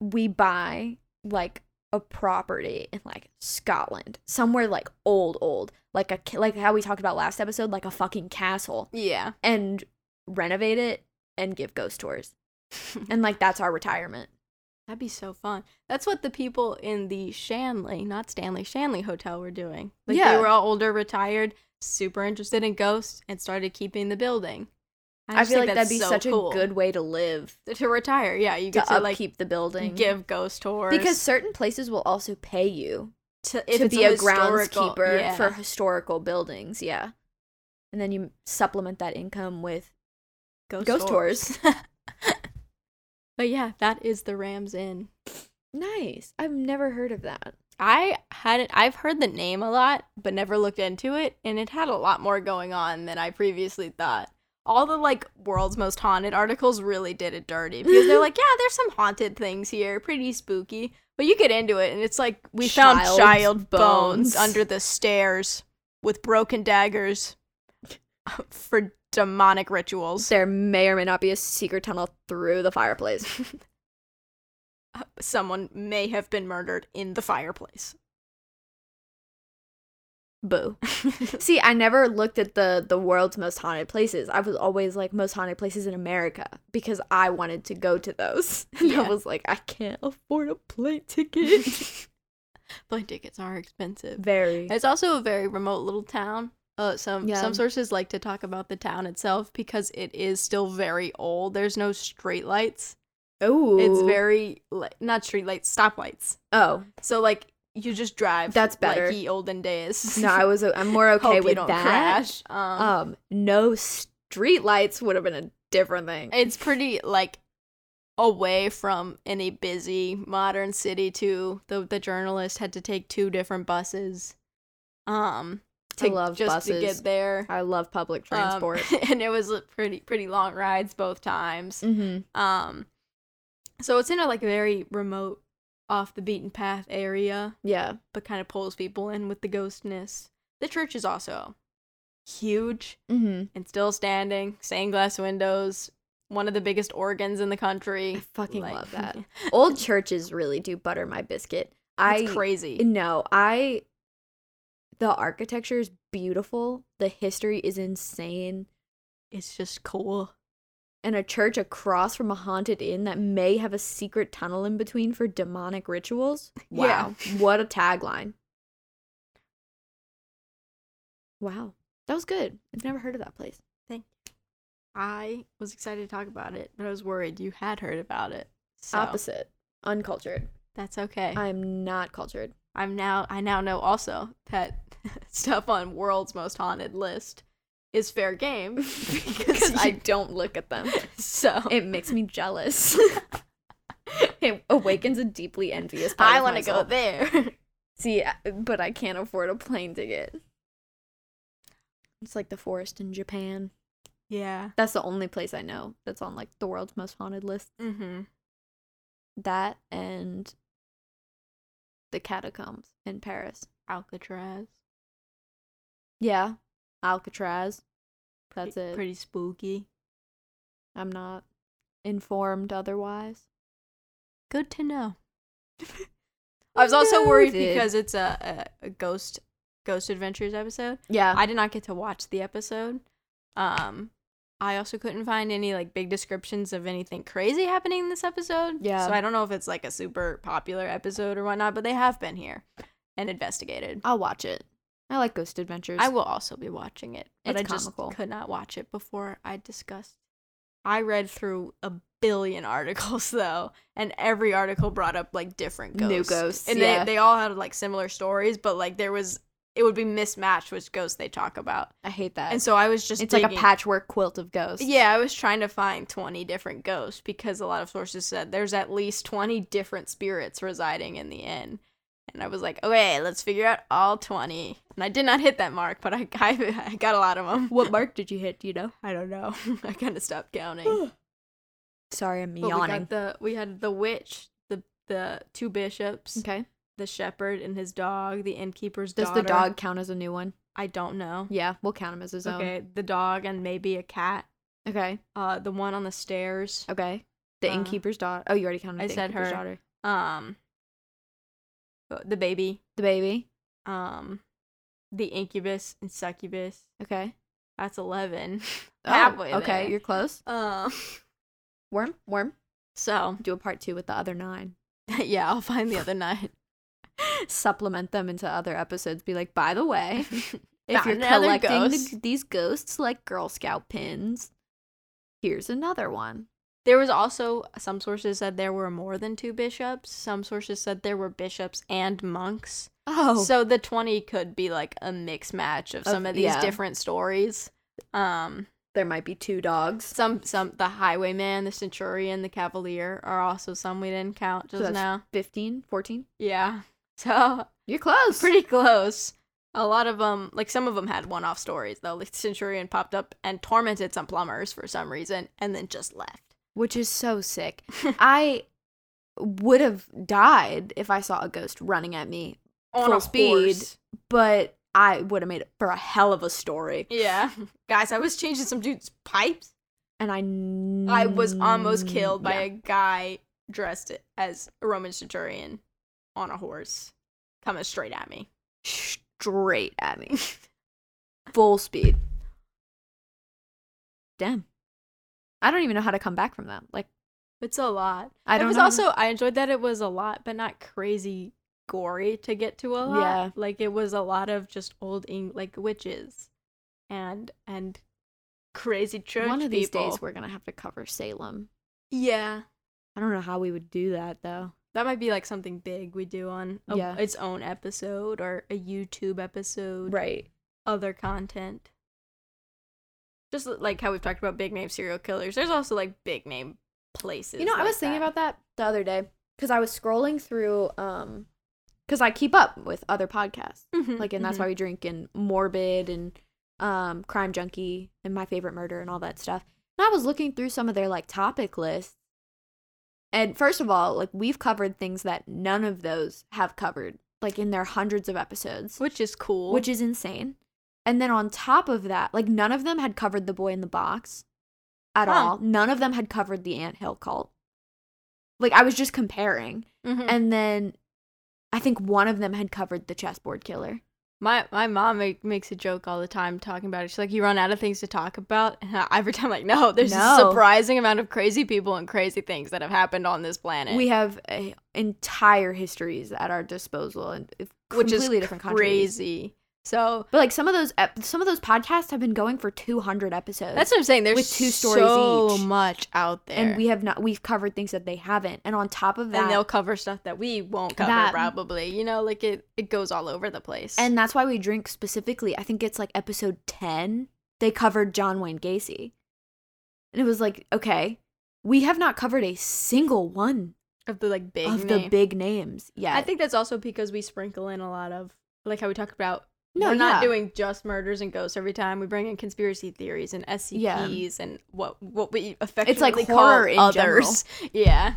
S1: we buy like a property in like Scotland, somewhere like old, old, like a ca- like how we talked about last episode, like a fucking castle,
S2: Yeah.
S1: and renovate it and give ghost tours, and like that's our retirement.
S2: That'd be so fun. That's what the people in the Shanley, not Stanley, Shanley Hotel were doing. Like
S1: Yeah.
S2: they were all older, retired, super interested in ghosts, and started keeping the building.
S1: I,
S2: just
S1: feel like
S2: think
S1: that'd
S2: that's
S1: be
S2: so
S1: such
S2: cool.
S1: a good way to live
S2: to retire. Yeah, you
S1: to
S2: get to,
S1: upkeep
S2: like
S1: the building.
S2: give ghost tours
S1: because certain places will also pay you
S2: to,
S1: to be a
S2: historical-
S1: groundskeeper
S2: yeah.
S1: for historical buildings. Yeah, and then you supplement that income with ghost
S2: but yeah, that is the Rams Inn.
S1: nice. I've never heard of that.
S2: I hadn't. I've heard the name a lot, but never looked into it, and it had a lot more going on than I previously thought. All the like world's most haunted articles really did it dirty because they're like, yeah, there's some haunted things here, pretty spooky. But you get into it, and it's like we found
S1: Child
S2: child bones.
S1: bones.
S2: under the stairs with broken daggers for demonic rituals.
S1: There may or may not be a secret tunnel through the fireplace.
S2: Someone may have been murdered in the fireplace.
S1: Boo. See, I never looked at the the world's most haunted places. I was always like most haunted places in America because I wanted to go to those. And
S2: Yeah.
S1: I was like, I can't afford a plane ticket.
S2: Plane tickets are expensive.
S1: Very.
S2: It's also a very remote little town. Uh, some
S1: Yeah.
S2: some sources like to talk about the town itself because it is still very old. There's no street lights.
S1: Oh,
S2: It's very li- not street lights, stoplights.
S1: Oh
S2: So like you just drive.
S1: That's better.
S2: Like ye olden days.
S1: no, I was. I'm more
S2: Hope
S1: okay
S2: you
S1: with
S2: don't
S1: that.
S2: crash. Um,
S1: Um, no street lights would have been a different thing.
S2: it's pretty like away from any busy modern city too the the journalist had to take two different buses um to
S1: I love
S2: just to
S1: buses.
S2: get there
S1: I love public
S2: Um,
S1: transport.
S2: and it was a pretty pretty long rides both times
S1: mm-hmm.
S2: um so it's in a like very remote off the beaten path area
S1: Yeah.
S2: but kind of pulls people in with the ghostness the church is also huge
S1: Mm-hmm.
S2: and still standing, stained glass windows, one of the biggest organs in the country.
S1: I fucking
S2: Like-
S1: love that. Old churches really do butter my biscuit. I
S2: It's crazy.
S1: No, I. The architecture is beautiful. The history is insane.
S2: it's just cool.
S1: And a church across from a haunted inn that may have a secret tunnel in between for demonic rituals.
S2: Yeah.
S1: Wow. what a tagline. Wow. That was good. I've never heard of that place.
S2: I was excited to talk about it, but I was worried you had heard about it. So
S1: Opposite. Uncultured.
S2: that's okay.
S1: I'm not cultured.
S2: I'm now I now know also that stuff on world's most haunted list is fair game because
S1: Because I
S2: I
S1: don't look at them.
S2: so
S1: It makes me jealous. it awakens a deeply envious part
S2: I
S1: want to
S2: go there.
S1: See, I- but I can't afford a plane ticket. It's like the forest in Japan.
S2: yeah.
S1: That's the only place I know that's on like the world's most haunted list.
S2: Mhm.
S1: That and the catacombs in Paris.
S2: Alcatraz.
S1: Yeah, Alcatraz. That's
S2: Pretty-
S1: it.
S2: Pretty spooky.
S1: I'm not informed otherwise.
S2: Good to know. Oh, I was also worried
S1: Noted.
S2: because it's a, a, a ghost ghost adventures episode.
S1: Yeah.
S2: I did not get to watch the episode. Um I also couldn't find any like big descriptions of anything crazy happening in this episode.
S1: Yeah.
S2: So I don't know if it's like a super popular episode or whatnot, but they have been here and investigated.
S1: I'll watch it. I like Ghost Adventures.
S2: I will also be watching it, but
S1: It's
S2: I just
S1: comical.
S2: could not watch it before I discussed. I read through a billion articles though, and every article brought up like different
S1: New
S2: ghosts.
S1: ghosts,
S2: and
S1: yeah.
S2: they they all had like similar stories, but like there was it would be mismatched which ghosts they talk about,
S1: I hate that.
S2: and so I was just
S1: it's like a
S2: digging-
S1: patchwork quilt of ghosts.
S2: Yeah, I was trying to find 20 different ghosts because a lot of sources said there's at least 20 different spirits residing in the inn. And I was like, okay, let's figure out all 20. And I did not hit that mark, but I, I, I got a lot of them.
S1: What mark did you hit? Do you know?
S2: I don't know. I kind of stopped counting.
S1: Sorry, I'm
S2: But we
S1: Hmm, yawning.
S2: got the we had the witch, the the two bishops,
S1: okay.
S2: the shepherd and his dog, the innkeeper's
S1: Does
S2: daughter.
S1: the dog count as a new one?
S2: I don't know.
S1: Yeah, we'll count him as his own.
S2: Okay, the dog and maybe a cat.
S1: Okay.
S2: Uh, the one on the stairs.
S1: Okay. The
S2: Uh,
S1: innkeeper's daughter. Oh, you already counted.
S2: I
S1: the
S2: said
S1: innkeeper's
S2: her.
S1: daughter.
S2: um uh, the baby
S1: The baby.
S2: um the incubus and succubus
S1: Okay.
S2: that's 11
S1: Oh,
S2: Halfway
S1: okay.
S2: there.
S1: You're close.
S2: um
S1: Worm. Worm.
S2: so
S1: Do a part two with the other nine.
S2: yeah i'll find the other night
S1: Supplement them into other episodes. Be like, by the way, if
S2: Found
S1: you're
S2: another
S1: collecting the-
S2: ghost.
S1: these ghosts like Girl Scout pins, here's another one.
S2: there was also some sources said there were more than two bishops some sources said there were bishops and monks
S1: Oh.
S2: so the 20 could be like a mix match of
S1: Of-
S2: some of these
S1: yeah.
S2: different stories um
S1: there might be two dogs.
S2: some some the highwayman the centurion the cavalier are also some we didn't count
S1: So
S2: just
S1: that's
S2: now
S1: 15, 14.
S2: yeah so
S1: You're close.
S2: pretty close. A lot of them, like some of them, had one-off stories though. Like Centurion popped up and tormented some plumbers for some reason, and then just left.
S1: which is so sick. I would have died if I saw a ghost running at me,
S2: On
S1: Full
S2: a
S1: speed.
S2: horse.
S1: but I would have made it for a hell of a story.
S2: Yeah, guys, I was changing some dude's pipes.
S1: And I, n-
S2: I was almost killed by
S1: yeah.
S2: a guy dressed as a Roman centurion on a horse coming straight at me.
S1: straight at me, full speed. Damn, I don't even know how to come back from that. Like
S2: It's a lot.
S1: I don't
S2: it was
S1: know.
S2: also I enjoyed that it was a lot, but not crazy gory to get to a lot.
S1: Yeah.
S2: Like it was a lot of just old Eng- like witches and and crazy church
S1: one of these
S2: people.
S1: days we're gonna have to cover Salem.
S2: yeah.
S1: I don't know how we would do that though.
S2: That might be like something big we do on a,
S1: Yeah.
S2: its own episode or a YouTube episode,
S1: Right.
S2: other content. Just like how we've talked about big name serial killers. There's also like big name places.
S1: You know, I
S2: like
S1: was thinking
S2: that.
S1: about that the other day because I was scrolling through, um, because I keep up with other podcasts,
S2: Mhm,
S1: like, and that's
S2: mhm.
S1: why we drink and Morbid and um, Crime Junkie and My Favorite Murder and all that stuff. And I was looking through some of their like topic lists, and first of all, like we've covered things that none of those have covered, like in their hundreds of episodes,
S2: which is cool.
S1: which is insane. And then on top of that, like none of them had covered the boy in the box at
S2: Huh.
S1: all. None of them had covered the anthill cult. Like I was just comparing.
S2: Mhm.
S1: And then I think one of them had covered the chessboard killer.
S2: My my mom make, makes a joke all the time talking about it. She's like, "You run out of things to talk about." And I- every time, like, no, there's a
S1: No.
S2: surprising amount of crazy people and crazy things that have happened on this planet.
S1: We have a, entire histories at our disposal, and if-
S2: which is
S1: completely different countries.
S2: crazy. So
S1: But like some of those, ep- some of those podcasts have been going for two hundred episodes.
S2: that's what I'm saying. There's
S1: Uh, With two stories
S2: so
S1: each.
S2: much out there,
S1: and we have not. We've covered things that they haven't, and on top of that,
S2: and they'll cover stuff that we won't cover
S1: That-
S2: probably. You know, like it it goes all over the place.
S1: And that's why we drink specifically. I think it's like episode 10. They covered John Wayne Gacy. And it was like, okay, we have not covered a single one
S2: of the like big
S1: of the
S2: name.
S1: big names yet.
S2: I think that's also because we sprinkle in a lot of like how we talk about
S1: no,
S2: we're not
S1: yeah.
S2: doing just murders and ghosts every time. We bring in conspiracy theories and SCPs and what what we affectionately call
S1: horror in
S2: others. Yeah,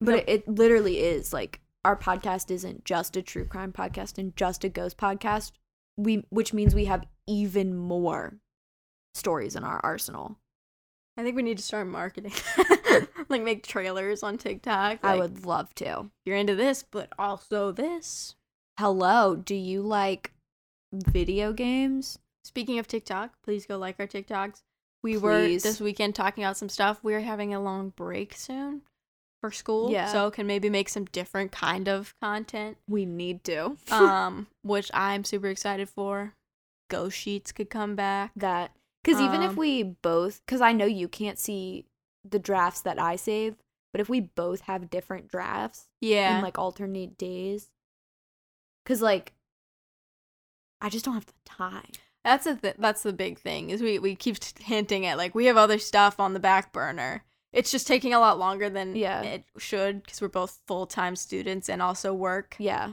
S1: But it, it literally is like our podcast isn't just a true crime podcast and just a ghost podcast. We which means we have even more stories in our arsenal.
S2: I think we need to start marketing, like make trailers on TikTok.
S1: I
S2: like,
S1: would love to.
S2: You're into this, but also this.
S1: Hello, do you like video games?
S2: Speaking of TikTok, please go like our TikToks. We were
S1: Please.
S2: this weekend talking about some stuff. We're having a long break soon for school,
S1: Yeah.
S2: so can maybe make some different kind of content.
S1: We need to.
S2: um, which I'm super excited for. Ghost sheets could come back.
S1: that because even if
S2: Um,
S1: we both because i know you can't see the drafts that i save but if we both have different drafts
S2: Yeah,
S1: and like alternate days because like i just don't have the time
S2: that's a th- that's the big thing is we we keep t- hinting at like we have other stuff on the back burner. It's just taking a lot longer than
S1: Yeah.
S2: it should because we're both full time students and also work
S1: yeah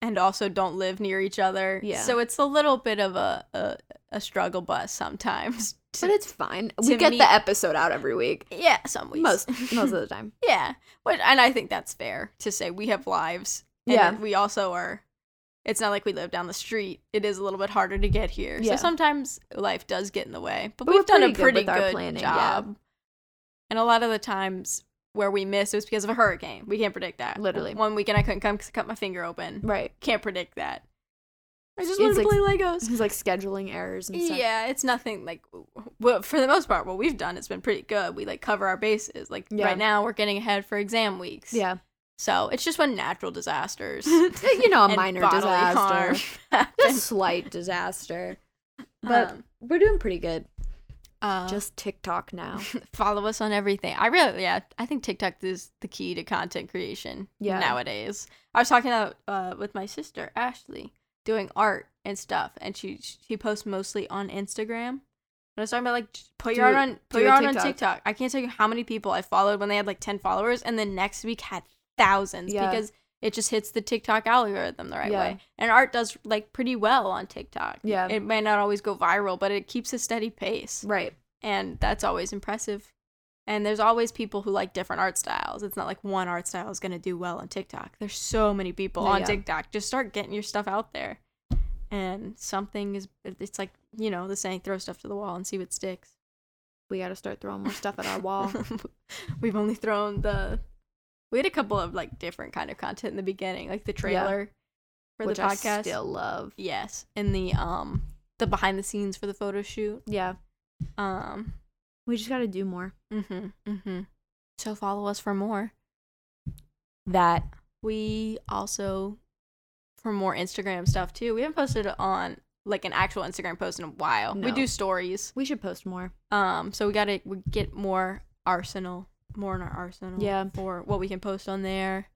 S2: and also don't live near each other.
S1: Yeah.
S2: so it's a little bit of a a, a struggle bus sometimes. to-
S1: but it's fine
S2: to
S1: we get
S2: me-
S1: the episode out every week
S2: yeah, some weeks
S1: most most of the time
S2: Yeah. Which, and I think that's fair to say we have lives. And
S1: Yeah.
S2: We also are. It's not like we live down the street. It is a little bit harder to get here.
S1: Yeah.
S2: So sometimes life does get in the way. But,
S1: But
S2: we've
S1: we're
S2: done
S1: pretty
S2: a
S1: good
S2: pretty
S1: with our
S2: good
S1: planning, yeah.
S2: job. And a lot of the times where we miss, it was because of a hurricane. We can't predict that.
S1: Literally.
S2: One weekend I couldn't come because I cut my finger open.
S1: right
S2: Can't predict that. I
S1: It's
S2: just wanted to
S1: like-
S2: play Legos.
S1: it's like scheduling errors and stuff
S2: Yeah, it's nothing like. Well, for the most part, what we've done has been pretty good. We like cover our bases. Like
S1: Yeah.
S2: right now, we're getting ahead for exam weeks.
S1: yeah
S2: So it's just when natural disasters,
S1: you know a
S2: and
S1: minor
S2: bodily
S1: disaster
S2: harm
S1: a
S2: happen.
S1: slight disaster but um,
S2: Um,
S1: we're doing pretty good
S2: uh,
S1: just tiktok now
S2: follow us on everything. I really, yeah, I think TikTok is the key to content creation
S1: Yeah.
S2: nowadays. I was talking about uh, with my sister Ashley doing art and stuff, and she she posts mostly on Instagram. And I was talking about like just put your
S1: Do-
S2: art on put
S1: do
S2: your
S1: a
S2: art on
S1: TikTok.
S2: TikTok. I can't tell you how many people I followed when they had like ten followers, and then next week had thousands
S1: Yeah.
S2: because it just hits the TikTok algorithm the right
S1: Yeah.
S2: way. And art does like pretty well on TikTok.
S1: Yeah.
S2: it may not always go viral, but it keeps a steady pace
S1: right
S2: and that's always impressive. And there's always people who like different art styles. It's not like one art style is going to do well on TikTok. There's so many people
S1: Yeah,
S2: on
S1: yeah.
S2: TikTok. Just start getting your stuff out there. And something is, it's like, you know, the saying throw stuff to the wall and see what sticks.
S1: we gotta start throwing more stuff at our wall
S2: We've only thrown the, we had a couple of like different kind of content in the beginning, like the trailer for
S1: which
S2: the podcast.
S1: I still love.
S2: yes. And the, um, the behind the scenes for the photo shoot.
S1: Yeah,
S2: Um,
S1: we just got to do more.
S2: Mm-hmm. Mm-hmm. So follow us for more.
S1: That
S2: We also for more Instagram stuff too. We haven't posted on like an actual Instagram post in a while. We
S1: No.
S2: do stories.
S1: we should post more.
S2: Um, so we gotta we get more arsenal, more in our arsenal.
S1: Yeah.
S2: For what we can post on there.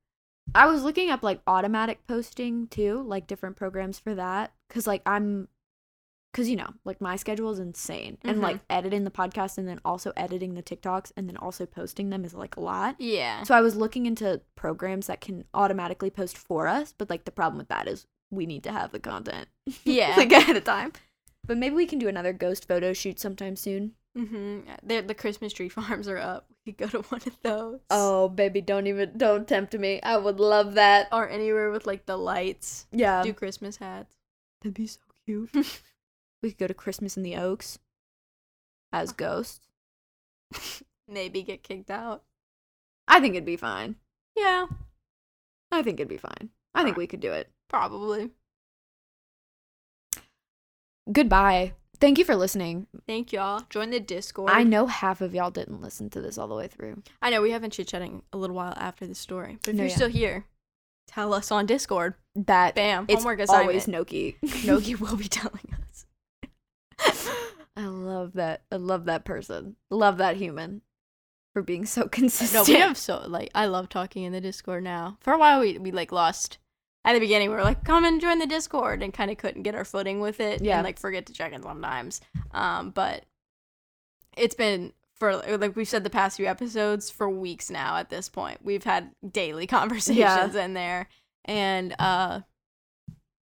S1: I was looking up like automatic posting too, like different programs for that, because like I'm, because you know, like my schedule is insane, and
S2: Mhm.
S1: like editing the podcast and then also editing the TikToks and then also posting them is like a lot.
S2: Yeah.
S1: So I was looking into programs that can automatically post for us, but like the problem with that is we need to have the content
S2: Yeah.
S1: like ahead of time. But maybe we can do another ghost photo shoot sometime soon.
S2: mm-hmm. They're, the Christmas tree farms are up. We could go to one of those.
S1: Oh, baby, don't even don't tempt me. I would love that.
S2: Or anywhere with like the lights.
S1: Yeah.
S2: do Christmas hats.
S1: That'd be so cute. we could go to Christmas in the Oaks as ghosts.
S2: Maybe get kicked out.
S1: I think it'd be fine.
S2: Yeah.
S1: I think it'd be fine. I think we could do it.
S2: Probably.
S1: Goodbye. Thank you for listening.
S2: Thank y'all. Join the Discord.
S1: I know half of y'all didn't listen to this all the way through.
S2: I know we haven't chit chatting a little while after the story, but if
S1: No,
S2: you're
S1: yeah.
S2: still here, tell us on Discord.
S1: That
S2: Bam.
S1: it's
S2: homework assignment.
S1: always Noki.
S2: Nogi will be telling us.
S1: I love that. I love that person. Love that human for being so
S2: no,
S1: consistent.
S2: we have so like I love talking in the Discord now. For a while we we like lost at the beginning we were like come and join the Discord and kind of couldn't get our footing with it
S1: Yeah.
S2: and like forget to check in sometimes. Um, but it's been for like we've said the past few episodes for weeks now at this point. We've had daily conversations in there and uh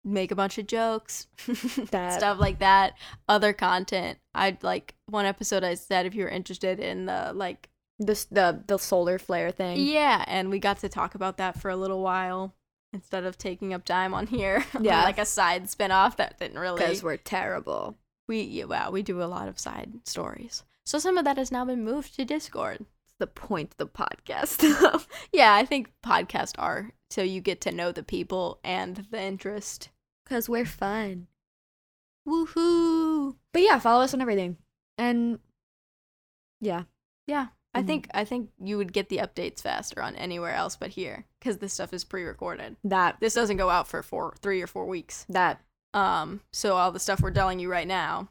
S2: make a bunch of jokes
S1: That-
S2: stuff like that other content i'd like one episode i said if you were interested in the like
S1: This the the solar flare thing.
S2: yeah, and we got to talk about that for a little while instead of taking up time on here. on,
S1: Yeah.
S2: like a side spin off that didn't really.
S1: Because we're terrible.
S2: We yeah, wow, we do a lot of side stories. So some of that has now been moved to Discord.
S1: It's the point of the podcast.
S2: Yeah, I think podcasts are so you get to know the people and the interest.
S1: Because we're fun.
S2: Woohoo!
S1: But yeah, follow us on everything. And yeah.
S2: I
S1: Mhm.
S2: think I think you would get the updates faster on anywhere else but here because this stuff is pre-recorded.
S1: That
S2: This doesn't go out for four, three or four weeks.
S1: that
S2: Um, so all the stuff we're telling you right now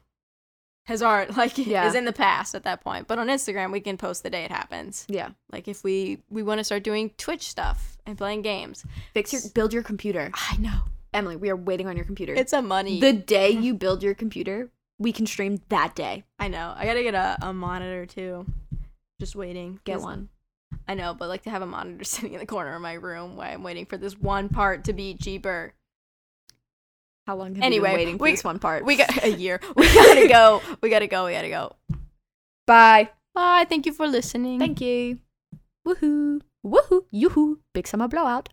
S2: has art like
S1: Yeah.
S2: is in the past at that point. But on Instagram we can post the day it happens.
S1: yeah.
S2: Like if we we want to start doing Twitch stuff and playing games.
S1: Fix your build your computer.
S2: I know.
S1: Emily, we are waiting on your computer.
S2: It's a money.
S1: the day you build your computer, we can stream that day.
S2: I know. I got to get a, a monitor too. Just waiting.
S1: Get
S2: 'Cause-
S1: one.
S2: I know, but like to have a monitor sitting in the corner of my room while I'm waiting for this one part to be cheaper.
S1: How long have you
S2: Anyway,
S1: been waiting for
S2: we-
S1: this one part?
S2: We got a year. We got to go. We got to go. We got to go.
S1: Bye.
S2: Bye. Thank you for listening.
S1: Thank you. Woohoo. Woohoo. Yoo-hoo. Big summer blowout.